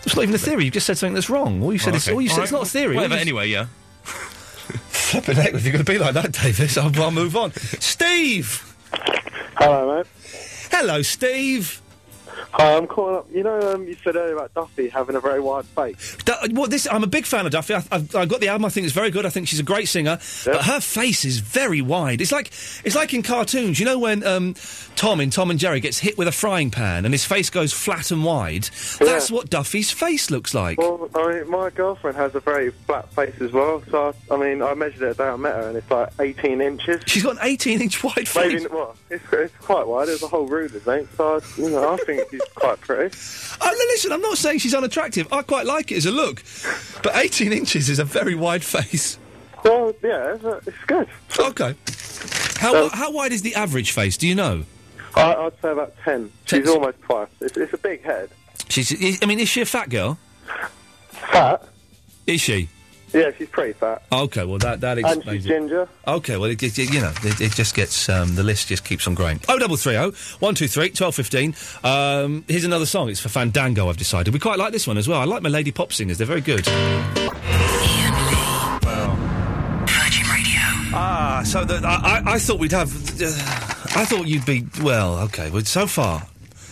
[SPEAKER 1] It's not even a theory. You've just said something that's wrong. All you said
[SPEAKER 5] Oh,
[SPEAKER 1] is
[SPEAKER 5] okay.
[SPEAKER 1] all you said
[SPEAKER 5] All
[SPEAKER 1] it's
[SPEAKER 5] right,
[SPEAKER 1] not a theory.
[SPEAKER 5] Whatever,
[SPEAKER 1] All you-
[SPEAKER 5] anyway, yeah.
[SPEAKER 1] Flipping heck, if you're going to be like that, Davis, I'll, I'll move on. Steve! Oh,
[SPEAKER 15] Hello, mate.
[SPEAKER 1] Hello, Steve.
[SPEAKER 15] Hi, I'm calling up. You know, um, you said earlier about Duffy having a very wide face.
[SPEAKER 1] Du- what, this, I'm a big fan of Duffy. I, I've, I've got the album. I think it's very good. I think she's a great singer. But her face is very wide. It's like it's like in cartoons. You know when um, Tom in Tom and Jerry gets hit with a frying pan and his face goes flat and wide. That's what Duffy's face looks like.
[SPEAKER 15] Well, I mean, my girlfriend has a very flat face as well. So, I, I mean, I measured it the day I met her, and it's like 18 inches.
[SPEAKER 1] She's got an 18 inch wide face.
[SPEAKER 15] Maybe well, it's, it's quite wide. It's a whole ruler, mate. So, I, you know, I think she's quite pretty.
[SPEAKER 1] Oh, no, listen, I'm not saying she's unattractive. I quite like it as a look. But 18 inches is a very wide face.
[SPEAKER 15] Well, yeah, it's, uh, it's good.
[SPEAKER 1] Okay. How, wi- how wide is the average face? Do you know?
[SPEAKER 15] I, I'd say about 10. She's
[SPEAKER 1] Ten-
[SPEAKER 15] almost twice. It's, it's a big head.
[SPEAKER 1] She's. is- I mean, is she a fat girl?
[SPEAKER 15] Fat?
[SPEAKER 1] Is she?
[SPEAKER 15] Yeah, she's pretty fat.
[SPEAKER 1] Okay, well, that, that
[SPEAKER 15] And
[SPEAKER 1] explains
[SPEAKER 15] she's
[SPEAKER 1] it.
[SPEAKER 15] ginger.
[SPEAKER 1] Okay, well, it, it, it- you know, it, it just gets, um, the list just keeps on growing. Oh, 0330 123 1215. Um, here's another song. It's for Fandango, I've decided. We quite like this one as well. I like my lady pop singers. They're very good.
[SPEAKER 3] Virgin Radio.
[SPEAKER 1] Ah, so the, I, I- I thought we'd have. Uh, I thought you'd be. Well, okay. Well, so far,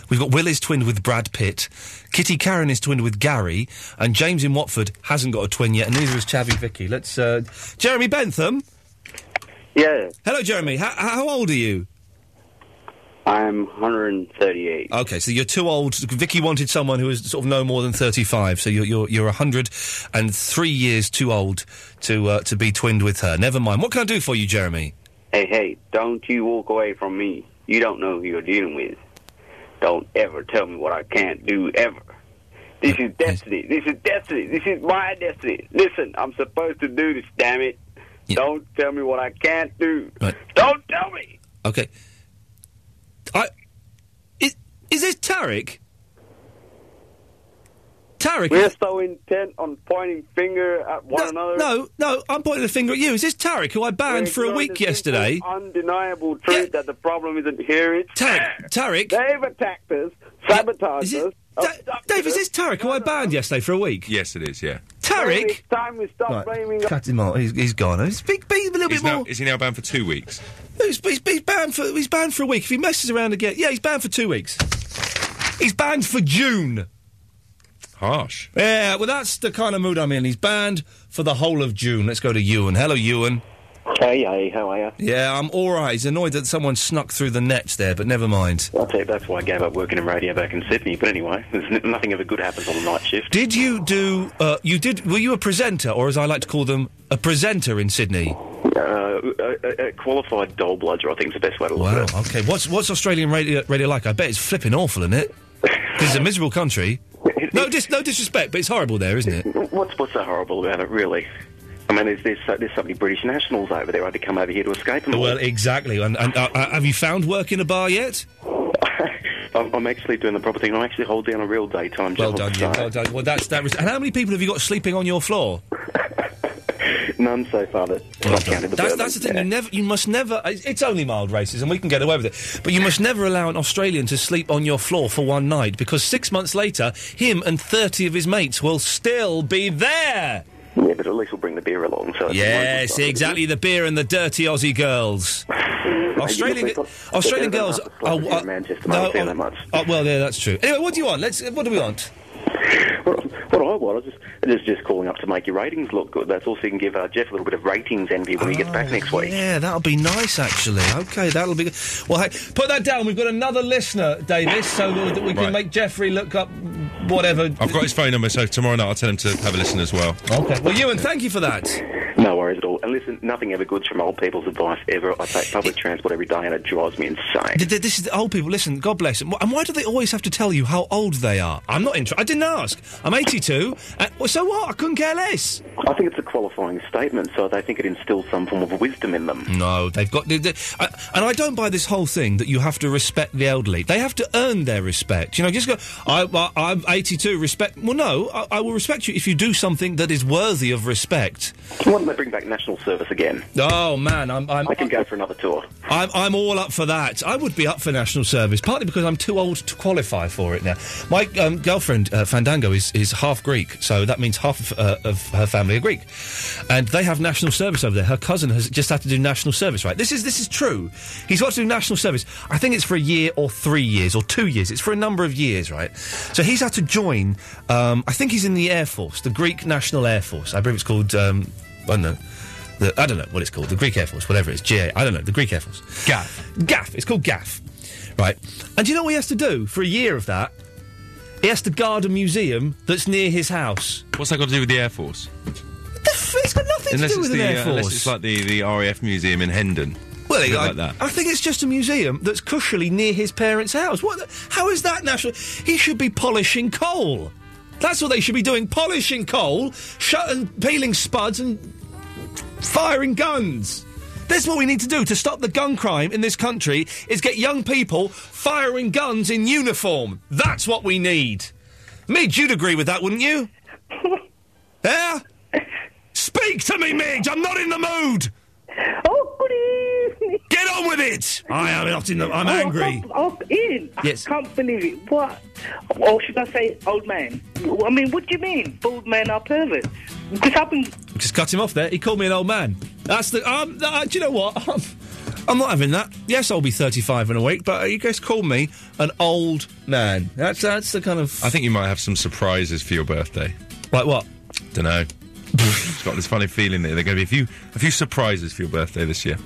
[SPEAKER 1] we've got Will is twinned with Brad Pitt, Kitty Karen is twinned with Gary, and James in Watford hasn't got a twin yet, and neither is Chavy Vicky. Let's. Uh, Jeremy Bentham?
[SPEAKER 9] Yeah.
[SPEAKER 1] Hello, Jeremy. How, how old are you?
[SPEAKER 9] I'm 138.
[SPEAKER 1] Okay, so you're too old. Vicky wanted someone who was sort of no more than 35, so you're, you're, you're 103 years too old to, uh, to be twinned with her. Never mind. What can I do for you, Jeremy?
[SPEAKER 9] Hey, hey, don't you walk away from me. You don't know who you're dealing with. Don't ever tell me what I can't do, ever. This is destiny. This is destiny. This is my destiny. Listen, I'm supposed to do this, damn it. Don't tell me what I can't do. Don't tell me.
[SPEAKER 1] Okay. I is is this Tarek? Tarek?
[SPEAKER 9] We're so intent on pointing finger at one another.
[SPEAKER 1] No, no, I'm pointing a finger at you. Is this Tarek who I banned
[SPEAKER 9] We're
[SPEAKER 1] for a
[SPEAKER 9] ignoring
[SPEAKER 1] week
[SPEAKER 9] the simple,
[SPEAKER 1] yesterday?
[SPEAKER 9] Undeniable truth that the problem isn't here. It's
[SPEAKER 1] Tarek. Tarek.
[SPEAKER 9] They've attacked us, sabotaged us.
[SPEAKER 1] Dave, is this Tarek who I banned yesterday for a week?
[SPEAKER 5] Yes, it is, yeah.
[SPEAKER 1] Tarek?
[SPEAKER 9] It's time we stop
[SPEAKER 1] Right.
[SPEAKER 9] blaming
[SPEAKER 1] Cut him off. He's, he's gone. He's, big, big, a little
[SPEAKER 5] He's
[SPEAKER 1] bit more.
[SPEAKER 5] now, is he now banned for two weeks?
[SPEAKER 1] He's, he's, he's banned for he's banned for a week. If he messes around again, yeah, he's banned for two weeks. He's banned for June.
[SPEAKER 5] Harsh.
[SPEAKER 1] Yeah, well, that's the kind of mood I'm in. He's banned for the whole of June. Let's go to Ewan. Hello, Ewan.
[SPEAKER 9] Hey, hey, how are you?
[SPEAKER 1] Yeah, I'm all right. He's annoyed that someone snuck through the net there, but never mind.
[SPEAKER 9] I'll tell you, that's why I gave up working in radio back in Sydney. But anyway, there's n- nothing ever good happens on a night shift.
[SPEAKER 1] Did you do? Uh, you did? Were you a presenter, or as I like to call them, a presenter in Sydney?
[SPEAKER 9] Uh, a, a- a qualified doll bludger, I think, is the best way to look
[SPEAKER 1] Wow.
[SPEAKER 9] at it.
[SPEAKER 1] Okay. What's what's Australian radio, radio like? I bet it's flipping awful, isn't it? 'Cause It's a miserable country.
[SPEAKER 9] It
[SPEAKER 1] no, dis- no disrespect, but it's horrible there, isn't it?
[SPEAKER 9] What's what's so horrible about it, really? I mean, there's there's so, there's so many British nationals over there. I had to come over here to escape them. all.
[SPEAKER 1] Well, exactly. And, and uh, uh, have you found work in a bar yet?
[SPEAKER 9] I'm, I'm actually doing the proper thing. I'm actually holding down a real daytime
[SPEAKER 1] Well
[SPEAKER 9] job.
[SPEAKER 1] done,
[SPEAKER 9] so-
[SPEAKER 1] you. Well done. Well, that's that. Was, and how many people have you got sleeping on your floor?
[SPEAKER 9] None so far. That I've counted the
[SPEAKER 1] That's,
[SPEAKER 9] Burmans.
[SPEAKER 1] that's the thing. You never, you must never. It's it's only mild racism. We can get away with it. But you must never allow an Australian to sleep on your floor for one night because six months later, him and thirty of his mates will still be there.
[SPEAKER 9] Yeah, but at least we'll bring the beer along. So it's a
[SPEAKER 1] Yes, exactly. The beer and the dirty Aussie girls. Australian,
[SPEAKER 9] they've got-
[SPEAKER 1] Australian
[SPEAKER 9] they've got
[SPEAKER 1] girls.
[SPEAKER 9] enough slackers here in Manchester, mate, I'll tell you that much.
[SPEAKER 1] oh, well, yeah, that's true. Anyway, what do you want? Let's. What do we want?
[SPEAKER 9] What I was is just just calling up to make your ratings look good. That's also you can give uh, Jeff a little bit of ratings envy when he gets back next week.
[SPEAKER 1] Yeah, that'll be nice, actually. Okay, that'll be good. Well, hey, put that down. We've got another listener, Davis, so that we can
[SPEAKER 5] Right.
[SPEAKER 1] make Jeffrey look up whatever.
[SPEAKER 5] I've got his phone number, so tomorrow night I'll tell him to have a listen as well.
[SPEAKER 1] Okay. Well, Ewan, thank you for that.
[SPEAKER 9] No worries at all. And listen, nothing ever good from old people's advice ever. I take public transport every day, and it drives me insane.
[SPEAKER 1] Th- th- This is the old people. Listen, God bless them. And why do they always have to tell you how old they are? I'm not interested. I didn't ask. I'm 82. Uh, well, so what? I couldn't care less.
[SPEAKER 9] I think it's a qualifying statement, so they think it instills some form of wisdom in them.
[SPEAKER 1] No, they've got. They, they, I, and I don't buy this whole thing that you have to respect the elderly. They have to earn their respect. You know, just go. I, I, I'm 82. Respect. Well, no, I, I will respect you if you do something that is worthy of respect.
[SPEAKER 9] Why don't they bring back national service again?
[SPEAKER 1] Oh man, I'm. I'm
[SPEAKER 9] I can go for another tour.
[SPEAKER 1] I'm, I'm all up for that. I would be up for national service, partly because I'm too old to qualify for it now. My um, girlfriend, uh, Fandango, is, is half Greek, so that means half of, uh, of her family are Greek. And they have national service over there. Her cousin has just had to do national service, right? This is, this is true. He's got to do national service. I think it's for a year or three years or two years. It's for a number of years, right? So he's had to join, um, I think he's in the Air Force, the Greek National Air Force. I believe it's called, um, I don't know the, I don't know what it's called, the Greek Air Force, whatever it is, GA, I don't know, the Greek Air Force. GAF. GAF, it's called GAF. Right. And do you know what he has to do for a year of that? He has to guard a museum that's near his house.
[SPEAKER 5] What's that got to do with the Air Force?
[SPEAKER 1] It's got nothing
[SPEAKER 5] Unless
[SPEAKER 1] to do
[SPEAKER 5] it's
[SPEAKER 1] with
[SPEAKER 5] the,
[SPEAKER 1] an Air
[SPEAKER 5] uh,
[SPEAKER 1] Force.
[SPEAKER 5] unless it's like the, the RAF museum in Hendon.
[SPEAKER 1] Well,
[SPEAKER 5] Something
[SPEAKER 1] I,
[SPEAKER 5] like that.
[SPEAKER 1] I think it's just a museum that's cushionly near his parents' house. What? The, how is that national? He should be polishing coal. That's what they should be doing: polishing coal, shut and peeling spuds and firing guns. This is what we need to do to stop the gun crime in this country: is get young people firing guns in uniform. That's what we need. Midge, you'd agree with that, wouldn't you? yeah. Speak to me, Midge. I'm not in the mood.
[SPEAKER 11] Oh, good evening.
[SPEAKER 1] Get on with it. I am not in the. I'm angry.
[SPEAKER 11] Oh, Ian,
[SPEAKER 1] Yes.
[SPEAKER 11] I can't believe it. What? Or should I say old man? I mean, what do you mean? Bald men are perverts. Because I've been...
[SPEAKER 1] Just cut him off there. He called me an old man. That's the. Um, uh, do you know what? I'm, I'm not having that. Yes, I'll be 35 in a week, but you guys called me an old man. That's that's the kind of.
[SPEAKER 5] I think you might have some surprises for your birthday.
[SPEAKER 1] Like what?
[SPEAKER 5] Don't know. it's got this funny feeling that there are going to be a few a few surprises for your birthday this year.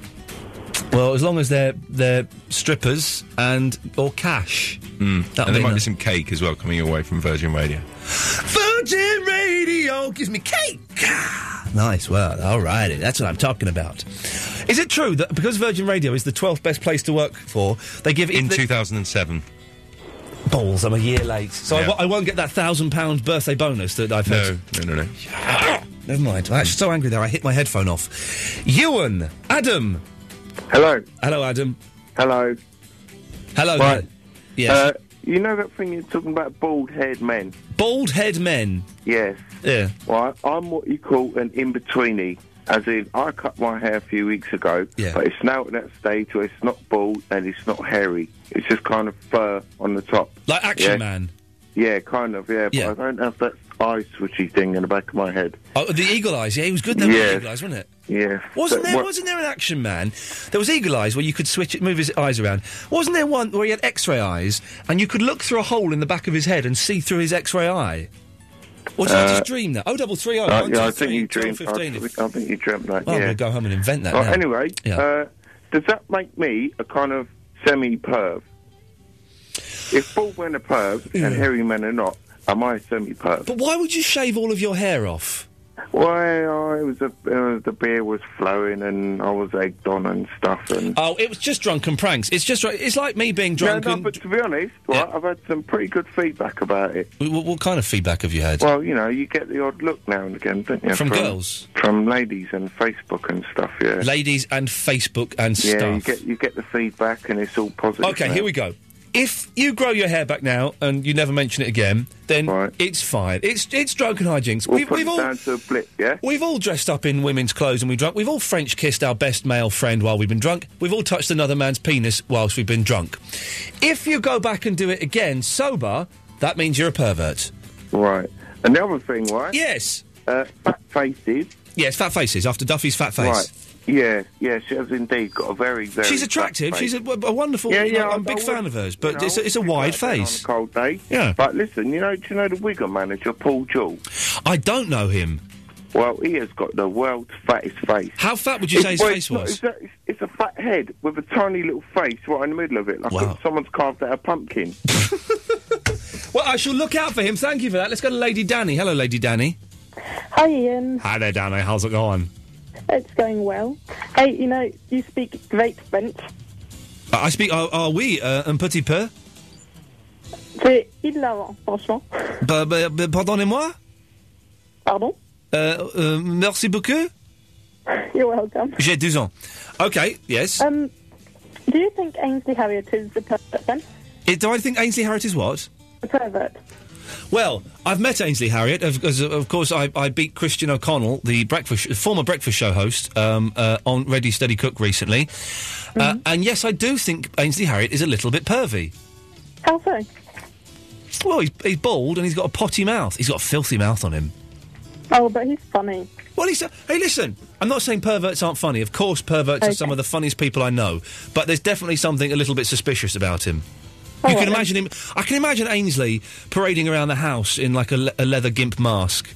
[SPEAKER 1] Well, as long as they're they're strippers and or cash.
[SPEAKER 5] Mm.
[SPEAKER 1] That'll
[SPEAKER 5] And there
[SPEAKER 1] be
[SPEAKER 5] might be
[SPEAKER 1] nice.
[SPEAKER 5] some cake as well coming your way from Virgin Radio.
[SPEAKER 1] Virgin Radio gives me cake. Nice. Well, all righty. That's what I'm talking about. Is it true that because Virgin Radio is the 12th best place to work for, they give
[SPEAKER 5] In
[SPEAKER 1] they-
[SPEAKER 5] 2007.
[SPEAKER 1] balls. I'm a year late, so I
[SPEAKER 5] Yeah.
[SPEAKER 1] wo- I, won't get that thousand pound birthday bonus that I've had.
[SPEAKER 5] No, no, no.
[SPEAKER 1] Never mind. I'm actually so angry there. I hit my headphone off. Ewan, Adam.
[SPEAKER 16] Hello.
[SPEAKER 1] Hello, Adam.
[SPEAKER 16] Hello.
[SPEAKER 1] Hello.
[SPEAKER 16] Right.
[SPEAKER 1] Yes.
[SPEAKER 16] Uh, you know that thing you're talking about, bald head men?
[SPEAKER 1] Bald head men?
[SPEAKER 16] Yes.
[SPEAKER 1] Yeah.
[SPEAKER 16] Right. I'm what you call an in betweeny. As in, I cut my hair a few weeks ago,
[SPEAKER 1] Yeah.
[SPEAKER 16] but it's now at that stage where it's not bald and it's not hairy. It's just kind of fur on the top.
[SPEAKER 1] Like Action
[SPEAKER 16] Yeah?
[SPEAKER 1] Man.
[SPEAKER 16] Yeah, kind of, yeah. But I don't have that eye switchy thing in the back of my head.
[SPEAKER 1] Oh, the Eagle Eyes. Yeah, he was good there. with
[SPEAKER 16] Yes.
[SPEAKER 1] the Eagle Eyes, wasn't it?
[SPEAKER 16] Yeah.
[SPEAKER 1] Wasn't
[SPEAKER 16] But
[SPEAKER 1] there?
[SPEAKER 16] what-
[SPEAKER 1] Wasn't there an Action Man? There was Eagle Eyes where you could switch it, move his eyes around. Wasn't there one where he had X-ray eyes and you could look through a hole in the back of his head and see through his X-ray eye? Or did I
[SPEAKER 16] Uh,
[SPEAKER 1] just dream that? Oh, double three oh.
[SPEAKER 16] Uh,
[SPEAKER 1] one,
[SPEAKER 16] yeah,
[SPEAKER 1] two,
[SPEAKER 16] I think
[SPEAKER 1] three,
[SPEAKER 16] you
[SPEAKER 1] twelve,
[SPEAKER 16] dreamt. I,
[SPEAKER 1] fifteen, if-
[SPEAKER 16] think- I think you dreamt that.
[SPEAKER 1] Well, I'm
[SPEAKER 16] yeah.
[SPEAKER 1] gonna go home and invent that
[SPEAKER 16] Right,
[SPEAKER 1] now.
[SPEAKER 16] Anyway,
[SPEAKER 1] Yeah.
[SPEAKER 16] uh, does that make me a kind of semi-perv? If bald men are pervs
[SPEAKER 1] Yeah.
[SPEAKER 16] and hairy men are not, am I a semi-perv?
[SPEAKER 1] But why would you shave all of your hair off?
[SPEAKER 18] Well, I was a, uh, the beer was flowing and I was egged on and stuff. And
[SPEAKER 1] Oh, it was just drunken pranks. It's just it's like me being drunk.
[SPEAKER 18] No, no,
[SPEAKER 1] and,
[SPEAKER 18] but to be honest, right, I've had some pretty good feedback about it.
[SPEAKER 1] what, what kind of feedback have you had?
[SPEAKER 18] Well, you know, you get the odd look now and again, don't you?
[SPEAKER 1] From girls?
[SPEAKER 18] from ladies and Facebook and stuff. Yeah,
[SPEAKER 1] Ladies and Facebook and
[SPEAKER 18] yeah, you
[SPEAKER 1] stuff.
[SPEAKER 18] get you get the feedback and it's all positive.
[SPEAKER 1] okay,
[SPEAKER 18] now.
[SPEAKER 1] here we go. If you grow your hair back now and you never mention it again, then it's fine. It's it's drunken hijinks.
[SPEAKER 18] We'll
[SPEAKER 1] We-
[SPEAKER 18] put
[SPEAKER 1] we've
[SPEAKER 18] it
[SPEAKER 1] all
[SPEAKER 18] down to a blip, yeah.
[SPEAKER 1] We've all dressed up in women's clothes and we drunk. We've all French kissed our best male friend while we've been drunk. We've all touched another man's penis whilst we've been drunk. If you go back and do it again sober, that means you're a pervert.
[SPEAKER 18] Right. And the other thing, right?
[SPEAKER 1] Yes.
[SPEAKER 18] Uh, fat faces.
[SPEAKER 1] Yes, fat faces after Duffy's fat face.
[SPEAKER 18] Right. Yeah, yeah, she has indeed got a very, very.
[SPEAKER 1] She's attractive.
[SPEAKER 18] fat
[SPEAKER 1] She's
[SPEAKER 18] face.
[SPEAKER 1] a, a wonderful.
[SPEAKER 18] Yeah,
[SPEAKER 1] you know,
[SPEAKER 18] yeah, I-
[SPEAKER 1] I'm a big
[SPEAKER 18] I
[SPEAKER 1] fan
[SPEAKER 18] would,
[SPEAKER 1] of hers,
[SPEAKER 18] you
[SPEAKER 1] but
[SPEAKER 18] know,
[SPEAKER 1] it's, a, it's a
[SPEAKER 18] she's
[SPEAKER 1] wide
[SPEAKER 18] like that on
[SPEAKER 1] face.
[SPEAKER 18] a cold day.
[SPEAKER 1] Yeah.
[SPEAKER 18] But listen, you know, do you know the Wigger manager, Paul Jewell?
[SPEAKER 1] I don't know him.
[SPEAKER 18] Well, he has got the world's fattest face.
[SPEAKER 1] Um. How fat would you say his
[SPEAKER 18] well,
[SPEAKER 1] face
[SPEAKER 18] it's not-
[SPEAKER 1] was?
[SPEAKER 18] it's, a, it's, it's a fat head with a tiny little face right in the middle of it, like
[SPEAKER 1] Wow.
[SPEAKER 18] someone's carved out a pumpkin.
[SPEAKER 1] Well, I shall look out for him. Thank you for that. Let's go to Lady Danny. Hello, Lady Danny.
[SPEAKER 10] Hi, Ian.
[SPEAKER 1] Hi there, Danny. How's it going?
[SPEAKER 10] It's going well. Hey, you know, you speak great French.
[SPEAKER 1] Uh, I speak. Are, are we uh, un petit peu?
[SPEAKER 10] C'est hilarant, franchement.
[SPEAKER 1] Bah, bah, bah, Pardonnez-moi.
[SPEAKER 10] Pardon?
[SPEAKER 1] Uh, uh, merci beaucoup.
[SPEAKER 10] You're welcome.
[SPEAKER 1] J'ai 12 ans. Okay, yes.
[SPEAKER 10] Um, do you think Ainsley Harriott is the pervert then?
[SPEAKER 1] It- do I think Ainsley Harriott is what?
[SPEAKER 10] The pervert.
[SPEAKER 1] Well, I've met Ainsley Harriott. Of, as- of course, I, I beat Christian O'Connell, the breakfast former breakfast show host, um, uh, on Ready Steady Cook recently.
[SPEAKER 10] Mm-hmm.
[SPEAKER 1] Uh, and yes, I do think Ainsley Harriott is a little bit pervy.
[SPEAKER 10] How so?
[SPEAKER 1] Well, he's, he's bald and he's got a potty mouth. He's got a filthy mouth on him.
[SPEAKER 10] Oh, but he's funny.
[SPEAKER 1] Well, he's. Hey, listen. I'm not saying perverts aren't funny. Of course, perverts are some of the funniest people I know. But there's definitely something a little bit suspicious about him.
[SPEAKER 10] Oh,
[SPEAKER 1] you can imagine him. I can imagine Ainsley parading around the house in like a, le- a leather gimp mask.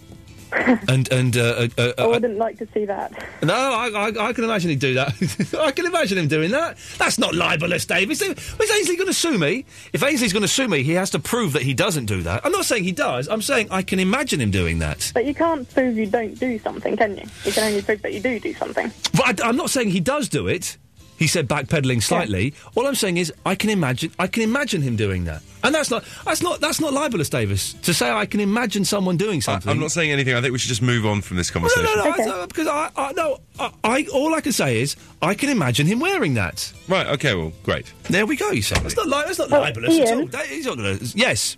[SPEAKER 1] and and uh, uh, uh,
[SPEAKER 10] I
[SPEAKER 1] uh,
[SPEAKER 10] wouldn't like to see that.
[SPEAKER 1] no, I, I, I can imagine him do that. I can imagine him doing that. That's not libelous, Dave. Is, is Ainsley going to sue me? If Ainsley's going to sue me, he has to prove that he doesn't do that. I'm not saying he does. I'm saying I can imagine him doing that.
[SPEAKER 10] But you can't prove you don't do something, can you? You can only prove that you do do something.
[SPEAKER 1] But I, am not saying he does do it. He said backpedaling slightly. All I'm saying is I can imagine. I can imagine him doing that, and that's not that's not that's not libelous, Davis. To say I can imagine someone doing something.
[SPEAKER 5] I'm not saying anything. I think we should just move on from this
[SPEAKER 1] Well,
[SPEAKER 5] conversation.
[SPEAKER 1] no, no, no. I- I, because I, I no, I, I all I can say is I can imagine him wearing that.
[SPEAKER 5] Right. Okay. Well, great.
[SPEAKER 1] There we go. You say that's not li- that's not
[SPEAKER 10] Oh,
[SPEAKER 1] libelous at
[SPEAKER 10] Ian?
[SPEAKER 1] all. That is not libelous. Yes.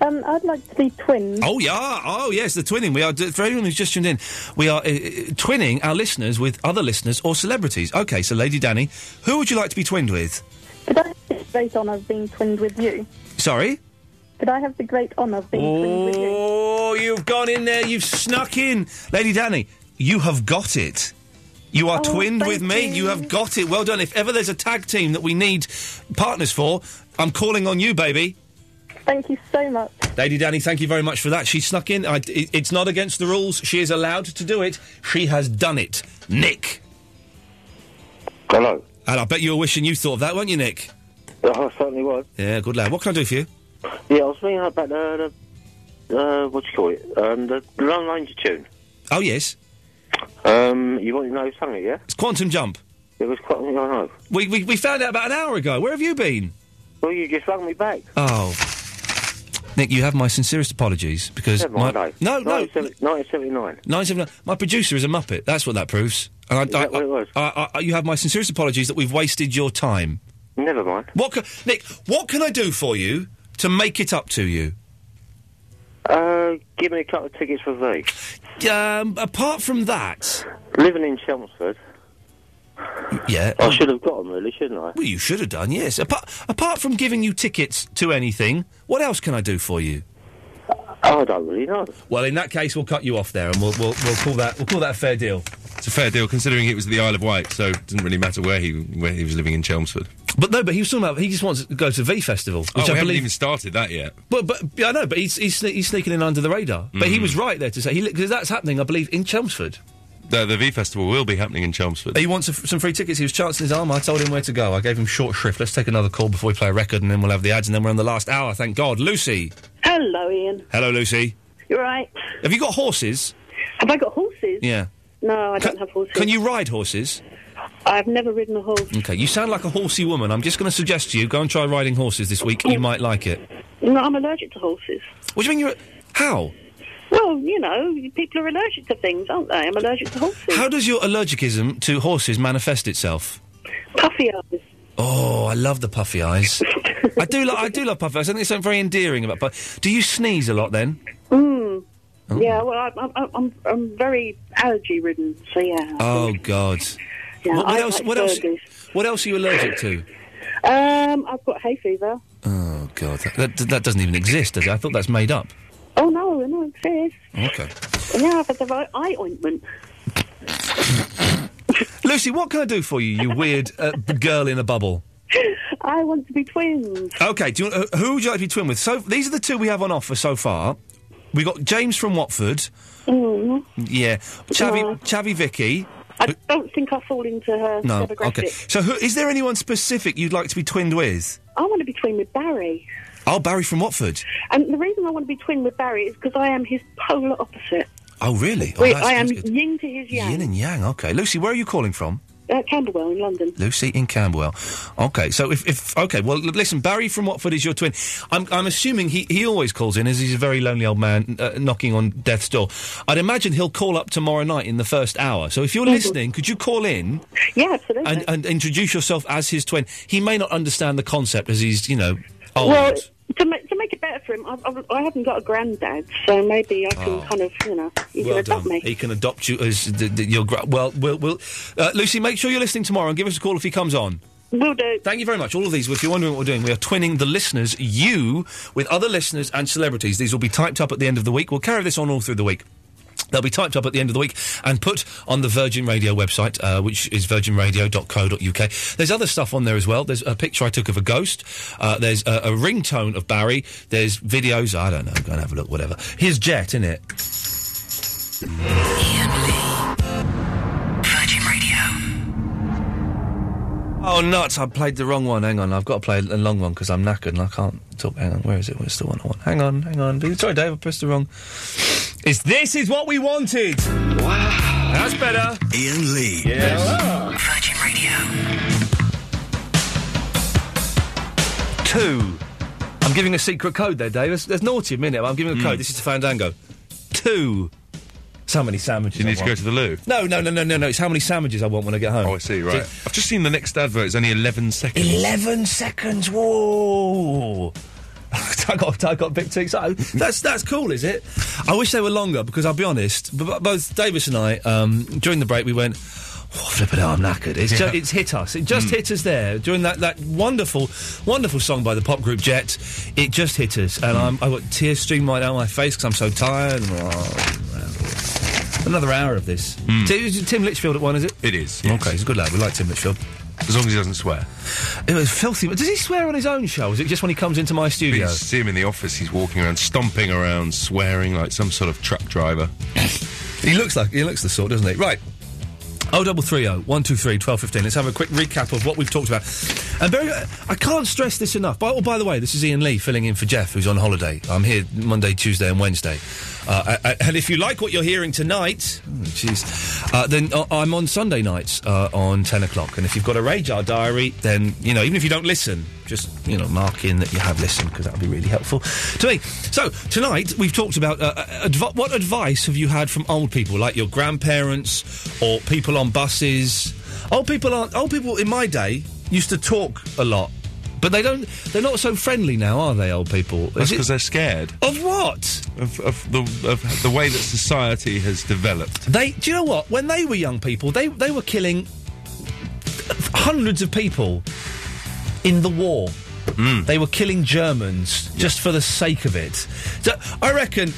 [SPEAKER 10] Um, I'd like to see twins.
[SPEAKER 1] Oh yeah. Oh yes. The twinning. We are d- for everyone who's just tuned in. We are uh, uh, twinning our listeners with other listeners or celebrities. Okay. So, Lady Danny, who would you like to be twinned with?
[SPEAKER 10] Could I have the great honour of being twinned with you?
[SPEAKER 1] Sorry.
[SPEAKER 10] Could I have the great honour of being twinned with you?
[SPEAKER 1] Oh, you've gone in there. You've snuck in. Lady Danny, you have got it. You are
[SPEAKER 10] Oh,
[SPEAKER 1] twinned
[SPEAKER 10] thank
[SPEAKER 1] with me. You.
[SPEAKER 10] you.
[SPEAKER 1] have got it. Well done. If ever there's a tag team that we need partners for, I'm calling on you, baby.
[SPEAKER 10] Thank you so much.
[SPEAKER 1] Lady Danny, thank you very much for that. She snuck in. I, it- it's not against the rules. She is allowed to do it. She has done it. Nick.
[SPEAKER 19] Hello.
[SPEAKER 1] And I bet you were wishing you thought of that, weren't you, Nick?
[SPEAKER 19] Oh, I certainly was.
[SPEAKER 1] Yeah, good lad. What can I do for you?
[SPEAKER 19] Yeah, I was ringing up about the, the uh, what do you call it? Um, the Lone Ranger tune.
[SPEAKER 1] Oh, yes.
[SPEAKER 19] Um, you want to know who sung it, yeah?
[SPEAKER 1] It's Quantum Jump.
[SPEAKER 19] It was quite, I know.
[SPEAKER 1] We, we, we found out about an hour ago. Where have you been?
[SPEAKER 19] Well, you just rang me back.
[SPEAKER 1] Oh. Nick, you have my sincerest apologies because
[SPEAKER 19] Never mind,
[SPEAKER 1] my, no, no,
[SPEAKER 19] 1979.
[SPEAKER 1] 979 My producer is a muppet. That's what that proves. And I, I, I, I- I- you have my sincerest apologies that we've wasted your time.
[SPEAKER 19] Never mind.
[SPEAKER 1] What, ca- Nick? What can I do for you to make it up to you?
[SPEAKER 19] Uh, give me a couple of tickets for V.
[SPEAKER 1] Um, apart from that,
[SPEAKER 19] living in Chelmsford,
[SPEAKER 1] Yeah. um,
[SPEAKER 19] I should have got them, really, shouldn't I?
[SPEAKER 1] Well, you should have done. Yes. Apart, apart from giving you tickets to anything, what else can I do for you?
[SPEAKER 19] I don't really know.
[SPEAKER 1] Well, in that case, we'll cut you off there, and we'll we'll, we'll call that we'll call that a fair deal.
[SPEAKER 5] It's a fair deal considering it was the Isle of Wight, so it didn't really matter where he where he was living in Chelmsford.
[SPEAKER 1] But no, but he was talking about he just wants to go to V Festival, which
[SPEAKER 5] oh, we
[SPEAKER 1] I
[SPEAKER 5] haven't
[SPEAKER 1] believe.
[SPEAKER 5] even started that yet.
[SPEAKER 1] But, but yeah, I know, but he's he's, sne- he's sneaking in under the radar. But
[SPEAKER 5] Mm-hmm.
[SPEAKER 1] he was right there to say he because that's happening, I believe, in Chelmsford.
[SPEAKER 5] The, the V Festival will be happening in Chelmsford.
[SPEAKER 1] He wants a f some free tickets. He was chancing his arm. I told him where to go. I gave him short shrift. Let's take another call before we play a record, and then we'll have the ads, and then we're on the last hour. Thank God, Lucy.
[SPEAKER 20] Hello, Ian.
[SPEAKER 1] Hello, Lucy.
[SPEAKER 20] You all right?
[SPEAKER 1] Have you got horses?
[SPEAKER 20] I
[SPEAKER 12] Have I got horses?
[SPEAKER 1] Yeah.
[SPEAKER 12] No, I don't have horses.
[SPEAKER 1] Can you ride horses?
[SPEAKER 12] I've never ridden a horse.
[SPEAKER 1] Okay, you sound like a horsey woman. I'm just going to suggest to you go and try riding horses this week. You might like it.
[SPEAKER 12] No, I'm allergic to horses.
[SPEAKER 1] What do you mean you're. How?
[SPEAKER 12] Well, you know, people are allergic to things, aren't they? I'm allergic to horses.
[SPEAKER 1] How does your allergicism to horses manifest itself?
[SPEAKER 12] Puffy eyes.
[SPEAKER 1] Oh, I love the puffy eyes. I do. Lo- I do love puffy eyes. I think there's something very endearing about. Puff- do you sneeze a lot then?
[SPEAKER 12] Mm. Yeah, well, I, I, I'm- I'm, I'm very allergy ridden, so yeah.
[SPEAKER 1] Oh God.
[SPEAKER 12] Yeah,
[SPEAKER 1] what, what
[SPEAKER 12] I
[SPEAKER 1] else?
[SPEAKER 12] like
[SPEAKER 1] what else?
[SPEAKER 12] burgers.
[SPEAKER 1] What else are you allergic to?
[SPEAKER 12] Um, I've got hay fever.
[SPEAKER 1] Oh God, that, that, that doesn't even exist, does it? I thought that's made up.
[SPEAKER 12] Oh no, no, it exists.
[SPEAKER 1] Okay.
[SPEAKER 12] Yeah, I've had the right eye ointment.
[SPEAKER 1] Lucy, what can I do for you? You weird uh, b- girl in a bubble.
[SPEAKER 12] I want to be twins.
[SPEAKER 1] Okay, do you, uh, who would you like to be twin with? So these are the two we have on offer so far. We got James from Watford.
[SPEAKER 12] Mm.
[SPEAKER 1] Yeah, Chavi,
[SPEAKER 12] No.
[SPEAKER 1] Chavi Vicky.
[SPEAKER 12] I don't think I fall into her
[SPEAKER 1] No,
[SPEAKER 12] demographic.
[SPEAKER 1] okay. So who, is there anyone specific you'd like to be twinned with?
[SPEAKER 12] I want to be twin with Barry.
[SPEAKER 1] Oh, Barry from Watford.
[SPEAKER 12] And the reason I want to be twin with Barry is because I am his polar opposite.
[SPEAKER 1] Oh, really? Oh,
[SPEAKER 12] Wait,
[SPEAKER 1] that's-
[SPEAKER 12] I am
[SPEAKER 1] that's good.
[SPEAKER 12] yin to his yang.
[SPEAKER 1] Yin and Yang. Okay, Lucy, where are you calling from?
[SPEAKER 12] Uh, Camberwell in London.
[SPEAKER 1] Lucy in Camberwell. Okay, so if, if okay, well, l- listen, Barry from Watford is your twin. I'm, I'm assuming he, he always calls in as he's a very lonely old man uh, knocking on death's door. I'd imagine he'll call up tomorrow night in the first hour. So if you're listening, could you call in?
[SPEAKER 12] Mm-hmm. Yeah, absolutely.
[SPEAKER 1] And, and introduce yourself as his twin. He may not understand the concept as he's, you know, old.
[SPEAKER 12] Well, to, ma- to make it better for him, I, I, I haven't got a granddad, so maybe I can
[SPEAKER 1] Oh.
[SPEAKER 12] kind of, you know, you
[SPEAKER 1] Well
[SPEAKER 12] can adopt
[SPEAKER 1] done.
[SPEAKER 12] me.
[SPEAKER 1] He can adopt you as the, the, your. Gra- well, we'll, we'll uh, Lucy, make sure you're listening tomorrow and give us a call if he comes on.
[SPEAKER 12] Will do.
[SPEAKER 1] Thank you very much. All of these, if you're wondering what we're doing, we are twinning the listeners, you, with other listeners and celebrities. These will be typed up at the end of the week. We'll carry this on all through the week. They'll be typed up at the end of the week and put on the Virgin Radio website, uh, which is virginradio.co.uk. There's other stuff on there as well. There's a picture I took of a ghost. Uh, there's a, a ringtone of Barry. There's videos. I don't know. Go and have a look. Whatever. Here's Jet, in it?
[SPEAKER 3] Virgin Radio.
[SPEAKER 1] Oh nuts! I played the wrong one. Hang on, I've got to play a long one because I'm knackered and I can't talk. Hang on, where is it? Where's the one I want? Hang on, hang on. Sorry, Dave, I pressed the wrong. It's this is what we wanted. Wow, that's better. Ian Lee.
[SPEAKER 11] Ah,
[SPEAKER 1] Yeah.
[SPEAKER 3] Virgin Radio.
[SPEAKER 1] Two. I'm giving a secret code there, Dave. That's, that's naughty, a minute. I'm giving a
[SPEAKER 5] Hmm.
[SPEAKER 1] code. This is to Fandango. Two. It's how many sandwiches?
[SPEAKER 5] You
[SPEAKER 1] I
[SPEAKER 5] need to go
[SPEAKER 1] want.
[SPEAKER 5] to the loo.
[SPEAKER 1] No, no, no, no, no, no. It's how many sandwiches I want when I get home.
[SPEAKER 5] Oh, I see. Right. I've just seen the next advert. It's only eleven seconds.
[SPEAKER 1] 11 seconds. Whoa. I got, I got a bit too excited. That's that's cool, is it? I wish they were longer because I'll be honest. b- b- both Davis and I, um, during the break, we went, oh, flip it out, I'm knackered. It's, ju-
[SPEAKER 5] Yeah.
[SPEAKER 1] it's hit us. It just hit us there during that, that wonderful, wonderful song by the pop group Jet. It just hit us, and I'm, I got tears streaming right down my face because I'm so tired. and, oh, another hour of this. Tim, is it Tim Litchfield at one, is Hmm. it? It is. Okay, he's a good lad. We like Tim Litchfield. As long as he doesn't swear. It was filthy. Does he swear on his own show? or Is it just when he comes into my
[SPEAKER 5] But
[SPEAKER 1] studio?
[SPEAKER 5] you see him in the office. He's walking around, stomping around, swearing like some sort of truck driver.
[SPEAKER 1] He looks like he looks the sort, doesn't he? Right. O double three O one two three twelve fifteen. Let's have a quick recap of what we've talked about. And very, I can't stress this enough. By, oh, by the way, this is Ian Lee filling in for Jeff, who's on holiday. I'm here Monday, Tuesday, and Wednesday. Uh, a- a- and if you like what you're hearing tonight, oh, jeez, uh, then uh, I'm on Sunday nights uh, on ten o'clock. And if you've got a Radar diary, then you know even if you don't listen, just you know mark in that you have listened because that would be really helpful to me. So tonight we've talked about uh, uh, adv- what advice have you had from old people, like your grandparents or people on buses. Old people aren't old people in my day used to talk a lot, but they don't. They're not so friendly now, are they? Old people.
[SPEAKER 5] That's
[SPEAKER 1] Is it-
[SPEAKER 5] because they're scared
[SPEAKER 1] of what?
[SPEAKER 5] of, of the of the way that society has developed.
[SPEAKER 1] They, do you know what? When they were young people, they they were killing hundreds of people in the war.
[SPEAKER 5] Hmm.
[SPEAKER 1] They were killing Germans just for the sake of it. So I reckon,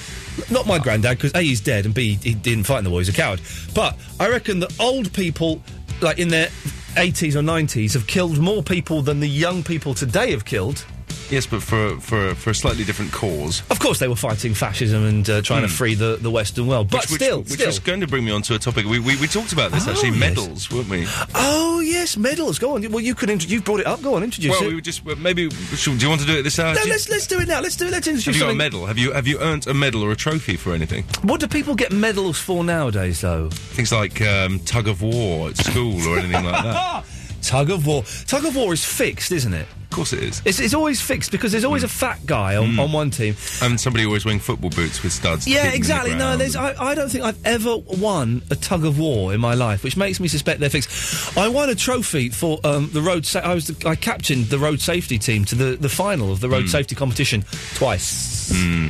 [SPEAKER 1] not my granddad because a he's dead and b he didn't fight in the war. He's a coward. But I reckon the old people, like in their eighties or nineties, have killed more people than the young people today have killed.
[SPEAKER 5] Yes, but for for for a slightly different cause.
[SPEAKER 1] Of course, they were fighting fascism and uh, trying to
[SPEAKER 5] Hmm.
[SPEAKER 1] free the, the Western world. But
[SPEAKER 5] which, which-
[SPEAKER 1] still,
[SPEAKER 5] which
[SPEAKER 1] still.
[SPEAKER 5] was going to bring me on to a topic. We we, we talked about this
[SPEAKER 1] Oh,
[SPEAKER 5] actually,
[SPEAKER 1] yes.
[SPEAKER 5] medals, weren't we?
[SPEAKER 1] Oh yes, medals. Go on. Well, you could. Int- you brought it up. Go on, introduce
[SPEAKER 5] well,
[SPEAKER 1] it.
[SPEAKER 5] we were just well, maybe. should- do you want to do it this hour?
[SPEAKER 1] no,
[SPEAKER 5] Do you-
[SPEAKER 1] let's let's do it now. Let's do it. Let's
[SPEAKER 5] have
[SPEAKER 1] introduce
[SPEAKER 5] you got a
[SPEAKER 1] something.
[SPEAKER 5] medal? Have you have you earned a medal or a trophy for anything?
[SPEAKER 1] What do people get medals for nowadays, though?
[SPEAKER 5] Things like um, tug of war at school or anything like that.
[SPEAKER 1] Tug of war. Tug of war is fixed, isn't it?
[SPEAKER 5] Of course it is. Hmm.
[SPEAKER 1] It's, it's always fixed because there's always a fat guy on, on one team.
[SPEAKER 5] And somebody always wearing football boots with studs.
[SPEAKER 1] Yeah,
[SPEAKER 5] hidden in the
[SPEAKER 1] exactly. no,
[SPEAKER 5] ground.
[SPEAKER 1] there's, I, I don't think I've ever won a tug of war in my life, which makes me suspect they're fixed. I won a trophy for um, the road. Sa- I was the, I captained the road safety team to the, the final of the
[SPEAKER 5] Hmm.
[SPEAKER 1] road safety competition twice.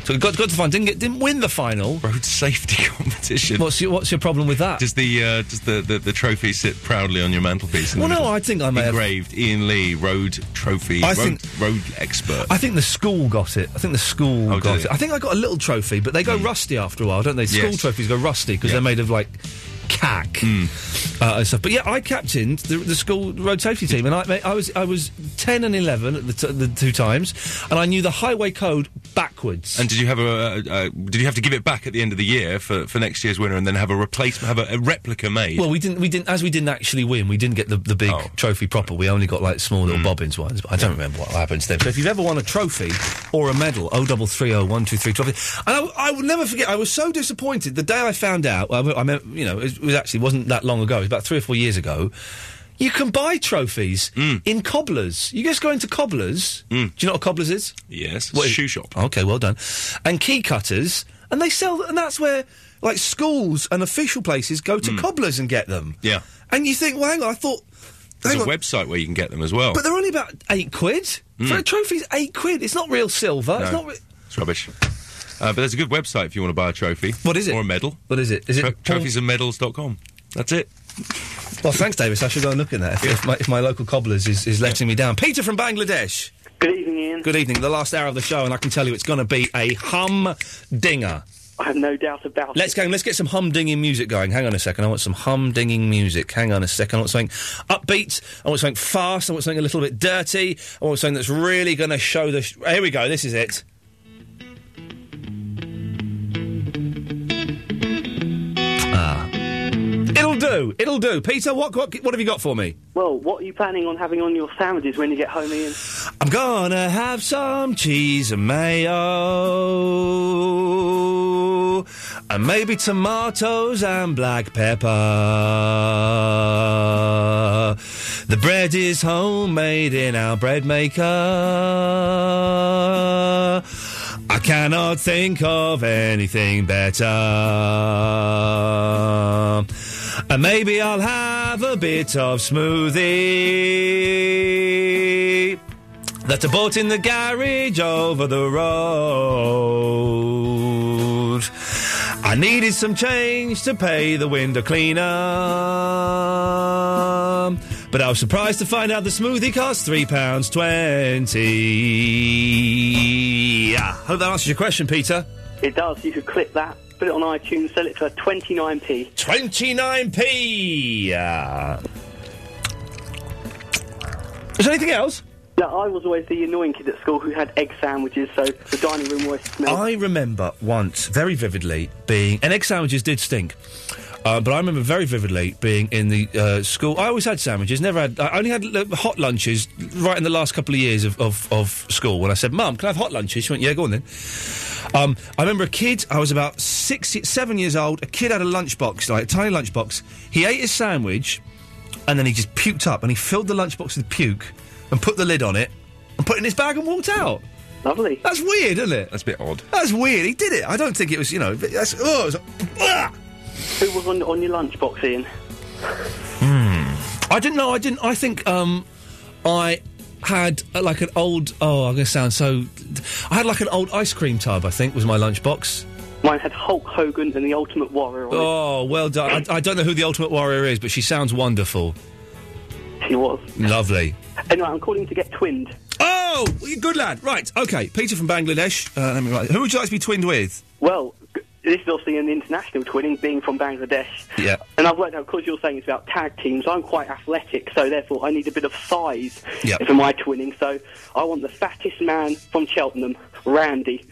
[SPEAKER 1] So we got got to the final. Didn't get, didn't win the final.
[SPEAKER 5] Road safety competition.
[SPEAKER 1] What's your What's your problem with that?
[SPEAKER 5] Does the uh, does the, the, the trophy sit proudly on your mantelpiece? in the
[SPEAKER 1] Well, no,
[SPEAKER 5] middle?
[SPEAKER 1] I think I may have-
[SPEAKER 5] engraved Ian Lee road trophy
[SPEAKER 1] I
[SPEAKER 5] road,
[SPEAKER 1] think-
[SPEAKER 5] road expert.
[SPEAKER 1] I think the school got it. I think the school
[SPEAKER 5] Oh, did
[SPEAKER 1] got
[SPEAKER 5] it?
[SPEAKER 1] it. I think I got a little trophy, but they go rusty after a while, don't they? School
[SPEAKER 5] Yes. Hmm.
[SPEAKER 1] trophies go rusty because they're made of like cack uh, and stuff. But yeah, I captained the, the school road safety team, and I, mate, I was I was ten and eleven at the, t- the two times, and I knew the highway code backwards.
[SPEAKER 5] And did you have a, a, a did you have to give it back at the end of the year for, for next year's winner, and then have a replacement, have a, a replica made?
[SPEAKER 1] Well, we didn't. We didn't. As we didn't actually win, we didn't get the, the big trophy proper. We only got like small little bobbins ones. But I don't remember what happened to them. So if you've ever won a trophy or a medal, oh double three oh one two three trophy. And I, w- I will never forget. I was so disappointed the day I found out. I, I mean, you know, it was actually wasn't that long ago. It was about three or four years ago. You can buy trophies
[SPEAKER 5] Mm.
[SPEAKER 1] in cobblers. You just go into cobblers. Do you know what cobblers is?
[SPEAKER 5] yes,
[SPEAKER 1] What is-
[SPEAKER 5] shoe shop.
[SPEAKER 1] Okay, well done. And key cutters, and they sell, and that's where like schools and official places go
[SPEAKER 5] Mm.
[SPEAKER 1] to cobblers and get them.
[SPEAKER 5] Yeah,
[SPEAKER 1] And you think, well, hang on, I thought,
[SPEAKER 5] there's
[SPEAKER 1] hang
[SPEAKER 5] a
[SPEAKER 1] on,
[SPEAKER 5] website where you can get them as well.
[SPEAKER 1] but they're only about eight quid for
[SPEAKER 5] Mm.
[SPEAKER 1] a trophy's eight quid. It's not real silver. It's
[SPEAKER 5] No,
[SPEAKER 1] not. Re-
[SPEAKER 5] it's rubbish. Uh, but there's a good website if you want to buy a trophy. What is it? Or a medal.
[SPEAKER 1] What is it? Is it Paul-
[SPEAKER 5] trophies and medals.com? That's it.
[SPEAKER 1] well, thanks, Davis. I should go and look at that if, if, my, if my local cobblers is, is letting me down. Peter from Bangladesh.
[SPEAKER 2] Good evening, Ian.
[SPEAKER 1] Good evening. The last hour of the show, and I can tell you it's going to be a hum dinger.
[SPEAKER 2] I have no doubt about
[SPEAKER 1] Let's go. and Let's get some humdinging music going. Hang on a second. I want some humdinging music. Hang on a second. I want something upbeat. I want something fast. I want something a little bit dirty. I want something that's really going to show the. Sh- Here we go. This is it. Ah, it'll do. It'll do. Peter, what what what have you got for me?
[SPEAKER 2] Well, what are you planning on having on your sandwiches when you get home, Ian?
[SPEAKER 1] I'm gonna have some cheese and mayo. And maybe tomatoes and black pepper. The bread is homemade in our bread maker. I cannot think of anything better. And maybe I'll have a bit of smoothie that I bought in the garage over the road. I needed some change to pay the window cleaner. But I was surprised to find out the smoothie cost £3.20. Ah, Hope that answers your question, Peter.
[SPEAKER 2] It does. You could clip that, put it on iTunes, sell it for 29p.
[SPEAKER 1] 29p! Ah. Is there anything else?
[SPEAKER 2] Yeah, I was always the annoying kid at school who had egg sandwiches, so the dining room always smelled.
[SPEAKER 1] I remember once very vividly being, and egg sandwiches did stink. Uh, but I remember very vividly being in the uh, school. I always had sandwiches, never had. I only had l- hot lunches right in the last couple of years of, of, of school. When I said, "Mum, can I have hot lunches?" She went, "Yeah, go on then." Um, I remember a kid. I was about six, seven years old. A kid had a lunchbox, like a tiny lunchbox. He ate his sandwich, and then he just puked up, and he filled the lunchbox with puke, and put the lid on it, and put it in his bag and walked out.
[SPEAKER 2] Lovely.
[SPEAKER 1] That's weird, isn't it?
[SPEAKER 5] That's a bit odd.
[SPEAKER 1] That's weird. He did it. I don't think it was, you know. but That's, oh, it was,
[SPEAKER 2] Who was on, on your lunchbox, Ian?
[SPEAKER 1] Hmm. I didn't know. I didn't. I think um, I had uh, like an old. Oh, I'm going to sound so. I had like an old ice cream tub. I think was my lunchbox.
[SPEAKER 2] Mine had Hulk Hogan and the Ultimate Warrior on
[SPEAKER 1] Oh, well done. I, I don't know who the Ultimate Warrior is, but she sounds wonderful.
[SPEAKER 2] She was
[SPEAKER 1] lovely.
[SPEAKER 2] it. Anyway, I'm calling to get twinned.
[SPEAKER 1] Oh, well, you're a good lad. Right. Okay, Peter from Bangladesh. Uh, let me write. Who would you like to be twinned with?
[SPEAKER 2] Well, g- this is obviously an international twinning, being from Bangladesh.
[SPEAKER 1] Yeah.
[SPEAKER 2] And I've worked out, because you're saying it's about tag teams, I'm quite athletic, so therefore I need a bit of size
[SPEAKER 1] Yep.
[SPEAKER 2] for my twinning. So I want the fattest man from Cheltenham, Randy.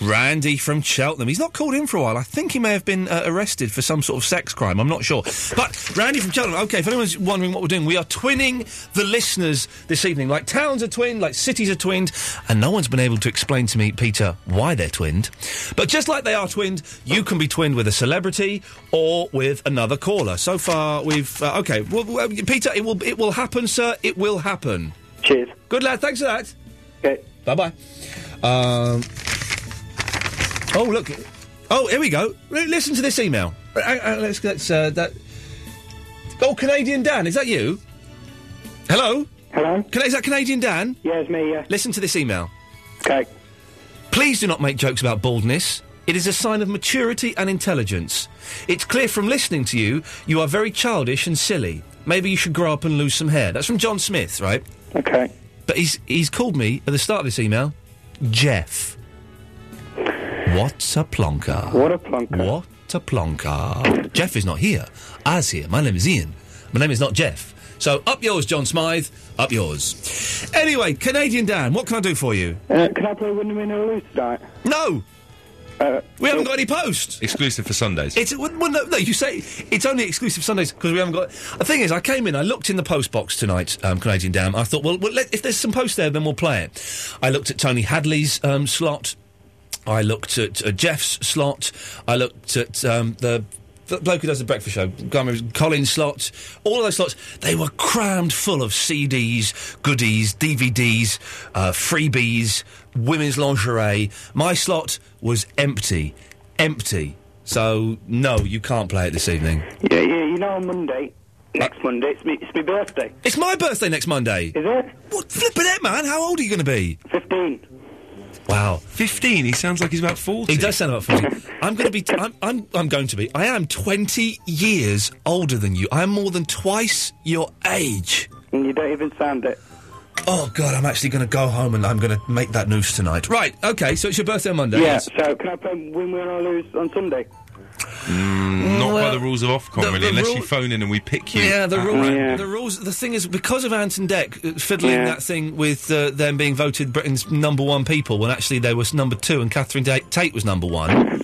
[SPEAKER 1] Randy from Cheltenham. He's not called in for a while. I think he may have been uh, arrested for some sort of sex crime. I'm not sure. But Randy from Cheltenham. Okay, if anyone's wondering what we're doing, we are twinning the listeners this evening. Like towns are twinned, like cities are twinned, and no one's been able to explain to me, Peter, why they're twinned. But just like they are twinned, you can be twinned with a celebrity or with another caller. So far, we've uh, okay. Well, well, Peter, it will it will happen, sir. It will happen.
[SPEAKER 2] Cheers.
[SPEAKER 1] Good lad. Thanks for that. Okay. Bye bye. Um, Oh look! Oh, here we go. L- listen to this email. Uh, uh, let's let's uh, that. Oh, Canadian Dan, is that you? Hello. Hello. Can, is that Canadian Dan? Yeah, it's me. Yeah. Listen to this email. Okay. Please do not make jokes about baldness. It is a sign of maturity and intelligence. It's clear from listening to you, you are very childish and silly. Maybe you should grow up and lose some hair. That's from John Smith, right? Okay. But he's he's called me at the start of this email, Jeff. What's a plonker? What a plonker. What a plonker. Jeff is not here. I's here. My name is Ian. My name is not Jeff. So up yours, John Smythe. Up yours. Anyway, Canadian Dan, what can I do for you?
[SPEAKER 6] Uh, can I play Winner Win or Lose tonight?
[SPEAKER 1] No! we haven't got any post.
[SPEAKER 5] Exclusive for Sundays.
[SPEAKER 1] It's well, well, no, no, you say it's only exclusive Sundays because we haven't got. The thing is, I came in, I looked in the post box tonight, um, Canadian Dam. I thought, well, well let, if there's some post there, then we'll play it. I looked at Tony Hadley's um, slot. I looked at uh, Jeff's slot. I looked at um, the. The bloke who does the breakfast show, can't remember, Colin's slot, all of those slots, they were crammed full of CDs, goodies, DVDs, uh, freebies, women's lingerie. My slot was empty, empty. So no, you can't play it this evening.
[SPEAKER 6] Yeah, yeah, you know on Monday, next Monday, it's me, it's my birthday.
[SPEAKER 1] It's my birthday next Monday. Is
[SPEAKER 6] it?
[SPEAKER 1] What flipping it, man? How old are you going to be?
[SPEAKER 6] Fifteen.
[SPEAKER 1] Wow, fifteen. He sounds like he's about forty. He does sound about forty. I'm going to be. T- I'm, I'm. I'm going to be. I am twenty years older than you. I am more than twice your age.
[SPEAKER 6] And you don't even sound it.
[SPEAKER 1] Oh God, I'm actually going to go home and I'm going to make that news tonight. Right. Okay. So it's your birthday on Monday.
[SPEAKER 6] yeah,
[SPEAKER 1] Yes.
[SPEAKER 6] so can I play Win Win or Lose on Sunday?
[SPEAKER 5] Mm, not by
[SPEAKER 1] Well,
[SPEAKER 5] the rules of Ofcom,
[SPEAKER 1] the-
[SPEAKER 5] really,
[SPEAKER 1] the
[SPEAKER 5] unless
[SPEAKER 1] rule-
[SPEAKER 5] you phone in and we pick you.
[SPEAKER 1] Yeah, the
[SPEAKER 5] at
[SPEAKER 1] rules.
[SPEAKER 5] random.
[SPEAKER 1] The rules. The thing is, because of Anton Deck uh, fiddling
[SPEAKER 5] Yeah.
[SPEAKER 1] that thing with uh, them being voted Britain's number one people, when actually they was number two and Catherine Da- Tate was number one.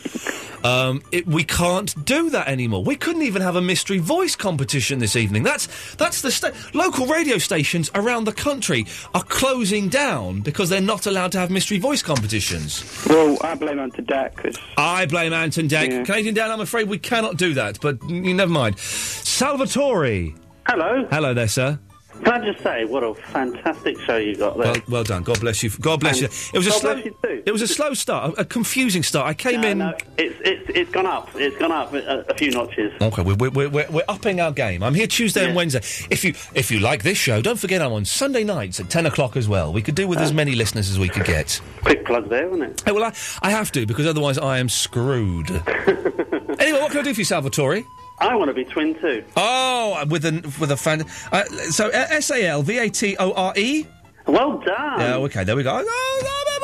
[SPEAKER 1] Um, it, we can't do that anymore. We couldn't even have a mystery voice competition this evening. That's that's the sta- local radio stations around the country are closing down because they're not allowed to have mystery voice competitions.
[SPEAKER 6] Well, I blame on to Dak because
[SPEAKER 1] I blame Anton Deck. Canadian Dan, I'm afraid we cannot do that, but mm, never mind. Salvatore.
[SPEAKER 20] Hello.
[SPEAKER 1] Hello there, sir.
[SPEAKER 20] Can I just say what a fantastic show you got there?
[SPEAKER 1] Well, well done. God bless you. God bless you. It was a
[SPEAKER 20] God
[SPEAKER 1] slow.
[SPEAKER 20] bless you
[SPEAKER 1] It was a slow start, a, a confusing start. I came in.
[SPEAKER 20] It's it's it's gone up. It's gone up a, a few notches.
[SPEAKER 1] Okay, we're, we're, we're- we're, we're upping our game. I'm here Tuesday and Wednesday. If you if you like this show, don't forget I'm on Sunday nights at ten o'clock as well. We could do with as many listeners as we could get.
[SPEAKER 20] Ah. Quick plug there, wasn't it?
[SPEAKER 1] Hey, well, I, I have to because otherwise I am screwed. anyway, what can I do for you, Salvatore?
[SPEAKER 20] I want to be twin too.
[SPEAKER 1] Oh, with a with a fan. Uh, so S A L V A T O R E.
[SPEAKER 20] Well done.
[SPEAKER 1] Yeah. Okay. There we go. Oh,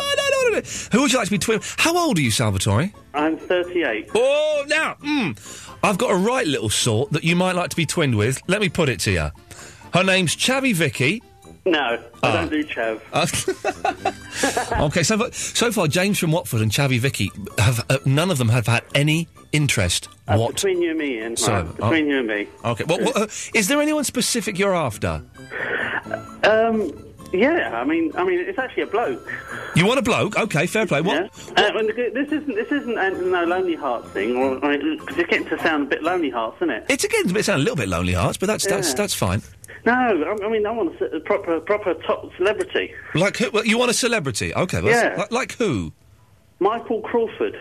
[SPEAKER 1] Who would you like to be twin? How old are you, Salvatore?
[SPEAKER 20] I'm 38.
[SPEAKER 1] Oh, now, mm, I've got a right little sort that you might like to be twinned with. Let me put it to you. Her name's Chavy Vicky.
[SPEAKER 20] No,
[SPEAKER 1] Ah.
[SPEAKER 20] I don't do chav.
[SPEAKER 1] Uh, Ah, okay, so far, so far, James from Watford and Chavy Vicky have uh, none of them have had any interest. what?
[SPEAKER 20] Uh, Between you and me, Ian.
[SPEAKER 1] So,
[SPEAKER 20] right, between
[SPEAKER 1] oh.
[SPEAKER 20] you and me.
[SPEAKER 1] Okay. Well, what, uh, is there anyone specific you're after? uh,
[SPEAKER 20] Um. Yeah, I mean, I mean, it's actually a bloke.
[SPEAKER 1] You want a bloke? Okay, fair play. What?
[SPEAKER 20] Uh, and this isn't this isn't a no lonely heart thing, or I mean, 'cause it's getting to sound a bit lonely hearts, isn't it?
[SPEAKER 1] It's again, it sounds a little bit lonely hearts, but that's that's
[SPEAKER 20] Yeah.
[SPEAKER 1] that's fine.
[SPEAKER 20] No, I, I mean, I want a, s- a proper proper top celebrity,
[SPEAKER 1] Like who? Well, you want a celebrity? Okay. Well, that's-
[SPEAKER 20] Yeah.
[SPEAKER 1] Like, like who?
[SPEAKER 20] Michael Crawford.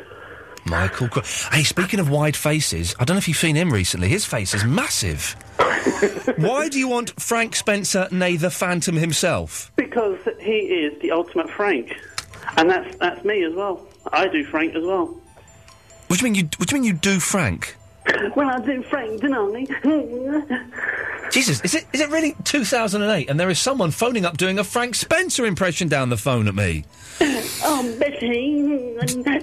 [SPEAKER 1] Michael. Cro- hey, speaking of wide faces, I don't know if you've seen him recently. His face is massive. Why do you want Frank Spencer, nay the Phantom himself?
[SPEAKER 20] Because he is the ultimate Frank, and that's that's me as well. I do Frank as well.
[SPEAKER 1] What do you mean you? What do you mean you do Frank?
[SPEAKER 20] Well, I do Frank, don't I?
[SPEAKER 1] Jesus, is it is it really 2008? And there is someone phoning up doing a Frank Spencer impression down the phone at me.
[SPEAKER 4] Oh, Betty,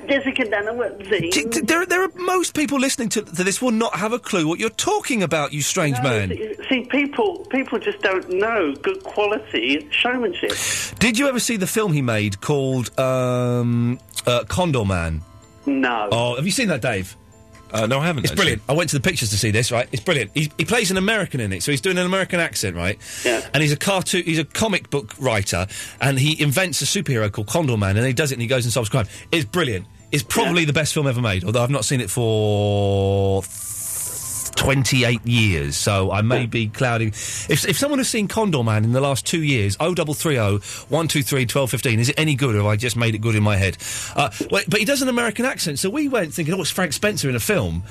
[SPEAKER 4] Jessica Dunner, what's
[SPEAKER 1] D- d- There, are- there are most people listening to, to this will not have a clue what you're talking about, you strange man.
[SPEAKER 20] See, see, people people just don't know good quality showmanship.
[SPEAKER 1] Did you ever see the film he made called um, uh, Condor Man?
[SPEAKER 20] No.
[SPEAKER 1] Oh, have you seen that, Dave?
[SPEAKER 5] Uh, no, I haven't.
[SPEAKER 1] It's brilliant. I went to the pictures to see this. Right, it's brilliant. He, he plays an American in it, so he's doing an American accent, right? Yeah. And he's a cartoon. He's a comic book writer, and he invents a superhero called Condor Man, and he does it, and he goes and solves crime. It's brilliant. It's probably the best film ever made, although I've not seen it for twenty-eight years, so I may be clouding. If, if someone has seen Condor Man in the last two years, oh double three oh one two three twelve fifteen, is it any good, or have I just made it good in my head? Uh, well, but he does an American accent, so we went thinking, oh, it's Frank Spencer in a film.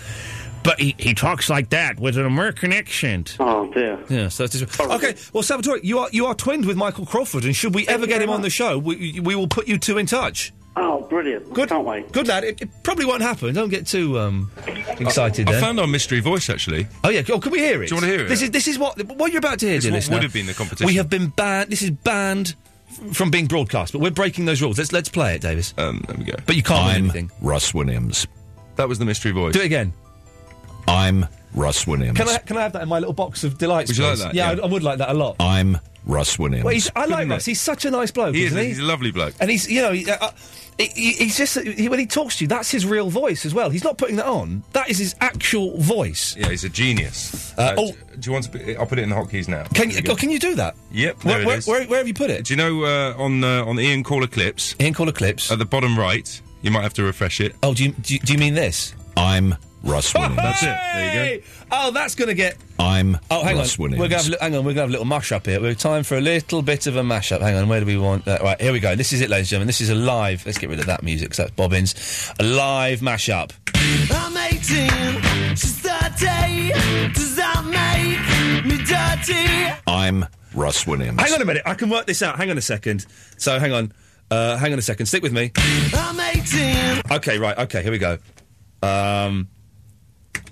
[SPEAKER 1] But he, he talks like that with an American accent.
[SPEAKER 20] Oh dear.
[SPEAKER 1] Yeah, so that's just, okay. Well, Salvatore, you are you are twinned with Michael Crawford, and should we ever get him on the show, we, we will put you two in touch.
[SPEAKER 20] Oh, brilliant!
[SPEAKER 1] Good, can't wait. Good lad. It, it probably won't happen. Don't get too um, excited.
[SPEAKER 5] I,
[SPEAKER 1] then.
[SPEAKER 5] found our mystery voice actually.
[SPEAKER 1] Oh yeah. Oh, can we hear it?
[SPEAKER 5] Do you want to hear it?
[SPEAKER 1] This is this is what what you're about to hear,
[SPEAKER 5] It's
[SPEAKER 1] dear
[SPEAKER 5] what
[SPEAKER 1] listener.
[SPEAKER 5] would have been the competition.
[SPEAKER 1] We have been banned. This is banned f- from being broadcast, but we're breaking those rules. Let's let's play it, Davis.
[SPEAKER 5] Um, there we go.
[SPEAKER 1] But you can't win
[SPEAKER 7] I'm
[SPEAKER 1] anything.
[SPEAKER 7] Russ Williams.
[SPEAKER 5] That was the mystery voice.
[SPEAKER 1] Do it again.
[SPEAKER 7] I'm Russ Williams.
[SPEAKER 1] Can I can I have that in my little box of delights?
[SPEAKER 7] Would you like
[SPEAKER 1] please?
[SPEAKER 7] that?
[SPEAKER 1] Yeah,
[SPEAKER 7] Yeah.
[SPEAKER 1] I, I would like that a lot.
[SPEAKER 7] I'm Russ Williams.
[SPEAKER 1] Well, he's, I like
[SPEAKER 7] Isn't
[SPEAKER 1] Russ.
[SPEAKER 7] it?
[SPEAKER 1] He's such a nice bloke,
[SPEAKER 5] He is,
[SPEAKER 1] isn't he?
[SPEAKER 5] he's a lovely bloke.
[SPEAKER 1] And he's, you know, he, uh, uh, he- he, he's just he, when he talks to you, that's his real voice as well. He's not putting that on. That is his actual voice.
[SPEAKER 5] Yeah, he's a genius.
[SPEAKER 1] Uh,
[SPEAKER 5] oh, do, you want to? Be, I'll put it in the hotkeys now.
[SPEAKER 1] Can
[SPEAKER 5] There
[SPEAKER 1] you
[SPEAKER 5] we go.
[SPEAKER 1] oh, can you do that?
[SPEAKER 5] Yep.
[SPEAKER 1] Where-
[SPEAKER 5] there it
[SPEAKER 1] where-
[SPEAKER 5] is.
[SPEAKER 1] where- where have you put it?
[SPEAKER 5] Do you know uh, on uh, on the Ian Caller clips?
[SPEAKER 1] Ian Caller clips
[SPEAKER 5] at the bottom right. You might have to refresh it.
[SPEAKER 1] Oh, do you do you, do you mean this?
[SPEAKER 7] I'm Russ Williams.
[SPEAKER 5] That's it. There you
[SPEAKER 1] go. Oh, that's going to get.
[SPEAKER 7] I'm
[SPEAKER 1] Oh, hang
[SPEAKER 7] Russ
[SPEAKER 1] on.
[SPEAKER 7] Williams.
[SPEAKER 1] We're gonna have, a li- hang on. We're going to have a little mush up here. We're time for a little bit of a mash up. Hang on. Where do we want that? Right here we go. This is it, ladies and gentlemen. This is a live. Let's get rid of that music. 'cause that's bobbins. A live mash up.
[SPEAKER 3] I'm 18, she's 30. Does that make me dirty?
[SPEAKER 7] I'm Russ Williams.
[SPEAKER 1] Hang on a minute. I can work this out. Hang on a second. So hang on. Uh, hang on a second. Stick with me.
[SPEAKER 3] I'm 18.
[SPEAKER 1] Okay, right. Okay, here we go. Um,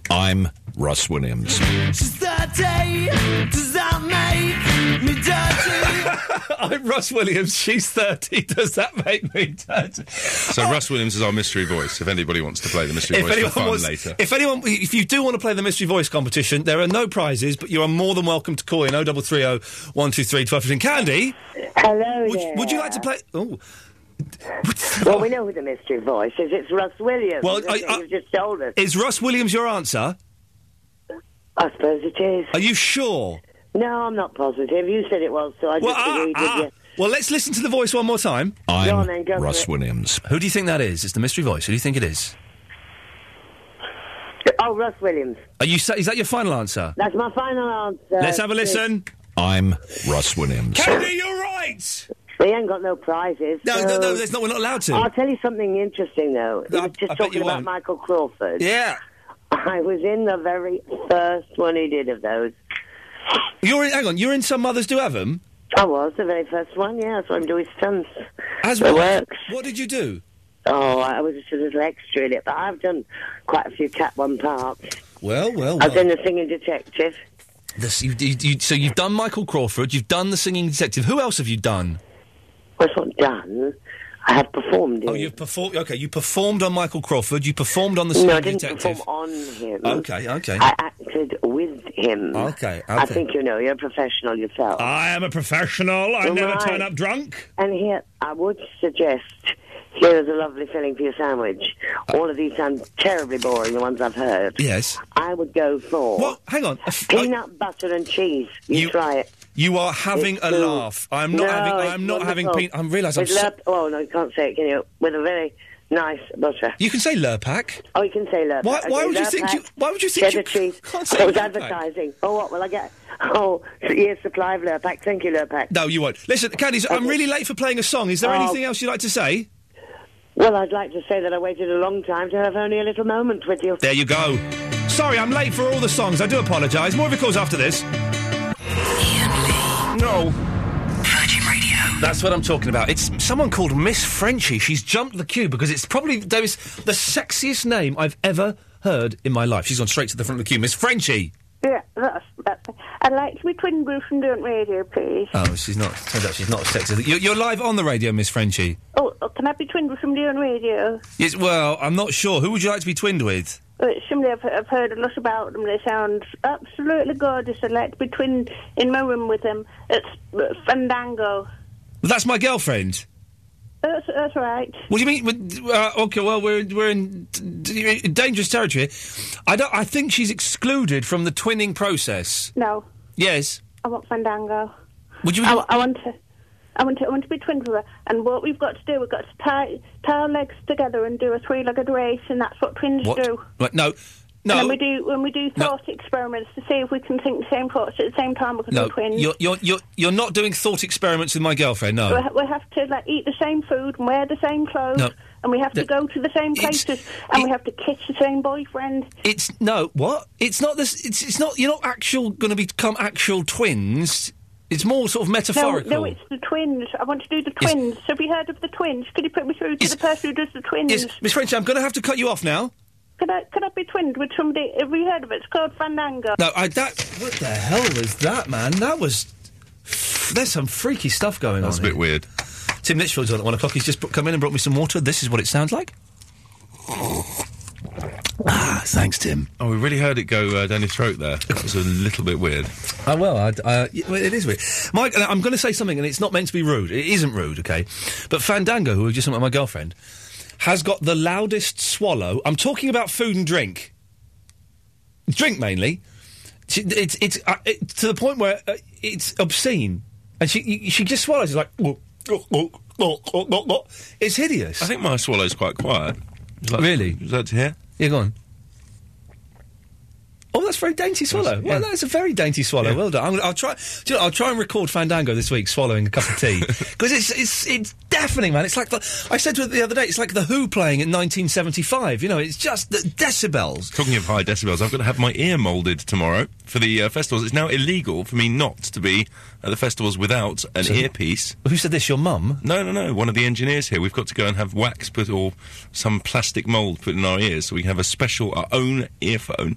[SPEAKER 7] I'm Russ Williams.
[SPEAKER 3] She's 30. Does that make me dirty?
[SPEAKER 1] I'm Russ Williams. She's 30. Does that make me dirty?
[SPEAKER 5] So Russ Williams is our mystery voice. If anybody wants to play the mystery voice for fun later.
[SPEAKER 1] if anyone, if you do want to play the mystery voice competition, there are no prizes, but you are more than welcome to call in 0330 123 1215. Candy,
[SPEAKER 21] Hello
[SPEAKER 1] would, would you like to play? Oh,
[SPEAKER 21] Well, we know who the mystery voice is. It's Russ Williams.
[SPEAKER 1] Well,
[SPEAKER 21] isn't
[SPEAKER 1] I-
[SPEAKER 21] it?
[SPEAKER 1] I-
[SPEAKER 21] you've just told us.
[SPEAKER 1] is Russ Williams your answer?
[SPEAKER 21] I suppose it is.
[SPEAKER 1] Are you sure?
[SPEAKER 21] No, I'm not positive. You said it was, so I just agreed with you.
[SPEAKER 1] Well, let's listen to the voice one more time.
[SPEAKER 21] I'm Go on then, go for Russ it.
[SPEAKER 7] Williams.
[SPEAKER 1] Who do you think that is? It's the mystery voice. Who do you think it is?
[SPEAKER 21] Oh, Russ Williams.
[SPEAKER 1] Are you? sa- Is that your final answer?
[SPEAKER 21] That's my final answer.
[SPEAKER 1] Let's have a listen.
[SPEAKER 7] I'm Russ Williams.
[SPEAKER 1] Candy, you're right.
[SPEAKER 21] We ain't got no prizes.
[SPEAKER 1] No, no,
[SPEAKER 21] so-
[SPEAKER 1] no, that's not- we're not allowed to.
[SPEAKER 21] I'll tell you something interesting, though. You were just
[SPEAKER 1] I bet
[SPEAKER 21] talking
[SPEAKER 1] you
[SPEAKER 21] about
[SPEAKER 1] won't.
[SPEAKER 21] Michael Crawford.
[SPEAKER 1] Yeah.
[SPEAKER 21] I was in the very first one he did of those.
[SPEAKER 1] You're in, hang on. You're in some mothers do have them.
[SPEAKER 21] I was the very first one, yeah. So I'm doing stunts.
[SPEAKER 1] As
[SPEAKER 21] It
[SPEAKER 1] well.
[SPEAKER 21] works.
[SPEAKER 1] What did you do?
[SPEAKER 21] Oh, I was just a little extra in it, but I've done quite a few Cat One parts.
[SPEAKER 1] Well, well,
[SPEAKER 21] I've
[SPEAKER 1] well.
[SPEAKER 21] done the singing detective.
[SPEAKER 1] This, you, you, you, so you've done Michael Crawford, you've done The Singing Detective. Who else have you done?
[SPEAKER 21] Well, it's not done. I have performed in
[SPEAKER 1] Oh,
[SPEAKER 21] it.
[SPEAKER 1] you've performed. Okay, you performed on Michael Crawford. You performed on The Singing
[SPEAKER 21] no, I didn't
[SPEAKER 1] Detective.
[SPEAKER 21] perform on him.
[SPEAKER 1] Okay, okay.
[SPEAKER 21] I acted with him.
[SPEAKER 1] Okay,
[SPEAKER 21] I
[SPEAKER 1] okay.
[SPEAKER 21] think you know you're a professional yourself.
[SPEAKER 1] I am a professional. I
[SPEAKER 21] All
[SPEAKER 1] never
[SPEAKER 21] right.
[SPEAKER 1] turn up drunk.
[SPEAKER 21] And here, I would suggest here's a lovely filling for your sandwich. All of these sound terribly boring. The ones I've heard.
[SPEAKER 1] Yes.
[SPEAKER 21] I would go for.
[SPEAKER 1] Well, hang on.
[SPEAKER 21] Peanut butter and cheese. You, try it.
[SPEAKER 1] You are having
[SPEAKER 21] It's
[SPEAKER 1] a
[SPEAKER 21] good.
[SPEAKER 1] laugh. I'm not
[SPEAKER 21] No,
[SPEAKER 1] having.
[SPEAKER 21] it's
[SPEAKER 1] I'm not having.
[SPEAKER 21] wonderful.
[SPEAKER 1] Pe- I'm realise I'm.
[SPEAKER 21] With
[SPEAKER 1] So-
[SPEAKER 21] lap- oh no, you can't say it. Can you? With a very nice butter.
[SPEAKER 1] you can say Lurpak.
[SPEAKER 21] Oh, you can say that.
[SPEAKER 1] Why-
[SPEAKER 21] Okay,
[SPEAKER 1] why would you
[SPEAKER 21] that
[SPEAKER 1] think
[SPEAKER 21] back.
[SPEAKER 1] you- why would you think
[SPEAKER 21] Cheddar
[SPEAKER 1] you
[SPEAKER 21] cheese?
[SPEAKER 1] can't
[SPEAKER 21] oh,
[SPEAKER 1] say
[SPEAKER 21] it's
[SPEAKER 1] that back?
[SPEAKER 21] advertising. Oh, what will I get? Oh, a year's supply of Lurpak. Thank you, Lurpak.
[SPEAKER 1] No, you won't. Listen, Candice, I'm really late for playing a song. Is there
[SPEAKER 21] Oh.
[SPEAKER 1] anything else you'd like to say?
[SPEAKER 21] Well, I'd like to say that I waited a long time to have only a little moment with you.
[SPEAKER 1] There you go. Sorry, I'm late for all the songs. I do apologise. More of your calls after this. No.
[SPEAKER 3] Virgin Radio.
[SPEAKER 1] That's what I'm talking about. It's someone called Miss Frenchie. She's jumped the queue because it's probably Davis the sexiest name I've ever heard in my life. She's gone straight to the front of the queue. Miss Frenchie.
[SPEAKER 24] Yeah, that's, that's,
[SPEAKER 17] I'd like to be Twin Bruce and Don't Radio, please.
[SPEAKER 1] Oh, she's not. Turns out she's not sexist. You're, you're live on the radio, Miss Frenchie.
[SPEAKER 17] Oh, oh, can I be Twin Bruce and Don't Radio?
[SPEAKER 1] Yes. Well, I'm not sure. Who would you like to be twinned with?
[SPEAKER 17] Uh, somebody I've, I've heard a lot about them. They sound absolutely gorgeous. I'd like to be twinned in my room with them. It's uh, Fandango.
[SPEAKER 1] Well, that's my girlfriend.
[SPEAKER 17] That's, that's right.
[SPEAKER 1] What do you mean? with- Uh, okay, well we're we're in d- d- dangerous territory. I don't. I think she's excluded from the twinning process.
[SPEAKER 17] No,
[SPEAKER 1] Yes.
[SPEAKER 17] I want Fandango.
[SPEAKER 1] Would you?
[SPEAKER 17] I, wa- I want to. I want to, I want to be twin with her, and what we've got to do, we've got to tie, tie our legs together and do a three-legged race, and that's what twins do.
[SPEAKER 1] Right, no. No.
[SPEAKER 17] And then we do when we do thought experiments to see if we can think the same thoughts at the same time because
[SPEAKER 1] no.
[SPEAKER 17] we're twins.
[SPEAKER 1] You're, you're you're you're not doing thought experiments with my girlfriend. No.
[SPEAKER 17] We, ha- we have to like eat the same food and wear the same clothes,
[SPEAKER 1] No.
[SPEAKER 17] and we have to
[SPEAKER 1] The-
[SPEAKER 17] go to the same
[SPEAKER 1] it's-
[SPEAKER 17] places, and we have to kiss the same boyfriend.
[SPEAKER 1] It's no what? It's not this. It's it's not. You're not actual going to become actual twins. It's more sort of metaphorical.
[SPEAKER 17] No, no, it's the twins. I want to do the twins. Have you heard of the twins? Could you put me through to the person who does the twins?
[SPEAKER 1] Yes, Miss Frenchie, I'm going to have to cut you off now.
[SPEAKER 17] Could I could I be twinned with somebody? Have you heard of it? It's called Fandango.
[SPEAKER 1] No, I that. What the hell was that, man? That was. There's some freaky stuff going on. That's a bit
[SPEAKER 5] weird.
[SPEAKER 1] Tim Litchfield's on at one o'clock. He's just br- come in and brought me some water. This is what it sounds like. ah, thanks, Tim.
[SPEAKER 5] Oh, we really heard it go uh, down your throat there. That was a little bit weird.
[SPEAKER 1] Oh well, I, I, yeah, well, it is weird. Mike, and I'm going to say something, and it's not meant to be rude. It isn't rude, okay? But Fandango, who was just on with my girlfriend, has got the loudest swallow. I'm talking about food and drink, drink mainly. She, it's it's uh, it, to the point where uh, it's obscene, and she you- she just swallows. It's like it's hideous.
[SPEAKER 5] I think my swallow's quite quiet. Would you like-
[SPEAKER 1] Really?
[SPEAKER 5] Would you like to hear?
[SPEAKER 1] Yeah, go on. Oh, that's a very dainty swallow. Well, that's a very dainty swallow. Well done. I'm, gonna- I'll try. Do you know, I'll try and record Fandango this week swallowing a cup of tea because it's it's it's deafening, man. It's like the, I said to her the other day. It's like the Who playing in 1975. You know, it's just the decibels.
[SPEAKER 5] Talking of high decibels, I've got to have my ear moulded tomorrow for the uh, festivals. It's now illegal for me not to be at the festivals without an
[SPEAKER 1] So-
[SPEAKER 5] earpiece.
[SPEAKER 1] Who said this? Your mum?
[SPEAKER 5] No, no, no. One of the engineers here. We've got to go and have wax put or some plastic mould put in our ears so we can have a special, our own earphone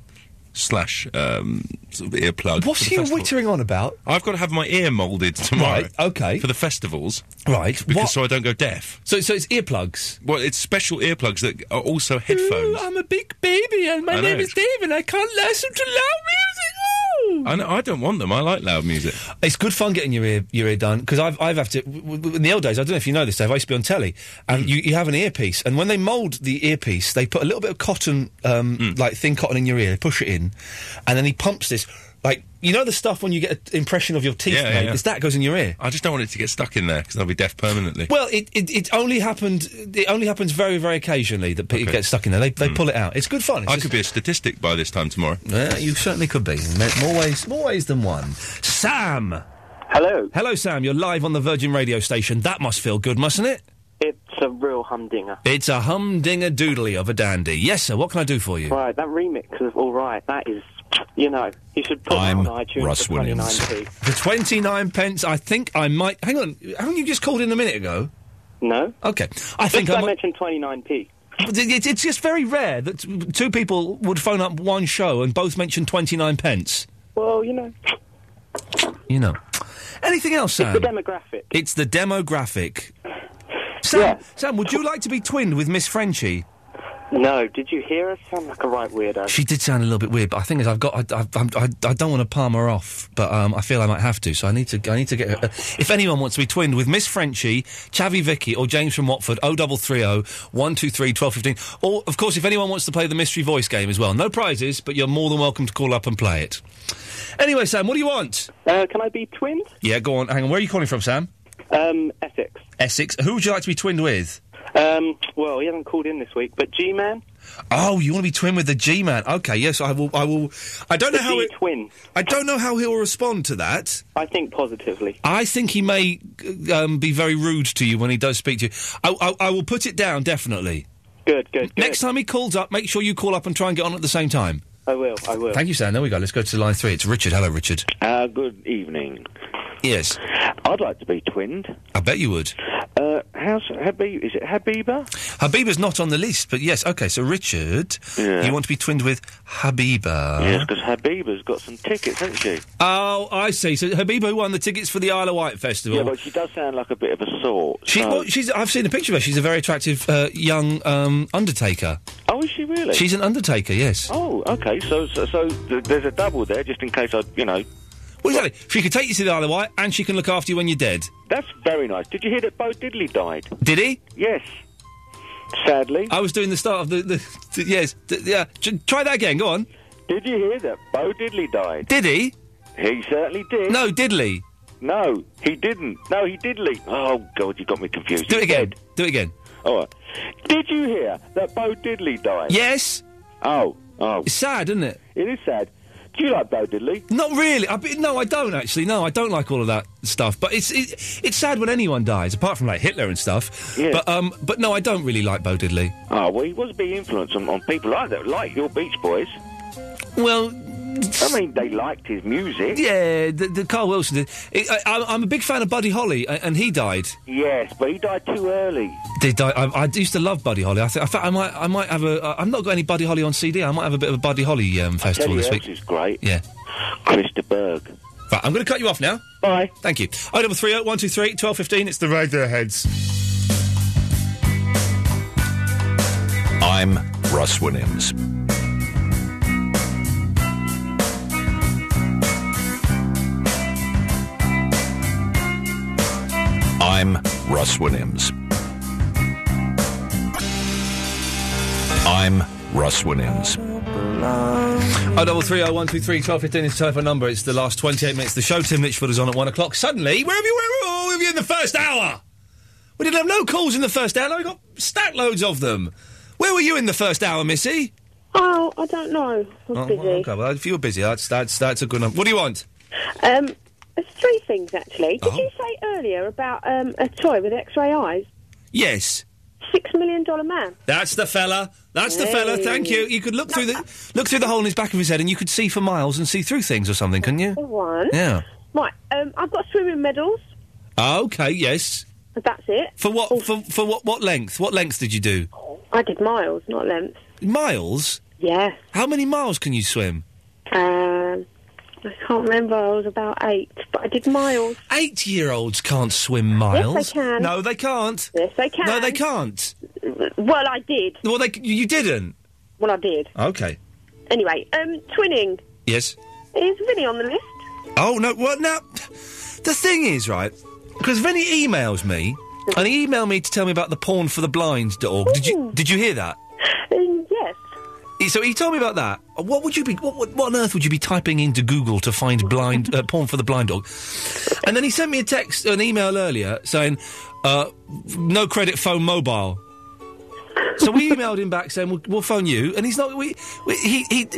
[SPEAKER 5] slash um, sort of earplug. for
[SPEAKER 1] What's
[SPEAKER 5] the
[SPEAKER 1] you
[SPEAKER 5] festival.
[SPEAKER 1] wittering on about?
[SPEAKER 5] I've got to have my ear moulded tomorrow.
[SPEAKER 1] Right, okay.
[SPEAKER 5] For the festivals.
[SPEAKER 1] Right.
[SPEAKER 5] Because
[SPEAKER 1] what-
[SPEAKER 5] so I don't go deaf.
[SPEAKER 1] So, so it's earplugs?
[SPEAKER 5] Well, it's special earplugs that are also headphones.
[SPEAKER 25] I'm a big baby, and
[SPEAKER 5] I know.
[SPEAKER 25] Dave, and I can't listen to loud music.
[SPEAKER 5] I, know, I don't want them. I like loud music.
[SPEAKER 1] It's good fun getting your ear your ear done because I've I've have to w- w- in the old days I don't know if you know this Dave I used to be on telly and you, you have an earpiece and when they mould the earpiece they put a little bit of cotton um,
[SPEAKER 5] Hmm.
[SPEAKER 1] like thin cotton in your ear they push it in and then he pumps this like you know the stuff when you get an impression of your teeth
[SPEAKER 5] Yeah, yeah,
[SPEAKER 1] made
[SPEAKER 5] yeah.
[SPEAKER 1] it's that goes in your ear
[SPEAKER 5] I just don't want it to get stuck in there because I'll be deaf permanently.
[SPEAKER 1] well it, it it only happened it only happens very very occasionally that it gets stuck in there they they pull it out it's good fun
[SPEAKER 5] Hmm.
[SPEAKER 1] it's
[SPEAKER 5] I
[SPEAKER 1] just-
[SPEAKER 5] could be a statistic by this time tomorrow.
[SPEAKER 1] Yeah, you certainly could be. Ma- More ways, more ways than one. Sam.
[SPEAKER 9] Hello.
[SPEAKER 1] Hello, Sam. You're live on the Virgin Radio station. That must feel good, mustn't it?
[SPEAKER 9] It's a real humdinger.
[SPEAKER 1] It's a humdinger doodly of a dandy. Yes, sir. What can I do for you?
[SPEAKER 9] Right, that remix of All Right, that is, you know, you should put
[SPEAKER 1] I'm
[SPEAKER 9] that on iTunes
[SPEAKER 1] Russ
[SPEAKER 9] for
[SPEAKER 1] Williams.
[SPEAKER 9] 29p.
[SPEAKER 1] For twenty nine pence, I think I might. Hang on. Haven't you just called in a minute ago?
[SPEAKER 9] No.
[SPEAKER 1] Okay. I think
[SPEAKER 9] Just I
[SPEAKER 1] I might.
[SPEAKER 9] mentioned 29p.
[SPEAKER 1] It's it's just very rare that t- two people would phone up one show and both mention twenty nine pence.
[SPEAKER 9] Well, you know,
[SPEAKER 1] You know. Anything else, Sam?
[SPEAKER 9] it's the demographic.
[SPEAKER 1] It's the demographic. Sam, Sam, would you like to be twinned with Miss Frenchie?
[SPEAKER 9] No, did you hear her? Sound like a right weirdo.
[SPEAKER 1] She did sound a little bit weird, but I think is I've got I, I, I'm- I, I don't want to palm her off, but um, I feel I might have to. So I need to I need to get her. if anyone wants to be twinned with Miss Frenchie, Chavi Vicky, or James from Watford, 0330 123 1215. Or of course, if anyone wants to play the mystery voice game as well, no prizes, but you're more than welcome to call up and play it. Anyway, Sam, what do you want?
[SPEAKER 9] Uh, can I be twinned?
[SPEAKER 1] Yeah, go on. Hang on. Where are you calling from, Sam?
[SPEAKER 9] Um, Essex.
[SPEAKER 1] Essex. Who would you like to be twinned with?
[SPEAKER 9] Um, well, he hasn't called in this week, but G-Man?
[SPEAKER 1] Oh, you want to be twin with the G man? Okay, yes, I will. I will. I don't know
[SPEAKER 9] The
[SPEAKER 1] how
[SPEAKER 9] G
[SPEAKER 1] it.
[SPEAKER 9] twin.
[SPEAKER 1] I don't know how he'll respond to that.
[SPEAKER 9] I think positively.
[SPEAKER 1] I think he may g- um, be very rude to you when he does speak to you. I, I, I will put it down definitely.
[SPEAKER 9] Good, good, good.
[SPEAKER 1] Next time he calls up, make sure you call up and try and get on at the same time.
[SPEAKER 9] I will, I will.
[SPEAKER 1] Thank you, Sam. There we go. Let's go to line three. It's Richard. Hello, Richard.
[SPEAKER 16] Uh, good evening.
[SPEAKER 1] Yes. Oh.
[SPEAKER 16] I'd like to be twinned.
[SPEAKER 1] I bet you would.
[SPEAKER 16] Uh, How's Habib? Is it Habiba?
[SPEAKER 1] Habiba's not on the list, but yes, okay, so Richard, you want to be twinned with Habiba.
[SPEAKER 16] Yes, because Habiba's got some tickets, hasn't she?
[SPEAKER 1] Oh, I see. So Habiba won the tickets for the Isle of Wight Festival.
[SPEAKER 16] Yeah, but she does sound like a bit of a sort.
[SPEAKER 1] She,
[SPEAKER 16] so-
[SPEAKER 1] well, she's, I've seen a picture of her. She's a very attractive uh, young um, undertaker.
[SPEAKER 16] oh, is she really?
[SPEAKER 1] She's an undertaker, yes.
[SPEAKER 16] Oh, okay. So, so, so th- there's a double there, just in case I, you know.
[SPEAKER 1] Well, exactly. She could take you to the Isle of Wight, and she can look after you when you're dead.
[SPEAKER 16] That's very nice. Did you hear that Bo Diddley died?
[SPEAKER 1] Did he?
[SPEAKER 16] Yes. Sadly.
[SPEAKER 1] I was doing the start of the. the, the yes. th- yeah. J- try that again. Go on.
[SPEAKER 16] Did you hear that Bo Diddley died?
[SPEAKER 1] Did he?
[SPEAKER 16] He certainly did.
[SPEAKER 1] No, Diddley.
[SPEAKER 16] No, he didn't. No, he diddly. Oh God, you got me confused.
[SPEAKER 1] Do it again. Do it again.
[SPEAKER 16] All right. Did you hear that Bo Diddley died?
[SPEAKER 1] Yes.
[SPEAKER 16] Oh. Oh.
[SPEAKER 1] It's sad, isn't it?
[SPEAKER 16] It is sad. Do you like Bo Diddley?
[SPEAKER 1] Not really. I, be- no, I don't actually. No, I don't like all of that stuff. But it's it, it's sad when anyone dies, apart from like Hitler and stuff. But um, but no, I don't really like Bo Diddley.
[SPEAKER 16] Oh well, he was a big influence on, on people like that, like your Beach Boys.
[SPEAKER 1] Well,
[SPEAKER 16] I mean, they liked his music.
[SPEAKER 1] Yeah, the, the Carl Wilson. Did. It, I, I'm- I'm a big fan of Buddy Holly, a- and he died.
[SPEAKER 16] Yes, but he died too early.
[SPEAKER 1] Did I, I, I used to love Buddy Holly. I think, in fact, I might, I might have a. I've not got any Buddy Holly on CD. I might have a bit of a Buddy Holly um, festival
[SPEAKER 16] Tell you
[SPEAKER 1] this
[SPEAKER 16] else
[SPEAKER 1] week.
[SPEAKER 16] is great.
[SPEAKER 1] Yeah.
[SPEAKER 16] Chris de Berg.
[SPEAKER 1] Right, I'm going to cut you off now.
[SPEAKER 16] Bye.
[SPEAKER 1] Thank you. O double three O one two three twelve fifteen. It's the Radioheads.
[SPEAKER 7] I'm Russ Williams. I'm Russ Williams. I'm Russ Williams.
[SPEAKER 1] O double three O one two three twelve fifteen is the telephone number. It's the last twenty eight minutes. of The show Tim Litchfield is on at one o'clock. Suddenly, where have you? Where, where have you in the first hour? We didn't have no calls in the first hour. We got stack loads of them. Where were you in the first hour, Missy?
[SPEAKER 10] Oh, I don't know. I'm
[SPEAKER 1] Oh,
[SPEAKER 10] busy.
[SPEAKER 1] well, okay, well, if you were busy, that's that's that's a good number. What do you want?
[SPEAKER 10] Um, there's three things actually. Did
[SPEAKER 1] Oh.
[SPEAKER 10] you say earlier about um, a toy with X-ray eyes?
[SPEAKER 1] Yes.
[SPEAKER 10] Six million dollar man.
[SPEAKER 1] That's the fella. That's the fella.
[SPEAKER 10] Hey.
[SPEAKER 1] Thank you. You could look through the look through the hole in his back of his head, and you could see for miles and see through things or something, couldn't
[SPEAKER 10] The
[SPEAKER 1] you?
[SPEAKER 10] one.
[SPEAKER 1] Yeah.
[SPEAKER 10] Right. Um, I've got swimming medals.
[SPEAKER 1] Okay. Yes.
[SPEAKER 10] But that's it.
[SPEAKER 1] For what? For for what? What length? What length did you do?
[SPEAKER 10] I did miles, not lengths.
[SPEAKER 1] Miles.
[SPEAKER 10] Yeah.
[SPEAKER 1] How many miles can you swim?
[SPEAKER 10] Um, I can't remember. I was about eight, but I did miles.
[SPEAKER 1] Eight-year-olds can't swim miles.
[SPEAKER 10] Yes, they can.
[SPEAKER 1] No, they can't.
[SPEAKER 10] Yes, they can.
[SPEAKER 1] No, they can't.
[SPEAKER 10] Well, I did.
[SPEAKER 1] Well, they you didn't.
[SPEAKER 10] Well, I did.
[SPEAKER 1] Okay.
[SPEAKER 10] Anyway, um, twinning
[SPEAKER 1] Yes.
[SPEAKER 10] is Vinny on the list.
[SPEAKER 1] Oh no! Well, now the thing is, right? Because Vinny emails me, and he emailed me to tell me about the pornfortheblind.org. Did you did you hear that?
[SPEAKER 10] Um, yes.
[SPEAKER 1] He- So he told me about that. Uh, What would you be? What, what, what on earth would you be typing into Google to find blind uh, porn for the blind dog? And then he sent me a text, an email earlier saying, uh, "No credit, phone mobile." So we emailed him back saying, "We'll, we'll phone you," and he's not. We, we he, he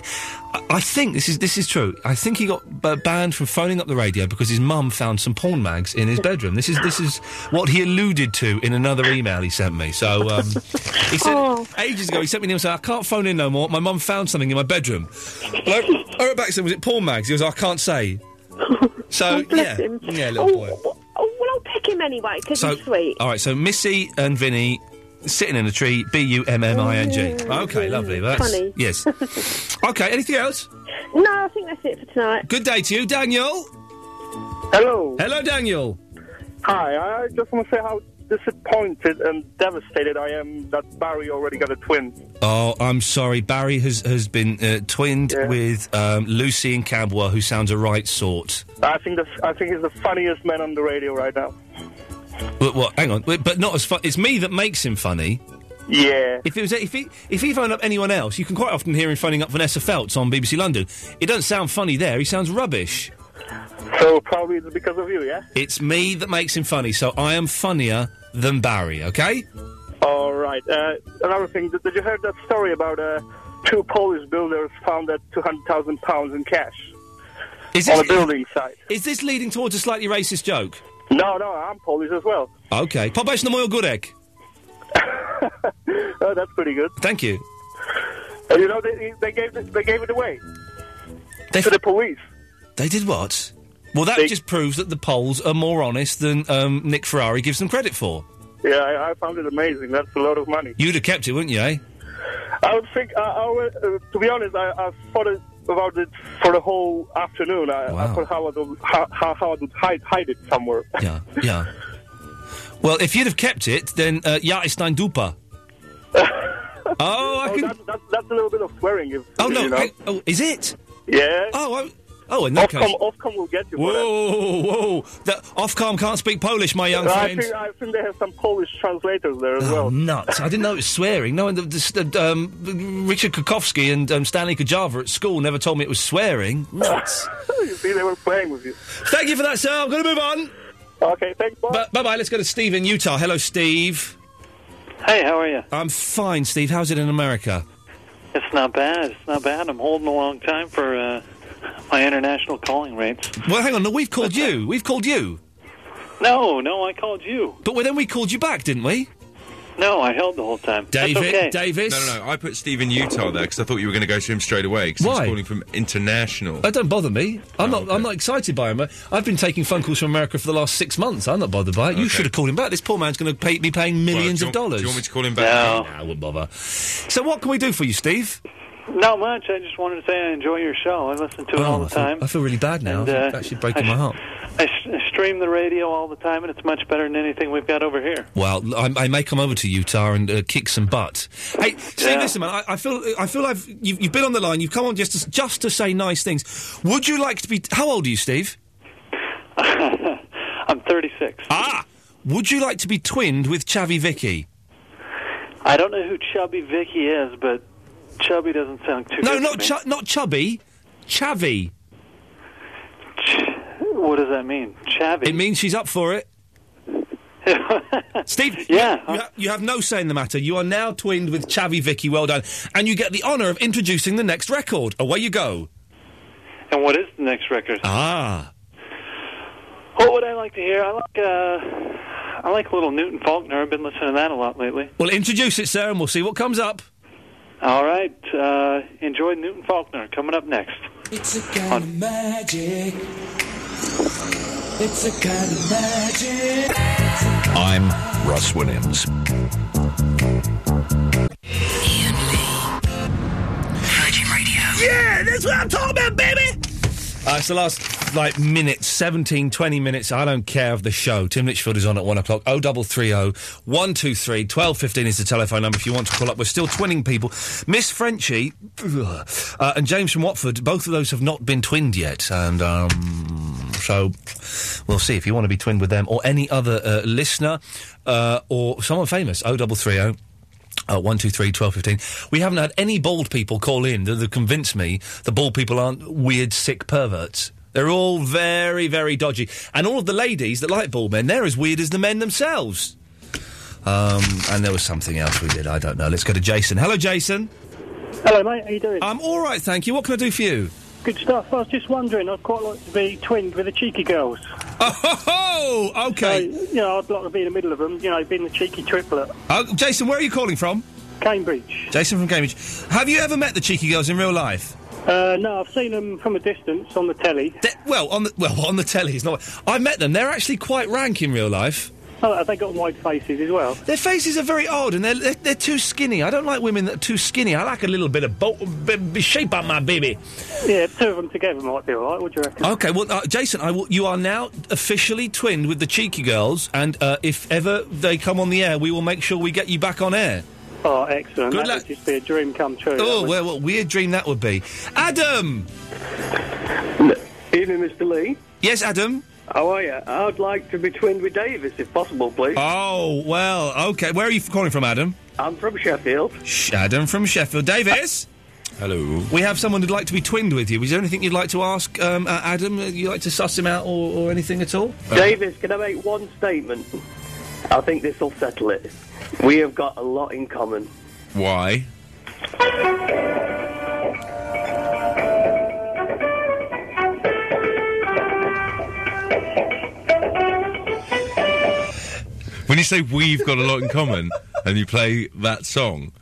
[SPEAKER 1] I- I think this is this is true. I think he got uh, banned from phoning up the radio because his mum found some porn mags in his bedroom. This is this is what he alluded to in another email he sent me. So um, he said
[SPEAKER 10] Oh.
[SPEAKER 1] ages ago he sent me an email saying, "I can't phone in no more. My mum found something in my bedroom." And I, I wrote back and said, "Was it porn mags?" He was, "I can't say." So
[SPEAKER 10] Oh, bless
[SPEAKER 1] yeah,
[SPEAKER 10] him.
[SPEAKER 1] yeah, little boy.
[SPEAKER 10] Oh, well, I'll pick him anyway because
[SPEAKER 1] So,
[SPEAKER 10] he's sweet.
[SPEAKER 1] all right, so Missy and Vinny sitting in a tree, B U M M I N G.
[SPEAKER 10] Mm.
[SPEAKER 1] Okay, lovely. That's
[SPEAKER 10] Funny.
[SPEAKER 1] yes. okay, anything else?
[SPEAKER 10] No, I think that's it for tonight.
[SPEAKER 1] Good day to you, Daniel.
[SPEAKER 23] Hello.
[SPEAKER 1] Hello, Daniel.
[SPEAKER 23] Hi, I just want to say how disappointed and devastated I am that Barry already got a twin.
[SPEAKER 1] Oh, I'm sorry. Barry has has been uh, twinned with um, Lucy and Cabwa, who sounds a right sort.
[SPEAKER 23] I think that's, I think he's the funniest man on the radio right now.
[SPEAKER 1] But what? Hang on. Wait, But not as fun. It's me that makes him funny.
[SPEAKER 23] Yeah.
[SPEAKER 1] If it was if he if he phoned up anyone else, you can quite often hear him phoning up Vanessa Feltz on BBC London. It doesn't sound funny there. He sounds rubbish.
[SPEAKER 23] So probably it's because of you, yeah?
[SPEAKER 1] It's me that makes him funny, so I am funnier than Barry, okay?
[SPEAKER 23] All right. Uh, another thing, did, did you hear that story about uh, two Polish builders found that two hundred thousand pounds in cash
[SPEAKER 1] Is
[SPEAKER 23] on
[SPEAKER 1] this-
[SPEAKER 23] a building site?
[SPEAKER 1] Is this leading towards a slightly racist joke?
[SPEAKER 23] No, no, I'm Polish as well.
[SPEAKER 1] Okay. Popation the Moyle Gudek.
[SPEAKER 23] Oh, that's pretty good.
[SPEAKER 1] Thank you.
[SPEAKER 23] Uh, you know, they, they gave it, they gave it away
[SPEAKER 1] They,
[SPEAKER 23] to the police.
[SPEAKER 1] they did what? Well, that just proves that the polls are more honest than um, Nick Ferrari gives them credit for.
[SPEAKER 4] Yeah, I, I found it amazing. That's a lot of money.
[SPEAKER 1] You'd have kept it, wouldn't you? Eh?
[SPEAKER 4] I would think. I, I would, uh, to be honest, I, I thought it, about it for the whole afternoon. I, I thought how I would how, how how I would hide hide it somewhere.
[SPEAKER 1] Yeah, yeah. Well, if you'd have kept it, then uh, ja ist ein Dupa. oh, I can.
[SPEAKER 4] That, that, that's a little bit of swearing. If,
[SPEAKER 1] Oh no!
[SPEAKER 4] you know.
[SPEAKER 1] hang- oh, is it?
[SPEAKER 4] Yeah.
[SPEAKER 1] Oh, I, oh, in that
[SPEAKER 4] Ofcom,
[SPEAKER 1] case.
[SPEAKER 4] Ofcom will get you. for that.
[SPEAKER 1] Whoa, whoa! The Ofcom can't speak Polish, my young
[SPEAKER 4] Uh, I
[SPEAKER 1] friend.
[SPEAKER 4] think, I think they have some Polish translators there as
[SPEAKER 1] Oh,
[SPEAKER 4] well.
[SPEAKER 1] nuts! I didn't know it was swearing. No, and the, this- the, um, Richard Kukowski and um, Stanley Kajava at school never told me it was swearing. Nuts!
[SPEAKER 4] you see, they were playing with you.
[SPEAKER 1] Thank you for that, sir. I'm going to move on.
[SPEAKER 4] Okay, thanks.
[SPEAKER 1] Bye bye. Let's go to Steve in Utah. Hello, Steve.
[SPEAKER 14] Hey, how are you?
[SPEAKER 1] I'm fine, Steve. How's it in America?
[SPEAKER 14] It's not bad. It's not bad. I'm holding a long time for uh, my international calling rates.
[SPEAKER 1] Well, hang on. No, we've called you. We've called you.
[SPEAKER 14] No, no, I called you.
[SPEAKER 1] But well, then we called you back, didn't we?
[SPEAKER 14] No, I held the whole time. That's
[SPEAKER 1] David,
[SPEAKER 14] okay.
[SPEAKER 1] Davis.
[SPEAKER 5] No, no, no. I put Steve in Utah there because I thought you were going to go to him straight away because
[SPEAKER 1] Why? Oh,
[SPEAKER 5] he's calling from international.
[SPEAKER 1] That don't bother me. I'm not. I'm not excited by him. I've been taking phone calls from America for the last six months. I'm not bothered by it. You should have called him back. This poor man's going to pay, be paying millions
[SPEAKER 5] do you
[SPEAKER 1] of
[SPEAKER 5] want-
[SPEAKER 1] dollars.
[SPEAKER 5] do you want me to call him back? No.
[SPEAKER 1] Nah, I wouldn't bother. So, what can we do for you, Steve?
[SPEAKER 14] Not much. I just wanted to say I enjoy your show. I listen to it all
[SPEAKER 1] Oh, I
[SPEAKER 14] the
[SPEAKER 1] feel-
[SPEAKER 14] time.
[SPEAKER 1] I feel really bad
[SPEAKER 14] And,
[SPEAKER 1] now. I think
[SPEAKER 14] uh,
[SPEAKER 1] that's actually breaking
[SPEAKER 14] I-
[SPEAKER 1] my heart.
[SPEAKER 14] I, s- I stream the radio all the time, and it's much better than anything we've got over here.
[SPEAKER 1] Well, I, I may come over to Utah and uh, kick some butt. Hey, Steve,
[SPEAKER 14] Yeah.
[SPEAKER 1] listen, man. I, I feel, I feel I've you've, you've been on the line. You've come on just to, s- just to say nice things. Would you like to be? How old are you, Steve?
[SPEAKER 14] I'm 36.
[SPEAKER 1] Ah, would you like to be twinned with Chavi Vicky?
[SPEAKER 14] I don't know who Chubby Vicky is, but Chubby doesn't sound too.
[SPEAKER 1] No,
[SPEAKER 14] good
[SPEAKER 1] not
[SPEAKER 14] to me.
[SPEAKER 1] ch- not chubby, Chavi.
[SPEAKER 14] What does that mean? Chavy.
[SPEAKER 1] It means she's up for it. Steve,
[SPEAKER 14] yeah,
[SPEAKER 1] you, ha- you have no say in the matter. You are now twinned with Chavi Vicky. Well done, and you get the honour of introducing the next record. Away you go.
[SPEAKER 14] And what is the next record?
[SPEAKER 1] Ah,
[SPEAKER 14] What would I like to hear? I like uh, I like little Newton Faulkner. I've been listening to that a lot lately.
[SPEAKER 1] well, introduce it, sir, and we'll see what comes up.
[SPEAKER 14] All right, uh, enjoy Newton Faulkner coming up next.
[SPEAKER 11] It's a kind of magic. It's a kind of magic.
[SPEAKER 26] I'm Russ Williams.
[SPEAKER 1] Uh, Yeah, that's what I'm talking about, baby. Uh, it's the last like minutes, 17, 20 minutes. I don't care of the show. Tim Litchfield is on at one o'clock. O double three O one two three twelve fifteen is the telephone number if you want to call up. We're still twinning people. Miss Frenchie uh, and James from Watford. Both of those have not been twinned yet, and um, so we'll see if you want to be twinned with them or any other uh, listener uh, or someone famous. O double three O uh, 123 1215. We haven't had any bald people call in that have convinced me the bald people aren't weird, sick perverts. They're all very, very dodgy. And all of the ladies that like bald men, they're as weird as the men themselves. Um, and there was something else we did. I don't know. Let's go to Jason. Hello, Jason.
[SPEAKER 27] Hello, mate. How you doing?
[SPEAKER 1] I'm all right, thank you. What can I do for you?
[SPEAKER 27] Good stuff. I was just wondering. I'd quite like to be twinned with the cheeky girls.
[SPEAKER 1] Oh, ho, ho! okay.
[SPEAKER 27] So, you know, I'd like to be in the middle of them. You know, being the cheeky triplet.
[SPEAKER 1] Oh, Jason, where are you calling from?
[SPEAKER 27] Cambridge.
[SPEAKER 1] Jason from Cambridge. Have you ever met the cheeky girls in real life?
[SPEAKER 27] Uh, no, I've seen them from a distance on the telly.
[SPEAKER 1] They- well, on the well on the telly, it's not. I met them. They're actually quite rank in real life.
[SPEAKER 27] Oh, have they got wide faces as well?
[SPEAKER 1] Their faces are very odd, and they're, they're, they're too skinny. I don't like women that are too skinny. I like a little bit of bulk, b- b- shape up my baby.
[SPEAKER 27] Yeah, two of them together might be all right. Would you reckon?
[SPEAKER 1] Okay, well, uh, Jason, I will, you are now officially twinned with the Cheeky Girls, and uh, if ever they come on the air, we will make sure we get you back on air.
[SPEAKER 27] Oh, excellent.
[SPEAKER 1] Good
[SPEAKER 27] that
[SPEAKER 1] luck.
[SPEAKER 27] would just be a dream come true.
[SPEAKER 1] Oh,
[SPEAKER 27] that
[SPEAKER 1] well, what a weird dream that would be. Adam!
[SPEAKER 9] Evening, Mr. Lee.
[SPEAKER 1] Yes, Adam?
[SPEAKER 9] How are you? I'd like to be twinned with Davis, if possible, please.
[SPEAKER 1] Oh, well, okay. Where are you f- calling from, Adam?
[SPEAKER 9] I'm from Sheffield.
[SPEAKER 1] Sh- Adam from Sheffield. Davis?
[SPEAKER 5] Hello.
[SPEAKER 1] We have someone who'd like to be twinned with you. Is there anything you'd like to ask um, uh, Adam? Uh, You'd like to suss him out or, or anything at all?
[SPEAKER 5] Uh,
[SPEAKER 9] Davis, can I make one statement? I think this will settle it. We have got a lot in common.
[SPEAKER 5] Why? When you say we've got a lot in common and you play that song,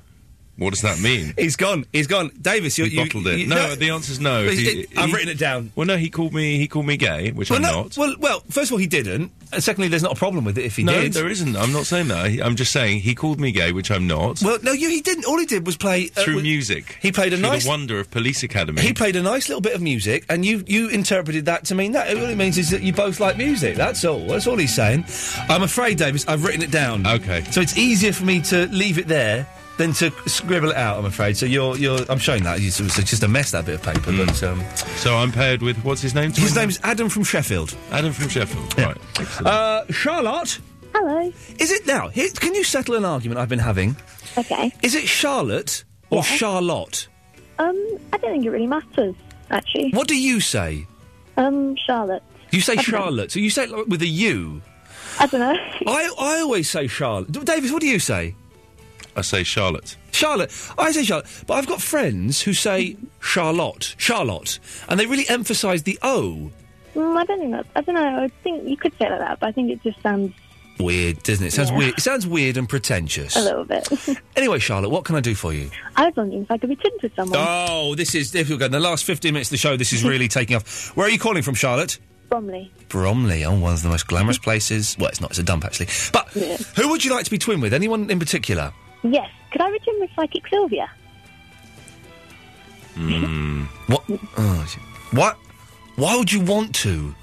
[SPEAKER 5] What does that mean?
[SPEAKER 1] He's gone. He's gone. Davis, you,
[SPEAKER 5] He
[SPEAKER 1] you
[SPEAKER 5] bottled it.
[SPEAKER 1] you-
[SPEAKER 5] no, the answer's no.
[SPEAKER 1] But
[SPEAKER 5] He-
[SPEAKER 1] it- I've
[SPEAKER 5] he-
[SPEAKER 1] written it down.
[SPEAKER 5] Well, no, he called me. He called me gay, which
[SPEAKER 1] well,
[SPEAKER 5] I'm
[SPEAKER 1] no,
[SPEAKER 5] not.
[SPEAKER 1] Well, well, first of all, he didn't, and secondly, there's not a problem with it if he
[SPEAKER 5] no,
[SPEAKER 1] did.
[SPEAKER 5] there isn't. I'm not saying that. I- I'm just saying he called me gay, which I'm not.
[SPEAKER 1] Well, no, you, he didn't. All he did was play uh,
[SPEAKER 5] through
[SPEAKER 1] was-
[SPEAKER 5] music,
[SPEAKER 1] He played a
[SPEAKER 5] through
[SPEAKER 1] nice.
[SPEAKER 5] the wonder of Police Academy.
[SPEAKER 1] He played a nice little bit of music, and you you interpreted that to mean that. All it means is that you both like music. That's all. That's all he's saying. I'm afraid, Davis, I've written it down. Okay. So it's easier for me to leave it there than to scribble it out. I'm afraid. So you're you're. I'm showing that. It's, it's just a mess that bit of paper. But um,
[SPEAKER 5] Hmm. so I'm paired with what's his name?
[SPEAKER 1] His name's Adam from Sheffield.
[SPEAKER 5] Adam from Sheffield. Right. Excellent.
[SPEAKER 1] Uh, Charlotte.
[SPEAKER 15] Hello.
[SPEAKER 1] Is it now? Here, can you settle an argument I've been having?
[SPEAKER 15] Okay.
[SPEAKER 1] Is it Charlotte or Charlotte?
[SPEAKER 15] Um, I don't think it really matters, actually.
[SPEAKER 1] What do you say?
[SPEAKER 15] Um, Charlotte.
[SPEAKER 1] You say Charlotte, so you say it like, with a U.
[SPEAKER 15] I don't know.
[SPEAKER 1] I, I always say Charlotte. D- Davis, what do you say?
[SPEAKER 5] I say Charlotte.
[SPEAKER 1] Charlotte. I say Charlotte. But I've got friends who say Charlotte, Charlotte, and they really emphasise the O.
[SPEAKER 15] Mm, I don't think that. I don't know. I think you could say it like that, but I think it just sounds
[SPEAKER 1] Weird, doesn't it? Sounds
[SPEAKER 15] Yeah.
[SPEAKER 1] weird. It sounds weird and pretentious.
[SPEAKER 15] a little bit.
[SPEAKER 1] Anyway, Charlotte, what can I do for you?
[SPEAKER 15] I was wondering if I could be tinned with someone
[SPEAKER 1] Oh, this is difficult. In the last 15 minutes of the show, this is really taking off. Where are you calling from, Charlotte?
[SPEAKER 15] Bromley.
[SPEAKER 1] Bromley, oh, one of the most glamorous places. Well, it's not, it's a dump, actually. But who would you like to be twin with? Anyone in particular?
[SPEAKER 15] Yes. Could I return with Psychic Sylvia?
[SPEAKER 1] What? Oh, sh- what? Why would you want to?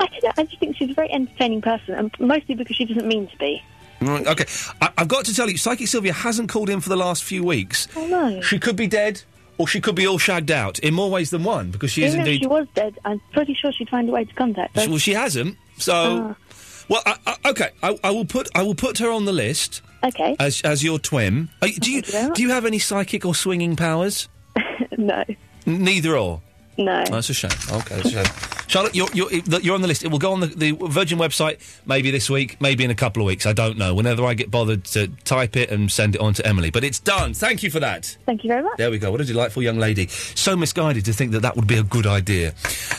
[SPEAKER 15] I don't know. I just think she's a very entertaining person, and mostly because she doesn't mean to be.
[SPEAKER 1] Right, Okay, I- I've got to tell you, Psychic Sylvia hasn't called in for the last few weeks.
[SPEAKER 15] Oh no.
[SPEAKER 1] She could be dead, or she could be all shagged out in more ways than one because she is
[SPEAKER 15] Even if
[SPEAKER 1] indeed.
[SPEAKER 15] she was dead, I'm pretty sure she'd find a way to contact us.
[SPEAKER 1] well, she hasn't. So,
[SPEAKER 15] Ah.
[SPEAKER 1] well, I, I, okay, I, I will put I will put her on the list
[SPEAKER 15] Okay.
[SPEAKER 1] as as your twin. Are, you- do you do you have any psychic or swinging powers?
[SPEAKER 15] no.
[SPEAKER 1] N- Neither or.
[SPEAKER 15] No.
[SPEAKER 1] Oh, that's a shame. Okay, that's a shame. Charlotte, you're, you're, you're on the list. It will go on the, the Virgin website maybe this week, maybe in a couple of weeks. I don't know. Whenever I get bothered to type it and send it on to Emily. But it's done. Thank you for that.
[SPEAKER 15] Thank you very much.
[SPEAKER 1] There we go. What a delightful young lady. So misguided to think that that would be a good idea.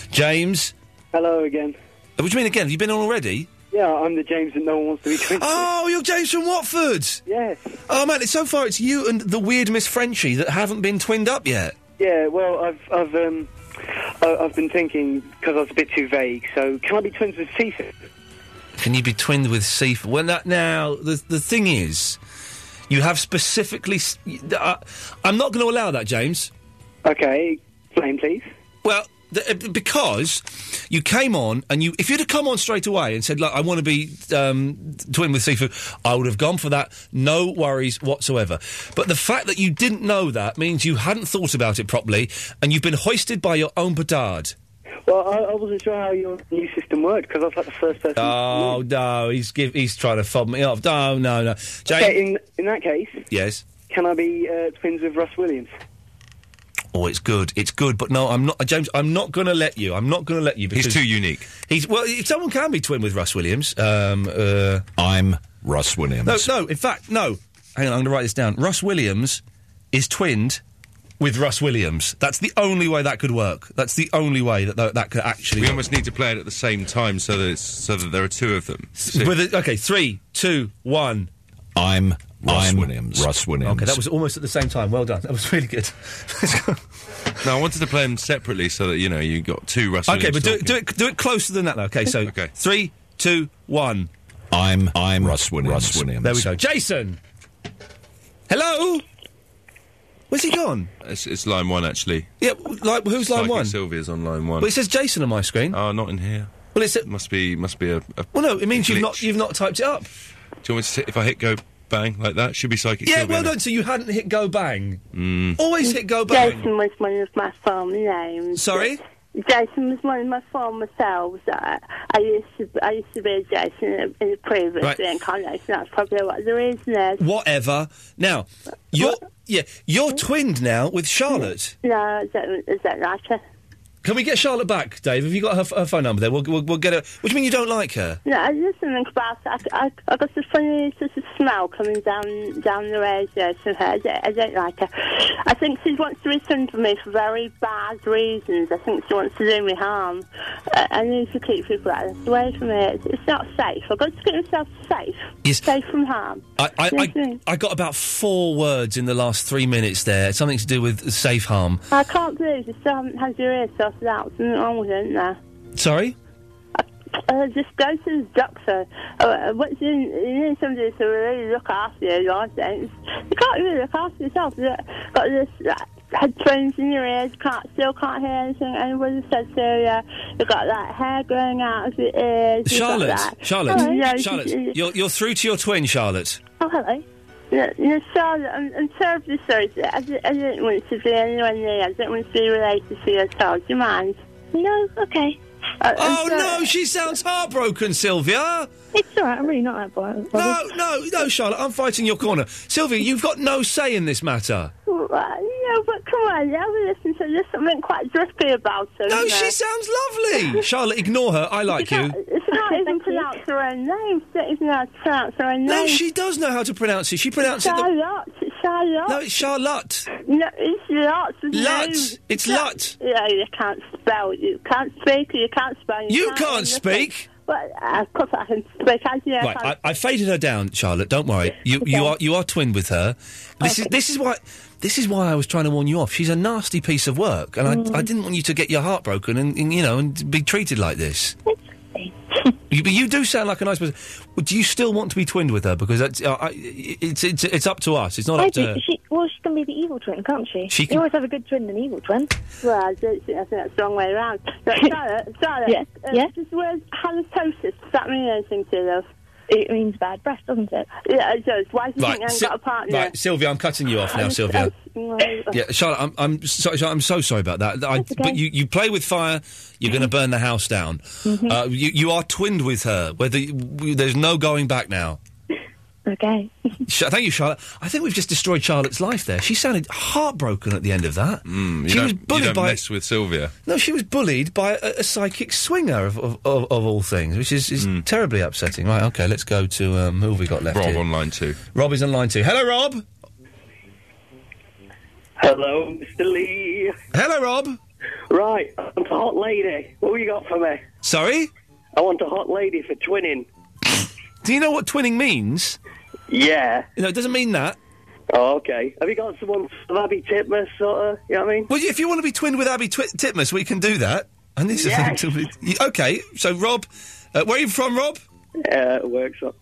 [SPEAKER 1] James? Uh,
[SPEAKER 9] Hello again.
[SPEAKER 1] What do you mean again? Have you been on already?
[SPEAKER 9] Yeah, I'm the James that no one wants to be twinned
[SPEAKER 1] Oh, you're James from Watford.
[SPEAKER 9] Yes.
[SPEAKER 1] Oh, man, it's so far it's you and the weird Miss Frenchie that haven't been twinned up yet.
[SPEAKER 9] with. Yeah, well, I've I've um I- I've been thinking because I was a bit too vague. So can I be twins with Cephas?
[SPEAKER 1] Can you be twinned with seafood? Well, that, now the the thing is, you have specifically. s- y- Uh, I'm not going to allow that, James.
[SPEAKER 9] Okay, blame please.
[SPEAKER 1] Well, th- uh, because you came on and you, if you'd have come on straight away and said, "Look, I want to be um, twin with seafood," I would have gone for that. No worries whatsoever. But the fact that you didn't know that means you hadn't thought about it properly, and you've been hoisted by your own petard.
[SPEAKER 9] Well, I, I wasn't sure how your new system worked because I was like the first person.
[SPEAKER 1] Oh no, he's give, he's trying to fob me off. No, no, no, James.
[SPEAKER 9] Okay, in in that case,
[SPEAKER 1] yes.
[SPEAKER 9] can I be uh, twins with Russ Williams?
[SPEAKER 1] Oh, it's good. It's good, but no, I'm not, uh, James. I'm not going to let you. I'm not going to let you. Because he's too
[SPEAKER 5] unique.
[SPEAKER 1] He's well. If someone can be twin with Russ Williams, um, uh,
[SPEAKER 7] I'm Russ Williams.
[SPEAKER 1] no, no. In fact, no. Hang on, I'm going to write this down. Russ Williams is twinned with Russ Williams. That's the only way that could work. That's the only way that that, that could actually.
[SPEAKER 5] We
[SPEAKER 1] work.
[SPEAKER 5] almost need to play it at the same time so that it's, so that there are two of them. So-
[SPEAKER 1] With it- okay, three, two, one.
[SPEAKER 7] I'm
[SPEAKER 5] Russ
[SPEAKER 7] I'm
[SPEAKER 5] Williams.
[SPEAKER 7] Russ Williams.
[SPEAKER 1] Okay, that was almost at the same time. Well done. That was really good.
[SPEAKER 5] no, I wanted to play them separately so that you know you got two Russell.
[SPEAKER 1] okay, but do, it- do it do it closer than that. Though. Okay, so okay. three, two, one.
[SPEAKER 7] I'm I'm Russ Williams. Russ Williams.
[SPEAKER 1] There we go. Jason. Hello. Where's he gone?
[SPEAKER 5] It's, it's line one actually.
[SPEAKER 1] Yeah, w- like who's line
[SPEAKER 5] Psychic
[SPEAKER 1] one?
[SPEAKER 5] Sylvia's on line one.
[SPEAKER 1] Well, it says Jason on my screen.
[SPEAKER 5] Oh, not in here.
[SPEAKER 1] Well, it's
[SPEAKER 5] must be must be a. a
[SPEAKER 1] Well, no, it means you've not you've not typed it up.
[SPEAKER 5] Do you want me to sit, if I hit go bang like that? Should be psychic.
[SPEAKER 1] yeah,
[SPEAKER 5] Sylvia.
[SPEAKER 1] well done. So you hadn't hit go bang.
[SPEAKER 5] Mm.
[SPEAKER 1] Always hit go bang.
[SPEAKER 17] Jason was one of my family names.
[SPEAKER 1] Sorry?
[SPEAKER 17] Jason was one of my former selves. I, I used to I used to be a Jason in a- in a previous
[SPEAKER 1] Right.
[SPEAKER 17] reincarnation. That's probably what the reason is.
[SPEAKER 1] Whatever. Now you're yeah you're twinned now with Charlotte.
[SPEAKER 17] No, is that, is that right?
[SPEAKER 1] Can we get Charlotte back, Dave? Have you got her, f- her phone number there? We'll, we'll, we'll get her. What do you mean you don't like her?
[SPEAKER 17] No, I just think about it. I, I, I got this funny sort of smell coming down down the radio to her. I don't, I don't like her. I think she wants to return to me for very bad reasons. I think she wants to do me harm. Uh, I, I need to keep people like this away from me. It's, it's not safe. I've got to keep myself safe. Safe from harm.
[SPEAKER 1] I, I, I, I got about four words in the last three minutes there. Something to do with safe harm.
[SPEAKER 17] I can't believe you still haven't had your ear sorted out. Something wrong with it, isn't there?
[SPEAKER 1] Sorry?
[SPEAKER 17] Uh, just go to the doctor. Uh, what's in, you need somebody to really look after you, I think. You can't really look after yourself. you got this uh, headphones in your ears, can't, still can't hear anything anybody said to you. You've got that hair growing out of your ears. you've got
[SPEAKER 1] Charlotte,
[SPEAKER 17] that-
[SPEAKER 1] Charlotte,
[SPEAKER 17] Hello. Yeah,
[SPEAKER 1] Charlotte, you're, you're through to your twin, Charlotte.
[SPEAKER 17] Oh, hello. Yeah, yeah, Charlotte, I'm, I'm terribly sorry. I, di- I didn't want to be anyone near. I didn't want to be related to your child. Do you mind? No, okay.
[SPEAKER 10] Uh,
[SPEAKER 1] oh no, she sounds heartbroken, Sylvia.
[SPEAKER 10] It's all right. I'm really not that bothered.
[SPEAKER 1] No, no, no, Charlotte, I'm fighting your corner. Sylvia, you've got no say in this matter.
[SPEAKER 17] Well, no, but come on, you have a listen to There's something quite drippy about her.
[SPEAKER 1] No,
[SPEAKER 17] isn't
[SPEAKER 1] she
[SPEAKER 17] there?
[SPEAKER 1] sounds lovely. Charlotte, ignore her. I like you.
[SPEAKER 17] She can't even pronounce her own name. She don't even know how to pronounce her own name.
[SPEAKER 1] No, she does know how to pronounce it. She pronounced it. The...
[SPEAKER 17] Charlotte. It's Charlotte.
[SPEAKER 1] No, it's Charlotte.
[SPEAKER 17] No, it's Lot.
[SPEAKER 1] Lot. It's Lot.
[SPEAKER 17] Yeah, you can't spell. You can't speak. You can't spell.
[SPEAKER 1] You can't
[SPEAKER 17] even listen.
[SPEAKER 1] speak?
[SPEAKER 17] Well, of course I can speak. I, yeah,
[SPEAKER 1] Right,
[SPEAKER 17] I
[SPEAKER 1] I,
[SPEAKER 17] can't-
[SPEAKER 1] I faded her down, Charlotte. Don't worry. You you
[SPEAKER 17] Okay.
[SPEAKER 1] are you are twin with her. This is this is why this is why I was trying to warn you off. She's a nasty piece of work, and I,
[SPEAKER 17] Mm.
[SPEAKER 1] I didn't want you to get your heart broken and, and you know and be treated like this. you, but you do sound like a nice person. Well, do you still want to be twinned with her? Because that's, uh, I, it's it's it's up to us. It's not
[SPEAKER 10] I
[SPEAKER 1] up to.
[SPEAKER 10] do. She, well, she can be the evil twin, can't she?
[SPEAKER 1] She can-
[SPEAKER 10] You always have a good twin and an evil twin.
[SPEAKER 17] Well, I, don't think, I think that's the wrong way around. But Charlotte, Charlotte,
[SPEAKER 10] Yeah,
[SPEAKER 17] uh,
[SPEAKER 10] yeah.
[SPEAKER 17] This word halitosis, does that mean anything to you, love?
[SPEAKER 10] It means bad breath, doesn't it?
[SPEAKER 17] Yeah, it does. Why do you think you haven't
[SPEAKER 1] Syl-
[SPEAKER 17] got a partner?
[SPEAKER 1] right, Sylvia, I'm cutting you off now,
[SPEAKER 17] I'm-
[SPEAKER 1] Sylvia.
[SPEAKER 17] I'm-
[SPEAKER 1] Yeah, Charlotte, I'm I'm so, Charlotte, I'm so sorry about that. I, But you, you play with fire, you're going to burn the house down.
[SPEAKER 10] Mhm.
[SPEAKER 1] Uh, you you are twinned with her. Whether you- w- there's no going back now.
[SPEAKER 10] Okay.
[SPEAKER 1] Sh- Thank you, Charlotte. I think we've just destroyed Charlotte's life there. She sounded heartbroken at the end of that.
[SPEAKER 5] Mm, You
[SPEAKER 1] she
[SPEAKER 5] don't,
[SPEAKER 1] was
[SPEAKER 5] you
[SPEAKER 1] bullied
[SPEAKER 5] don't
[SPEAKER 1] by
[SPEAKER 5] mess with Sylvia.
[SPEAKER 1] no, she was bullied by a, a psychic swinger of, of, of, of all things, which is, is terribly upsetting. Right, okay, let's go to um, who have we got left?
[SPEAKER 5] Mm. Rob
[SPEAKER 1] here?
[SPEAKER 5] on line two.
[SPEAKER 1] Rob is on line two. Hello, Rob.
[SPEAKER 9] Hello, Mr. Lee.
[SPEAKER 1] Hello, Rob.
[SPEAKER 9] Right, I want a hot lady. What have you got for me?
[SPEAKER 1] Sorry.
[SPEAKER 9] I want a hot lady for twinning.
[SPEAKER 1] Do you know what twinning means?
[SPEAKER 9] Yeah.
[SPEAKER 1] No, it doesn't mean that.
[SPEAKER 9] Oh, okay. Have you got someone from Abby Titmus, sort of? You know what I mean?
[SPEAKER 1] Well, if you want to be twinned with Abby Twi- Titmus, we can do that. And this
[SPEAKER 9] Yes.
[SPEAKER 1] is y- okay. So, Rob, uh, where are you from, Rob?
[SPEAKER 9] Uh, workshop.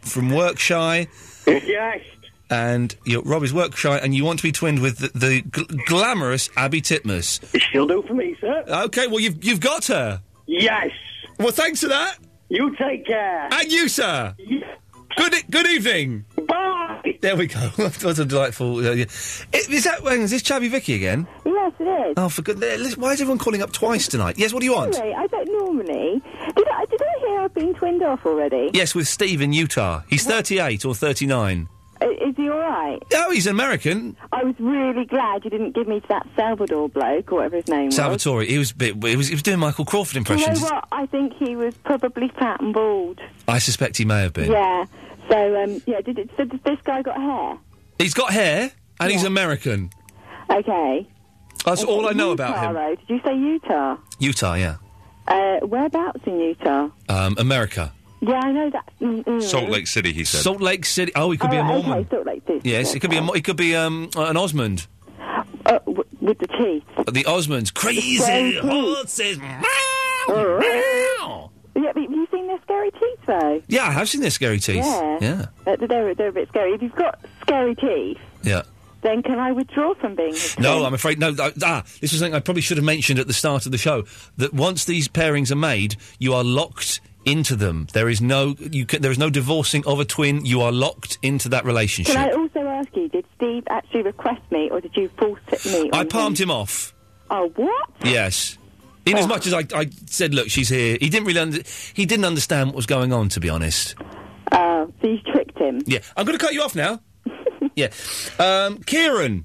[SPEAKER 1] From Workshire,
[SPEAKER 9] yes.
[SPEAKER 1] and you Rob is Workshire, and you want to be twinned with the, the gl- glamorous Abby Titmus.
[SPEAKER 9] She'll do for me, sir.
[SPEAKER 1] Okay, well you've you've got her.
[SPEAKER 9] Yes.
[SPEAKER 1] Well, thanks for that.
[SPEAKER 9] You take care.
[SPEAKER 1] And you, sir. Good e- good evening.
[SPEAKER 9] Bye.
[SPEAKER 1] There we go. that was a delightful. Uh, yeah. I- Is that hang on, is this Chabby Vicky again?
[SPEAKER 13] Yes, it is.
[SPEAKER 1] Oh, for good. Why is everyone calling up twice tonight? Yes, what do you want?
[SPEAKER 13] Sorry, I don't normally. Did I, did I hear I've been twinned off already?
[SPEAKER 1] Yes, with Steve in Utah. He's 38 or 39.
[SPEAKER 13] I- Uh, Is he all right?
[SPEAKER 1] Oh, he's American.
[SPEAKER 13] I was really glad you didn't give me to that Salvador bloke or whatever his name was.
[SPEAKER 1] Salvatore. He was, a bit, he was he was doing Michael Crawford
[SPEAKER 13] Do You know
[SPEAKER 1] impressions.
[SPEAKER 13] what? I think he was probably fat and bald.
[SPEAKER 1] I suspect he may have been.
[SPEAKER 13] Yeah. So um, yeah, did it, so did this guy got hair?
[SPEAKER 1] He's got hair and he's American.
[SPEAKER 13] Okay.
[SPEAKER 1] That's all I know
[SPEAKER 13] Utah,
[SPEAKER 1] about him.
[SPEAKER 13] Though. Did you say Utah?
[SPEAKER 1] Utah, yeah.
[SPEAKER 13] Uh, whereabouts in Utah?
[SPEAKER 1] Um, America.
[SPEAKER 13] Yeah, I know that. Mm, Mm-mm.
[SPEAKER 5] Salt Lake City, he said.
[SPEAKER 1] Salt Lake City. Oh, he could
[SPEAKER 13] Oh,
[SPEAKER 1] be a
[SPEAKER 13] right,
[SPEAKER 1] Mormon.
[SPEAKER 13] Okay, Salt Lake City.
[SPEAKER 1] Yes, it could be a, Mo- it could be um, uh, an Osmond.
[SPEAKER 13] Uh, w- with the teeth.
[SPEAKER 1] The Osmonds. Crazy.
[SPEAKER 13] Scary
[SPEAKER 1] horses.
[SPEAKER 13] Yeah, but have you seen their scary teeth though?
[SPEAKER 1] Yeah, I have seen their scary teeth.
[SPEAKER 13] Yeah.
[SPEAKER 1] Yeah.
[SPEAKER 13] Uh, they're, they're a bit scary. If you've got scary teeth,
[SPEAKER 1] yeah.
[SPEAKER 13] then can I withdraw from being? his
[SPEAKER 1] No,
[SPEAKER 13] twin?
[SPEAKER 1] I'm afraid no. th- Ah, this was something I probably should have mentioned at the start of the show. That once these pairings are made, you are locked into them. There is no, you can, there is no divorcing of a twin. You are locked into that relationship.
[SPEAKER 13] Can I also ask you, did Steve actually request me, or did you force it me?
[SPEAKER 1] I
[SPEAKER 13] on
[SPEAKER 1] palmed him off.
[SPEAKER 13] Oh, what?
[SPEAKER 1] Yes. In
[SPEAKER 13] Oh.
[SPEAKER 1] as much as I, I said, look, she's here. He didn't really, under, he didn't understand what was going on, to be honest.
[SPEAKER 13] Uh, so you tricked him.
[SPEAKER 1] Yeah, I'm going to cut you off now. yeah, um, Kieran.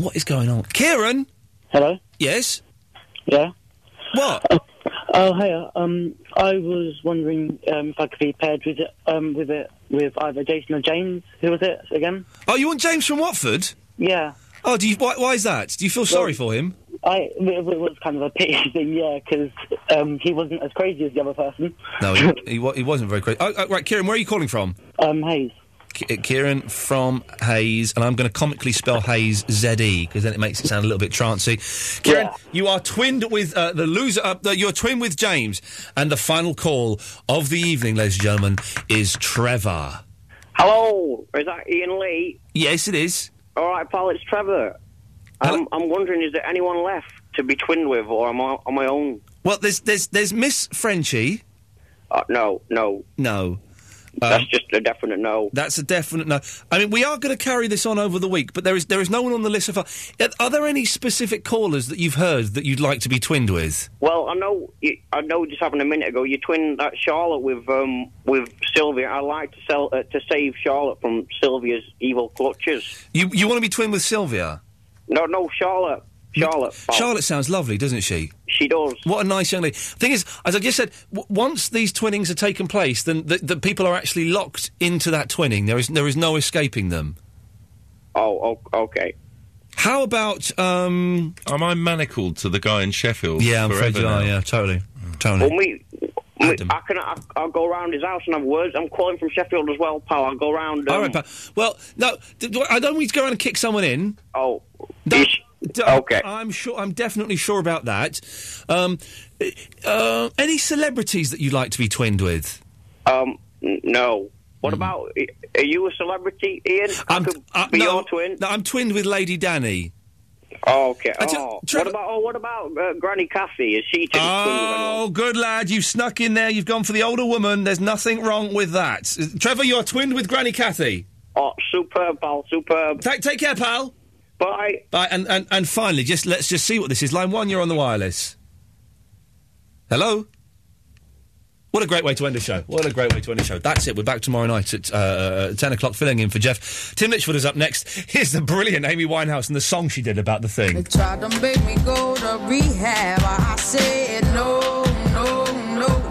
[SPEAKER 1] What is going on, Kieran?
[SPEAKER 21] Hello.
[SPEAKER 1] Yes.
[SPEAKER 21] Yeah.
[SPEAKER 1] What?
[SPEAKER 21] Oh, hiya. Um, I was wondering um, if I could be paired with um with it with either Jason or James. Who was it again?
[SPEAKER 1] Oh, you want James from Watford?
[SPEAKER 21] Yeah.
[SPEAKER 1] Oh, do you? Why, why is that? Do you feel sorry for him?
[SPEAKER 28] I it was kind of a pity thing, yeah, because um, he wasn't as crazy as the other person.
[SPEAKER 1] No, he, he, wa- he wasn't very crazy. Oh, oh, right, Kieran, where are you calling from?
[SPEAKER 28] Um, Hayes.
[SPEAKER 1] K- uh, Kieran from Hayes, and I'm going to comically spell Hayes Z E because then it makes it sound a little bit trancy. Kieran, you are twinned with uh, the loser. Uh, the, you're twinned with James, and the final call of the evening, ladies and gentlemen, is Trevor.
[SPEAKER 9] Hello, is that Ian Lee?
[SPEAKER 1] Yes, it is.
[SPEAKER 9] All right, pal, it's Trevor. I'm, I'm wondering, is there anyone left to be twinned with, or am I on my own?
[SPEAKER 1] Well, there's there's there's Miss Frenchie.
[SPEAKER 9] Uh, no, no,
[SPEAKER 1] no. Um,
[SPEAKER 9] That's just a definite no.
[SPEAKER 1] That's a definite no. I mean, we are going to carry this on over the week, but there is there is no one on the list so far. Are- Are there any specific callers that you've heard that you'd like to be twinned with?
[SPEAKER 9] Well, I know, you, I know. Just happened a minute ago. You twinned that Charlotte with um with Sylvia. I like to sell uh, to save Charlotte from Sylvia's evil clutches.
[SPEAKER 1] You you want to be twinned with Sylvia?
[SPEAKER 9] No, no, Charlotte. Charlotte. pal.
[SPEAKER 1] Charlotte sounds lovely, doesn't she?
[SPEAKER 9] Oh. She does.
[SPEAKER 1] What a nice young lady. Thing is, as I just said, w- once these twinnings are taken place, then the, the people are actually locked into that twinning. There is there is no escaping them.
[SPEAKER 9] Oh, o- okay.
[SPEAKER 1] How about um?
[SPEAKER 5] Am I manacled to the guy in Sheffield?
[SPEAKER 1] Yeah, I'm afraid
[SPEAKER 5] forever
[SPEAKER 1] you are.
[SPEAKER 5] now? Mm.
[SPEAKER 1] Yeah, totally,
[SPEAKER 9] Well,
[SPEAKER 1] totally.
[SPEAKER 9] me, me- I can. I, I'll go round his house and have words. I'm calling from Sheffield as well, pal. I'll go round. Um,
[SPEAKER 1] All right, pal. Well, no, d- d- I don't want you to go around and kick someone in.
[SPEAKER 9] Oh,
[SPEAKER 1] okay. I'm sure. I'm definitely sure about that. Um, uh, any celebrities that you'd like to be twinned with? Hmm.
[SPEAKER 9] Um, n- no. What about? eh, Are you a celebrity, Ian?
[SPEAKER 1] I'm, uh,
[SPEAKER 9] be
[SPEAKER 1] no,
[SPEAKER 9] your twin.
[SPEAKER 1] No, I'm twinned with Lady Danny.
[SPEAKER 9] Oh, okay.
[SPEAKER 1] I ju-
[SPEAKER 9] Oh, what about? Oh, what about uh, Granny Cassie? Is she? To
[SPEAKER 1] Oh, good lad. You've snuck in there. You've gone for the older woman. There's nothing wrong with that. Uh, Trevor, you're twinned with Granny Cathy.
[SPEAKER 9] Oh, superb, pal. Superb.
[SPEAKER 1] Take, take care, pal.
[SPEAKER 9] Bye.
[SPEAKER 1] Bye. And, and, and finally, just let's just see what this is. Line one, you're on the wireless. Hello? What a great way to end a show. What a great way to end a show. That's it. We're back tomorrow night at uh, 10 o'clock, filling in for Jeff. Tim Litchford is up next. Here's the brilliant Amy Winehouse and the song she did about the thing.
[SPEAKER 11] Tried to make me go to rehab. I said no, no, no.